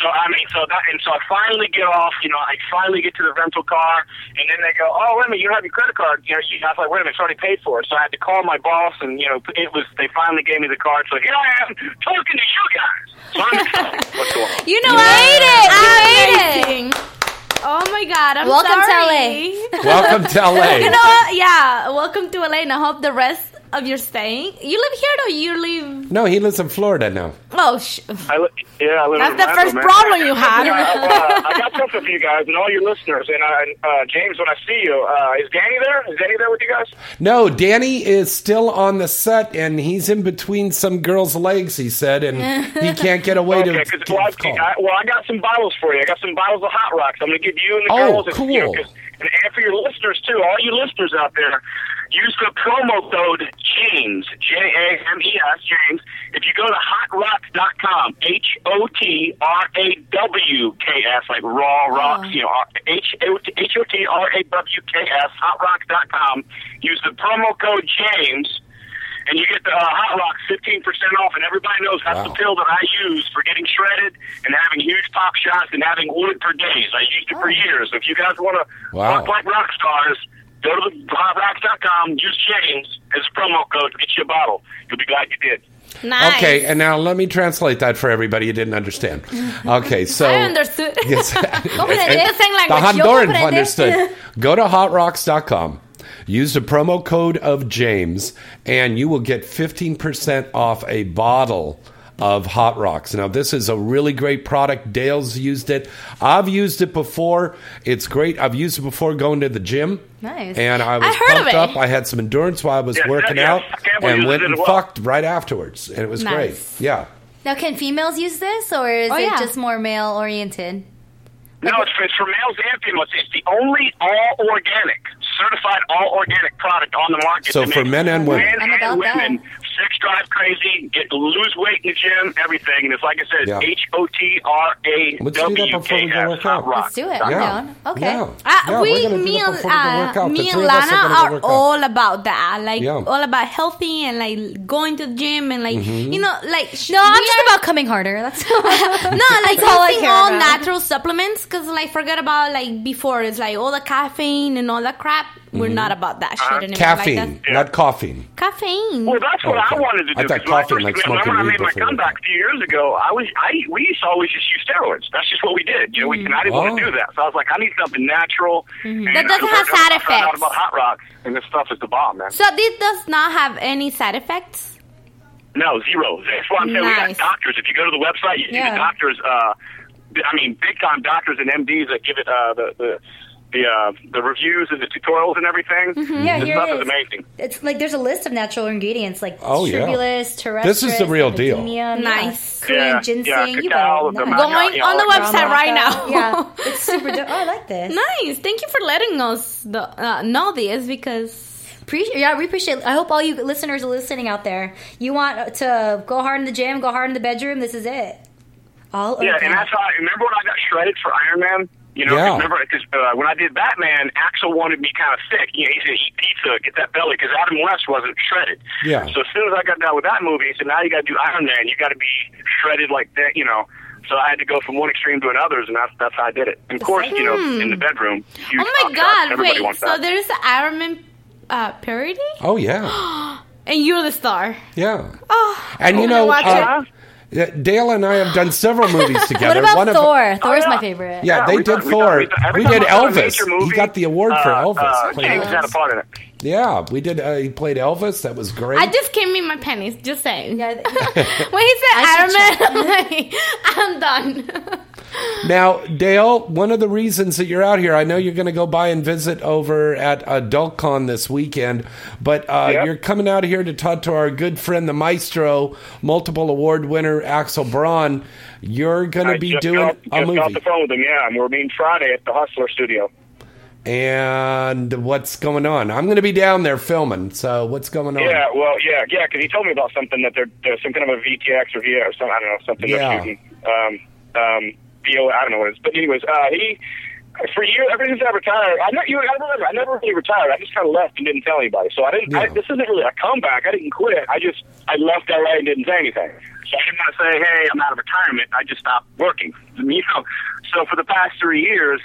so I mean, so that, and so I finally get off. You know, I finally get to the rental car, and then they go, "Oh, wait a minute, you don't have your credit card." You know, she, I was like, "Wait a minute, it's already paid for." So I had to call my boss, and you know, it was they finally gave me the card. So here I am talking (laughs) to you guys. So I'm excited. What's going on? You know, I ate it. I ate it. Oh my God! I'm Welcome to sorry. LA. Welcome to LA. you know, what? yeah. Welcome to LA, and I hope the rest of your staying. You live here, or you live? No, he lives in Florida now. Oh, sh- I li- yeah, I live That's in the Orlando, first man. problem you have. Yeah, uh, I got something for you guys and all your listeners. And uh, uh, James, when I see you, uh, is Danny there? Is Danny there with you guys? No, Danny is still on the set and he's in between some girl's legs, he said, and (laughs) he can't get away okay, to. 'cause, well, I, I, well, I got some bottles for you. I got some bottles of Hot Rocks. I'm going to give you and the Oh, girls. if- you know, cool. 'cause- and, and for your listeners, too, all you listeners out there, use the promo code JAMES, J-A-M-E-S, E James. If you go to hotrocks.com, H-O-T-R-A-W-K-S, like raw rocks, you know, R- H-O-T- H-O-T-R-A-W-K-S, hotrocks.com. Use the promo code JAMES. And you get the uh, Hot Rocks 15% off, and everybody knows that's the pill that I use for getting shredded and having huge pop shots and having wood for days. I used it for years. If you guys want to Wow. look like rock stars, go to the hotrocks.com, use James as a promo code to get you a bottle. You'll be glad you did. Nice. Okay, and now let me translate that for everybody who didn't understand. Okay, so. (laughs) I understood. (laughs) Yes. Comprende, same the language. Yo Honduran comprende. (laughs) understood. Go to hotrocks.com, use the promo code of James, and you will get 15% off a bottle of Hot Rocks. Now, this is a really great product. Dale's used it. I've used it before. It's great. I've used it before going to the gym. Nice. And I I was heard of pumped it. up. I had some endurance while I was Yes, working yes, out Campbell and uses went it and as well. fucked right afterwards. And it was Nice. great. Yeah. Now, can females use this, or is Oh, it yeah. just more male oriented? No, it's for, it's for males and females. It's the only all organic, certified all organic product on the market. So to for make men and women. Men I'm and about women, sex drive crazy, get lose weight in the gym, everything. And it's like I Yeah. said, H O T R A W K S. Hot Rock. Let's do it. I'm Yeah. down. Okay. Yeah. Uh, Yeah, we're we, gonna do me that and before we go work uh, out. The me and three of us are Lana gonna go are, work out. all about that, like Yeah. all about healthy and like going to the gym and like Mhm. you know, like sh- No, I'm we just are- about coming harder. That's (laughs) all. no, like That's all I taking care all about. natural supplements because like forget about like before it's like all the caffeine and all that crap. We're Mhm. not about that shit anymore. Like Caffeine, that's- not coughing. caffeine. Well, that's what Okay. I wanted to do. I thought 'cause when coffee, first- like remember smoking when I weed made my before. comeback a few years ago, I was I we used to always just use steroids. That's just what we did. You know, we, and I didn't want to do that, so I was like, I need something natural. And That doesn't I have found out- side I found out effects. about hot rocks, and this stuff is the bomb, man. So this does not have any side effects. No, zero. That's why I'm saying we Nice. got doctors. If you go to the website, you see Yeah. the doctors. Uh, I mean, big time doctors and MDs that give it uh, the the the, uh, the reviews and the tutorials and everything. Mhm. Yeah, this here stuff it is is. amazing. It's like there's a list of natural ingredients like Oh, yeah. tribulus, terrestris, This is the real deal. Nice. Nice. Korean Yeah, ginseng. yeah, you cacao, got it. the Nice. maca, Going you know, on the like- website right now. (laughs) yeah. It's super dope. Oh, I like this. Nice. Thank you for letting us the, uh, know this because Appreciate, yeah, we appreciate. I hope all you listeners are listening out there. You want to go hard in the gym, go hard in the bedroom. This is it. All Yeah, organic. and that's how I remember when I got shredded for Iron Man. You know, Yeah. remember because uh, when I did Batman, Axel wanted me kind of thick. You know, he said eat pizza, get that belly, because Adam West wasn't shredded. Yeah. So as soon as I got done with that movie, he said, now you got to do Iron Man. You got to be shredded like that, you know. So I had to go from one extreme to another, and that's that's how I did it. And of course, you know, Hmm. in the bedroom. Huge oh my pop shots, god! everybody Wait, wants so that. there's an Iron Man uh, parody, (gasps) Oh yeah, and you're the star. yeah. Oh, And I you wanna know, watch uh, it. yeah, Dale and I have done several movies (laughs) what together. about One of- Thor? Thor is my favorite. yeah, they Oh, we did done- we done- Thor. we done- every we time did I done a Elvis. major he movie, got the award for uh, Elvis. uh, Played James Elvis. had a part in it. Yeah, we did. Uh, he played Elvis. That was great. I just came in my panties. Just saying. (laughs) when he (laughs) said Iron Man, (laughs) I'm like, I'm done. Now, Dale, one of the reasons that you're out here, I know you're going to go by and visit over at AdultCon this weekend, but uh, Yep. you're coming out here to talk to our good friend, the maestro, multiple award winner, Axel Braun. You're going I to be just doing a got, just got movie. the phone with him, yeah, and we're meeting Friday at the Hustler Studio. And what's going on? I'm going to be down there filming, so what's going on? Yeah, well, yeah, yeah, 'cause he told me about something that they're, there's some kind of a VTX or VA or something. I don't know, something Yeah. they're shooting. Um, um, BO, I don't know what it is. But, anyways, uh, he, for years, ever since I retired, I, know, you, I remember, I never really retired. I just kind of left and didn't tell anybody. So I didn't, I, Yeah. this isn't really a comeback. I didn't quit. I just, I left LA and didn't say anything. So I didn't want to say, hey, I'm out of retirement. I just stopped working. You know, so for the past three years,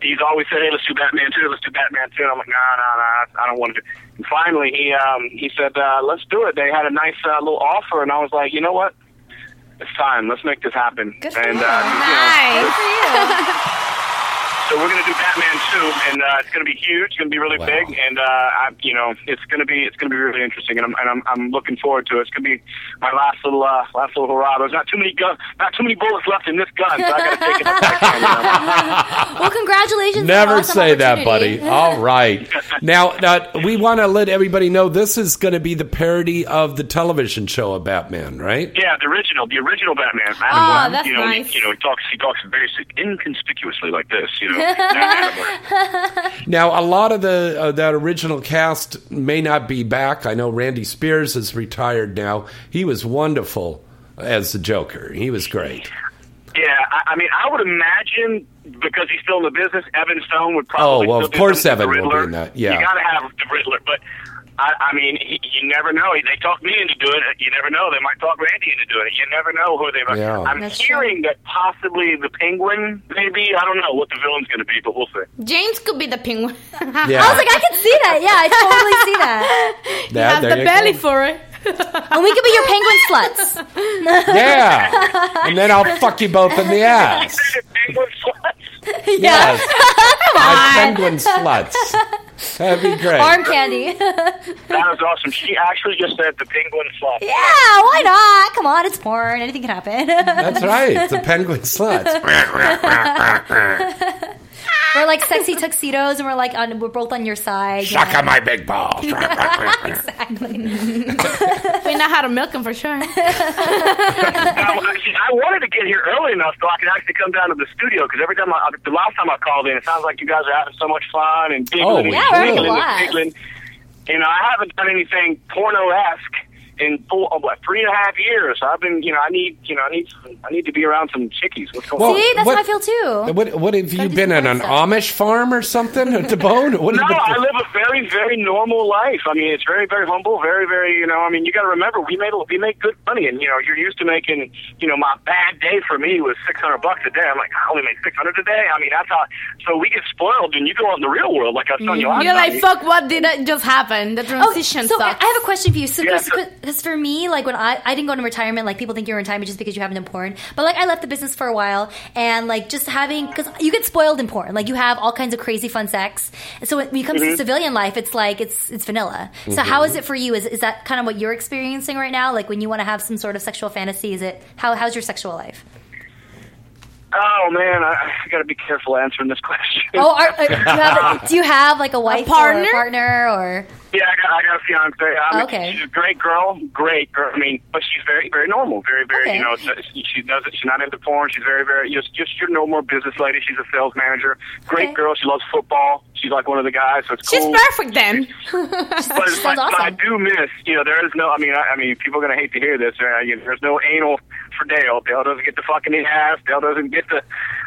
he's always said, "Hey, let's do Batman 2, let's do Batman 2. And I'm like, "No, no, no, I don't want to." do it." And finally, he um, he said, uh, "Let's do it." They had a nice uh, little offer, and I was like, "You know what? (laughs) It's time. Let's make this happen." and uh, Nice. So we're going to do Batman two, and uh, it's going to be huge. It's going to be really big, and uh, I, you know, it's going to be it's going to be really interesting, and I'm and I'm, I'm looking forward to it. It's going to be my last little uh, last little hurrah. There's not too many gun, not too many bullets left in this gun, so I got to take it. (laughs) well, congratulations. Never That's an say awesome that, buddy. (laughs) opportunity. (laughs) All right. Now, now we want to let everybody know this is going to be the parody of the television show of Batman, right? Yeah, the original, the original Batman. Adam Oh, West, that's you know, nice. He, you know, he talks, he talks very sig- inconspicuously like this. You know, (laughs) Now, Now, a lot of the uh, that original cast may not be back. I know Randy Spears is retired now. He was wonderful as the Joker. He was great. yeah, I, I mean, I would imagine because he's still in the business, Evan Stone would Oh probably. well, still of do course Evan something with the will be Riddler. in that. You Yeah. got to have the Riddler, but. I, I mean, he, you never know. They talked me into doing it. You never know. They might talk Randy into doing it. You never know who they might. Yeah. I'm hearing that possibly the Penguin, maybe. I don't know what the villain's going to be, but we'll see. James could be the penguin. Yeah. I was like, I can see that. Yeah, I totally see (laughs) that. You Yeah, have there the you go. (laughs) belly for it. and we could be your penguin (laughs) sluts. Yeah. and then I'll fuck you both (laughs) in the ass. Yeah. Yes. My penguin sluts. That'd be great. (laughs) Arm candy. (laughs) That was awesome. She actually just said the Penguin slot. Yeah, why not? Come on, it's porn. Anything can happen. That's right. The penguin (laughs) sluts. we're like sexy tuxedos, and we're like on. We're both on your side. you Suck know. on (laughs) my big (laughs) balls. exactly. we know how to milk him for (laughs) sure. I wanted to get here early enough so I could actually come down to the studio because every time I, the last time I called in, it sounds like you guys are having so much fun and giggling Oh, and we Yeah, we're having giggling a and giggling. You know, I haven't done anything porno esque in full, oh, what three and a half years. I've been, you know, I need, you know, I need, some, I need to be around some chickies. What's going on? See, that's how I feel too. What, what have you been at an Amish farm or something (laughs) at the bone? What no, have you I been live a very, very normal life. I mean, it's very, very humble, very, very. You know, I mean, you got to remember, we made we make good money, and you know, you're used to making. You know, my bad day for me was six hundred bucks a day. I'm like, I only make six hundred a day. I mean, that's how. So we get spoiled, and you go out in the real world, like I was Mm, telling you. I'm You're not- like, fuck, what did that just happen? The transition Oh, so sucks. I have a question for you. So, Yeah, because for me, like when I, I didn't go into retirement, like people think you're in retirement just because you haven't done porn. But like I left the business for a while, and like just having because you get spoiled in porn, like you have all kinds of crazy fun sex. And so when, when it comes to Mhm. civilian life, it's like it's it's vanilla. So Mhm. how is it for you? Is is that kind of what you're experiencing right now? Like when you want to have some sort of sexual fantasy, is it how how's your sexual life? Oh man, I, I got to be careful answering this (laughs) question. Oh, are, uh, do, you have, do you have like a wife or partner? a partner or? Yeah, I got, I got a fiance. I mean, Okay. She's a great girl, great girl. I mean, but she's very, very normal. Very, very, Okay. you know, it's- she does it. She's not into porn. She's very, very, just, just your normal business lady. She's a sales manager. Great girl. She loves football. She's like one of the guys, so it's She's cool. perfect then. (laughs) But, but, but I do miss, you know, there is no, I mean, I, I mean, people are going to hate to hear this. Uh, you know, there's no anal for Dale. Dale doesn't get the fucking ass. Dale doesn't get to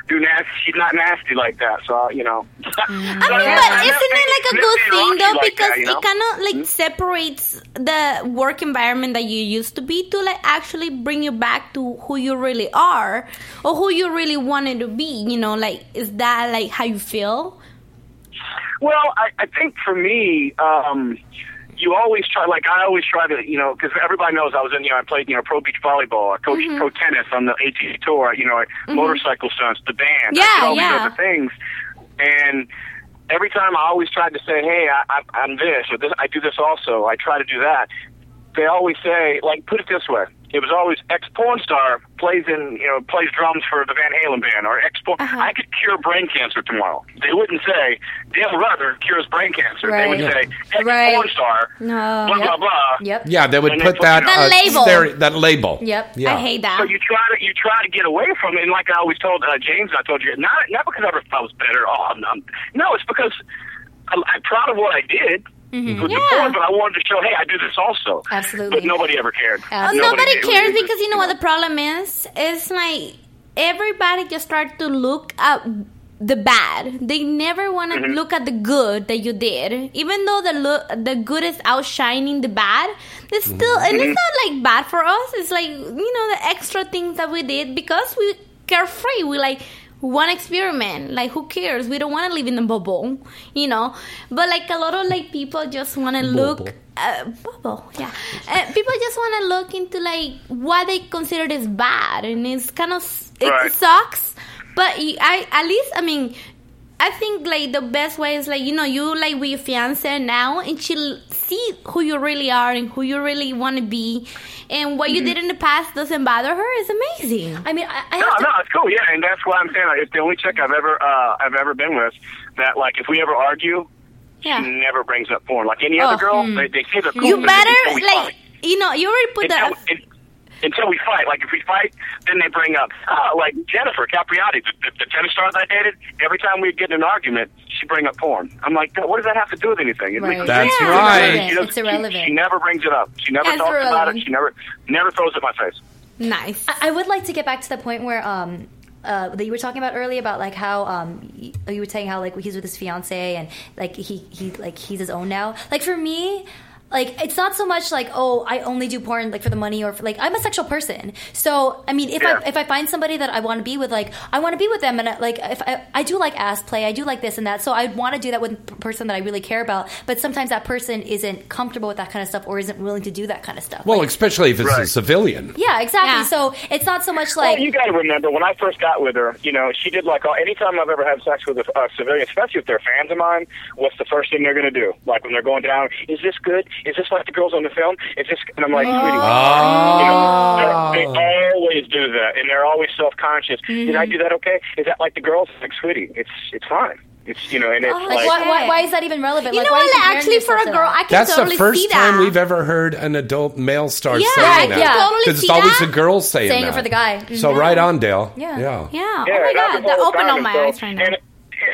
do nasty. She's not nasty like that. So, you know. I mean, but isn't it like a good thing though? like Because that, you know? Hmm? it kind of like separates the work environment that you used to be to like actually bring you back to who you really are or who you really wanted to be. You know, like is that like how you feel? Well, I, I think for me, um, you always try. Like I always try to, you know, because everybody knows I was in. You know, I played, you know, pro beach volleyball. I coached Mm-hmm. pro tennis on the AT tour. You know, I Mhm. motorcycle stunts, the band. Yeah, I did all yeah. these other things, and. Every time I always tried to say, "Hey, I, I, I'm this," or this, "I do this also." I try to do that. They always say, like, put it this way: it was always ex porn star plays in, you know, plays drums for the Van Halen band, or ex porn. I could cure brain cancer tomorrow. They wouldn't say Dale Ruther cures brain cancer. They would Right. say ex porn star, No. blah blah blah. Yep. Yeah, they would And put it's- that That uh, label. stere- that label. Yeah. So you try to you try to get away from it, and like I always told uh, James, I told you not not because I ever thought I was better. Oh, I'm, I'm, no, it's because I'm, I'm proud of what I did. Mm-hmm. With the porn, but I wanted to show, hey, I do this also. Absolutely. But nobody ever cared. Uh, nobody it was cares just- because you know what the problem is? It's like everybody just start to look at the bad. They never want to Mhm. look at the good that you did, even though the lo- the good is outshining the bad. It's still, and Mhm. it's not like bad for us. It's like you know the extra things that we did because we carefree. We like one experiment. Like who cares? We don't want to live in a bubble, you know. But like a lot of like people just want to look uh, bubble, yeah. Uh, people just want to look into like what they consider is bad, and it's kind of it Right. sucks. But you- I, at least, I mean, I think like the best way is like you know you like with your fiance now and she'll see who you really are and who you really want to be, and what you Mhm. did in the past doesn't bother her. It's amazing. I mean, I, I no, no, it's cool. Yeah, and that's why I'm saying like, it's the only chick I've ever uh, I've ever been with that like if we ever argue, she never brings up porn. Like any other Oh, girl, hmm. they, they say they're cool. you with it until better we like you know you already put that. fight. Un- Until we fight, like if we fight, then they bring up uh, like Jennifer Capriati, the, the, the tennis star that I dated. Every time we get in an argument, she bring up porn. I'm like, what does that have to do with anything? It Right. makes- That's she- right. she doesn't- It's irrelevant. She, she never brings it up. She never That's talks about irrelevant. it. She never never throws it in my face. Nice. I, I would like to get back to the point where um uh, that you were talking about earlier about like how um y- you were saying how like he's with his fiance and like he he like he's his own now. Like for me. Like it's not so much like oh I only do porn like for the money or for, like I'm a sexual person so I mean if Yeah. I if I find somebody that I want to be with like I want to be with them and I, like if I, I do like ass play I do like this and that so I want to do that with a person that I really care about but sometimes that person isn't comfortable with that kind of stuff or isn't willing to do that kind of stuff Well, especially if it's a civilian. yeah, exactly. So it's not so much like well, you got to remember when I first got with her. You know, she did like all, anytime I've ever had sex with a, a civilian, especially if they're fans of mine. What's the first thing they're going to do? Like when they're going down, is this good? Is this like the girls on the film? Is this? And I'm like, sweetie, you know, they're- they always do that, and they're always self conscious. Did I do that? Okay? Is that like the girls? Like, sweetie, it's it's fine. It's you know, and it's Oh, like, why, why, why is that even relevant? You like, know why are what? comparing Actually, for a yourself to girl, that? I can That's totally the first see that. time we've ever heard an adult male star Yeah, I saying that. can totally Because see it's always that. the girls saying, Saying it that. for the guy. So Yeah. right on, Dale. Yeah. Yeah. Yeah. Oh my it happens god, that all opened time, up my so- eyes right now. And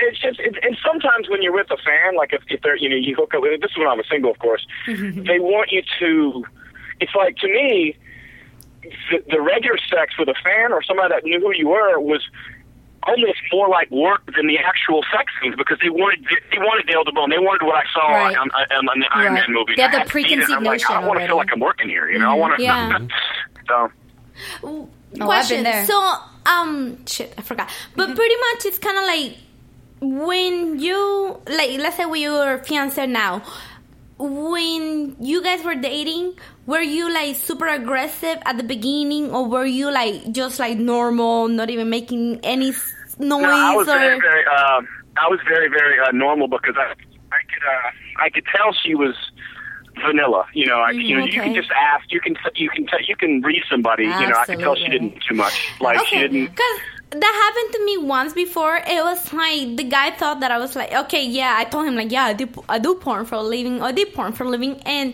it's just, it, and sometimes when you're with a fan, like if, if they're, you know, you hook up. This is when I was single, of course. (laughs) (laughs) they want you to. It's like to me, the, the regular sex with a fan or somebody that knew who you were was almost more like work than the actual sex scenes because they wanted they wanted Dale to bone. They wanted what I saw Right. on, on, on, the Iron Right. Man movie. They I have the had seen it, preconceived and I'm like, I notion want to feel already. like I'm working here. You know, I want to. Yeah. (laughs) so. Oh, I've been Question. there. Mm-hmm. So, um, shit, I forgot. But pretty much, it's kind of like when you, like, let's say with your fiance now, when you guys were dating, were you like super aggressive at the beginning, or were you like just like normal, not even making any s- noise? No, I was or very, very, um I was very, very uh, normal because I, I could, uh, I could tell she was vanilla. You know, I, you know, you can Mm, okay. just ask, you can, you can, tell, you can read somebody. You know, I could tell she Absolutely. didn't too much. Like she didn't. Because that happened to me once before. It was like the guy thought that I was like, okay, yeah. I told him like, yeah, I do, I do porn for a living. I do porn for a living, and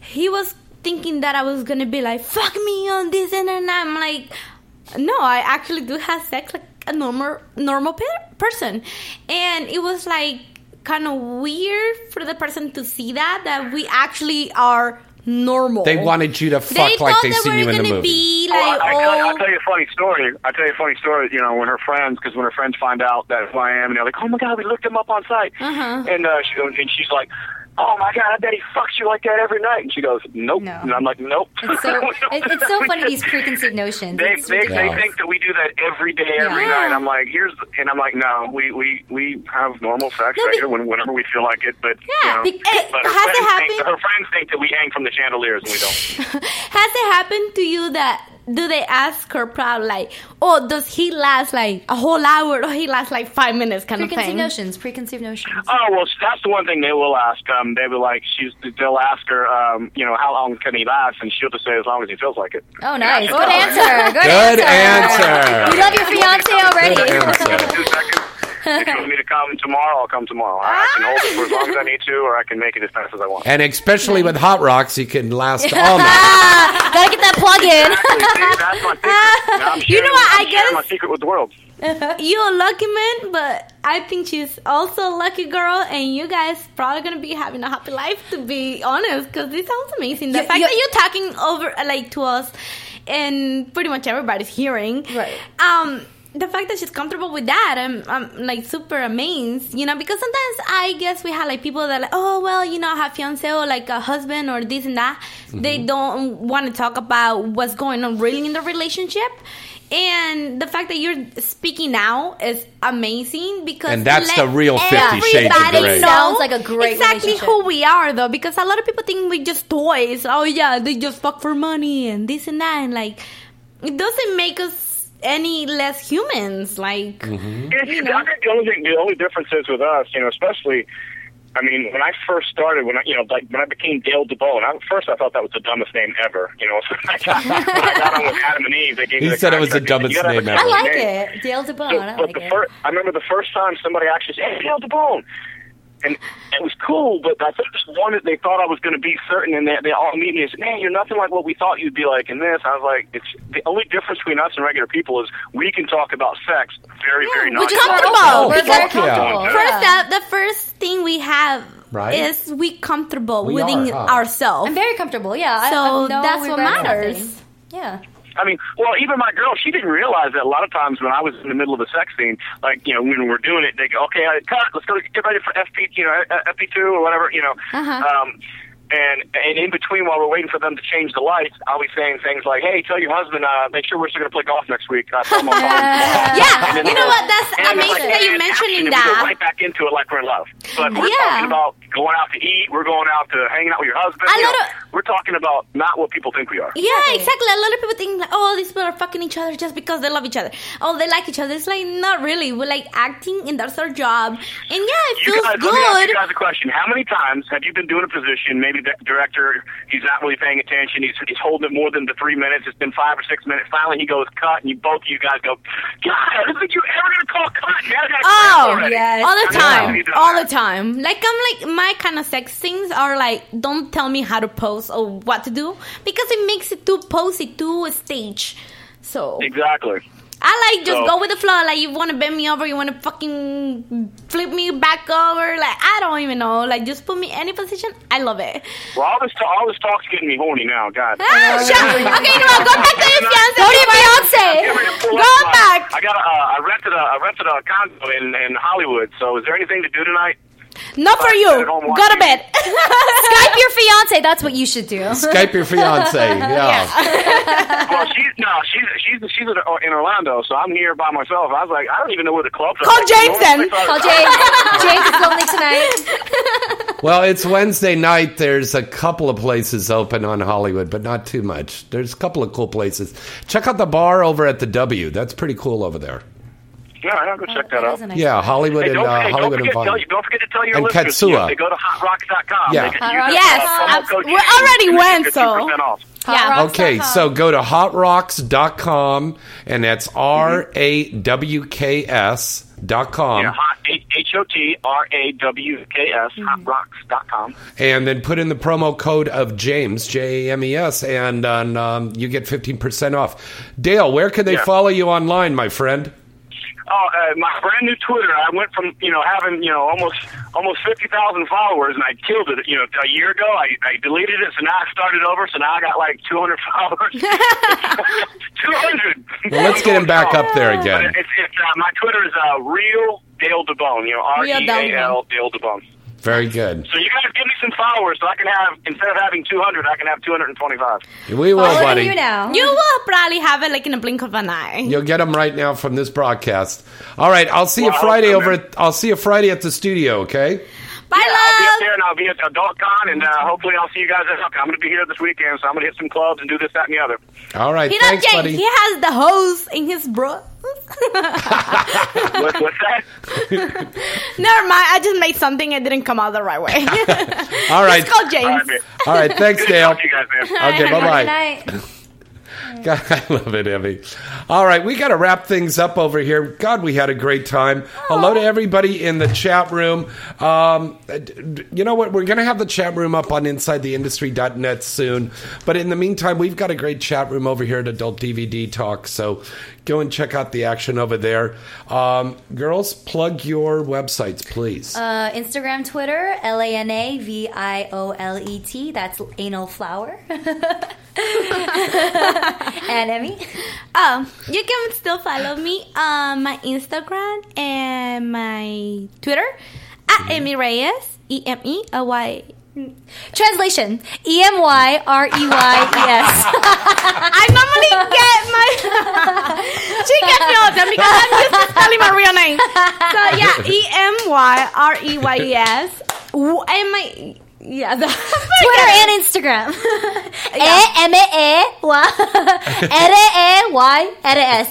he was thinking that I was gonna be like, fuck me on this and then I'm like, no, I actually do have sex like a normal normal per- person, and it was like kind of weird for the person to see that that we actually are normal. They wanted you to fuck like thought they that seen we you were in the gonna movie. Be Oh, like, I, I oh, tell, I'll tell you a funny story. I'll tell you a funny story, you know, when her friends, because when her friends find out that who I am, and they're like, oh my God, we looked him up on site. Uh-huh. And, uh, she, and she's like, oh my God, I bet he fucks you like that every night. And she goes, nope. And I'm like, nope. (laughs) It's so, it, it's so funny these preconceived notions. They, It's they, they ridiculous. think that we do that every day, every Yeah. night. I'm like, here's, and I'm like, no, we we we have normal sex right here when, whenever we feel like it. But Yeah, you know, be- it but her has to friends happen- Think, her friends think that we hang from the chandeliers, and we don't. Has it happened to you that do they ask her proud like, oh, does he last like a whole hour or he lasts like five minutes kind of preconceived thing? notions. Preconceived notions. oh well, that's the one thing they will ask. Um, they will like, she's they'll ask her, um, you know, how long can he last, and she'll just say as long as he feels like it. Oh, nice. Good answer. Good, Good answer. We love your fiance Good already. answer. If you want me to come tomorrow, I'll come tomorrow. I can hold it for as long as I need to, or I can make it as fast as I want. And especially with Hot Rocks, you can (laughs) last all (laughs) night. Gotta get that plug in. you know what? I Share my secret with the world. guess (laughs) you're a lucky man, but I think she's also a lucky girl, and you guys probably gonna be having a happy life. To be honest, because this sounds amazing. The fact that you're talking over like to us, and pretty much everybody's hearing. Right. Um. The fact that she's comfortable with that, I'm, I'm like super amazed, you know, because sometimes I guess we have like people that like, oh, well, you know, I have fiance or like a husband or this and that. They don't want to talk about what's going on really in the relationship. And the fact that you're speaking now is amazing because And that's let the real 50 Shades of everybody Grey. know Sounds like a great exactly relationship. who we are though because a lot of people think we just toys. Oh yeah, they just fuck for money and this and that and like it doesn't make us any less humans. Like, Mm-hmm. It's, I think the only thing, the only difference is with us, you know, especially. I mean, when I first started, when I, you know, like when I became Dale DeBoe, and I, at first I thought that was the dumbest name ever. You know, (laughs) so I got, when I got on with Adam and Eve, they gave me He the said it was the contract. You dumbest gotta have a name ever. (laughs) I different like name. it. Dale DeBone. So- I but (laughs) like the it. first, I remember the first time somebody actually said, "Hey, Dale DeBone," and it was cool. But I think there's one that they thought I was going to be certain, and they, they all meet me and said, "Man, you're nothing like what we thought you'd be like in this." I was like, "It's the only difference between us and regular people is we can talk about sex very, very Which is non-committal." comfortable. We're very comfortable. Because First up, the first thing we have Right. is we comfortable We within are, huh? ourselves. I'm very comfortable. Yeah. I- So I've no that's what regrets, matters. nothing. Yeah. I mean, well, even my girl, she didn't realize that a lot of times when I was in the middle of a sex scene, like, you know, when we're doing it, they go, okay, I, cut, let's go get ready for FP, you know, uh, FP2 or whatever, you know. Uh-huh. Um, and, and in between, while we're waiting for them to change the lights, I'll be saying things like, hey, tell your husband, uh, make sure we're still going to play golf next week. Uh, tell him I'll call him." And (laughs) Yeah, then you they know go, what? That's "Damn, it's like amazing that you're and mentioning we go that. right back into it like we're in love. But we're Yeah. talking about going out to eat. We're going out to hanging out with your husband. A you lot know, we're talking about not what people think we are. Yeah, exactly. A lot of people think, like, oh, these people are fucking each other just because they love each other. Oh, they like each other. It's like, not really. We're like acting, and that's our job. And yeah, it You feels guys, let me ask good. you guys a question. How many times have you been doing a position? Maybe the director, he's not really paying attention. He's he's holding it more than the three minutes. It's been five or six minutes. Finally, he goes cut, and you both of you guys go, God, I didn't think you were ever gonna call cut. Now I gotta call Oh, already." all the How many time, times have you done all the time. Like I'm like my kind of sex things are like, don't tell me how to pose or what to do because it makes it too posy, too stage. So that? Exactly. I like just So- go with the flow. Like you want to bend me over, you want to fucking flip me back over. Like I don't even know. Like just put me any position. I love it. Well, all this ta- all this talk's getting me horny now. God. Ah, shut- okay, no, go back to your fiance. Go to your fiance. Go back. I got a, uh, I rented a I rented a condo in in Hollywood. So is there anything to do tonight? Not for you. Go to (laughs) bed. Skype your fiance. That's what you should do. Skype your fiance. Yeah. well, she's no, she's she's she's in uh, in Orlando, so I'm here by myself. I was like, I don't even know where the clubs are. Call James Normally, then. I- Call (laughs) James. James is lonely tonight. Well, it's Wednesday night. There's a couple of places open on Hollywood, but not too much. There's a couple of cool places. Check out the bar over at the W. That's pretty cool over there. Yeah, I'll go Oh, check that out. Yeah, Hollywood Hey, and don't, uh, hey, Hollywood don't and forget, Vine. tell you, don't forget to tell your And listeners. Katsura. you know, They go to hotrocks.com. Yeah. They can Hot use Rocks. the, Yes, promo abs- code we James already and went, get so- 15% off. Yeah. Okay, so go to hotrocks.com and that's R A W K S dot com. Yeah, hot H O T R A W K S Mm-hmm. hotrocks.com. and then put in the promo code of James J A M E S, and um, um, you get fifteen percent off. Dale, where can they Yeah. follow you online, my friend? Oh, uh, my brand new Twitter. I went from you know having you know almost almost fifty thousand followers, and I killed it. You know, a year ago, I, I deleted it, so now I started over. So now I got like two hundred (laughs) followers. two hundred. Well, let's get (laughs) him back up there again. It's, it's uh, my Twitter is uh, real Dale DeBone. You know, R E Real Dale A L Dale DeBone. Very good. So you guys give me some followers, so I can have instead of having two hundred, I can have two hundred and twenty-five. We will, buddy. now. You will probably have it like in a blink of an eye. You'll get them right now from this broadcast. All right, I'll see Well, you I Friday hope so, over. man. At, I'll see you Friday at the studio. Okay. Bye, yeah, I'll be up there and I'll be at Adult Con, and uh, hopefully I'll see you guys at Adult Con. I'm going to be here this weekend, so I'm going to hit some clubs and do this, that, and the other. All right. He thanks, not James. buddy. He has the hose in (laughs) his bra. What, what's that? (laughs) Never mind. I just made something. It didn't come out the right (laughs) way. All right. Just call James. All right, man. All right, thanks, Good to Dale. talk to you guys, man. Okay, bye bye. night. (laughs) God, I love it, Emmy. All right, we got to wrap things up over here. God, we had a great time. Hello to everybody in the chat room. Um, d- d- you know what? We're going to have the chat room up on InsideTheIndustry.net soon. But in the meantime, we've got a great chat room over here at Adult DVD Talk. So go and check out the action over there. Um, girls, plug your websites, please. Uh, Instagram, Twitter, L A N A V I O L E T. That's anal flower. (laughs) and (laughs) Emmy. Oh, you can still follow me on my Instagram and my Twitter at Emmy Reyes. E M E L Y. Translation: E M Y R E Y E S. (laughs) I normally get (laughs) my. she gets me all the time because I'm used to spelling my real (laughs) name. So yeah, E M Y R E Y E S. And my Yeah, that- (laughs) Twitter and Instagram. E M E (laughs) Y R E Y R S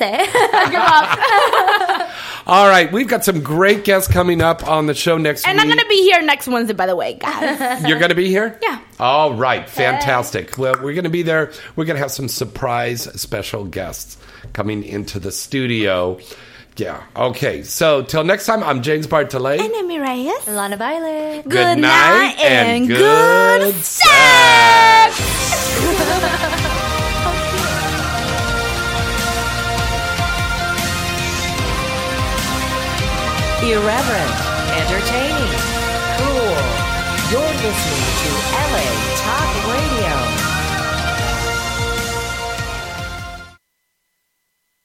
(laughs) E. All right, we've got some great guests coming up on the show next And week. I'm gonna be here next Wednesday, by the way, (laughs) guys. You're going to be here? Yeah. All right, fantastic. Well, we're going to be there. We're going to have some surprise special guests coming into the studio. Yeah. Okay. So till next time, I'm James Bartolet. And Emmy Reyes. Lana Violet. Good Good night night and and good good sex. Irreverent, entertaining, cool. You're listening to LA Talk Radio.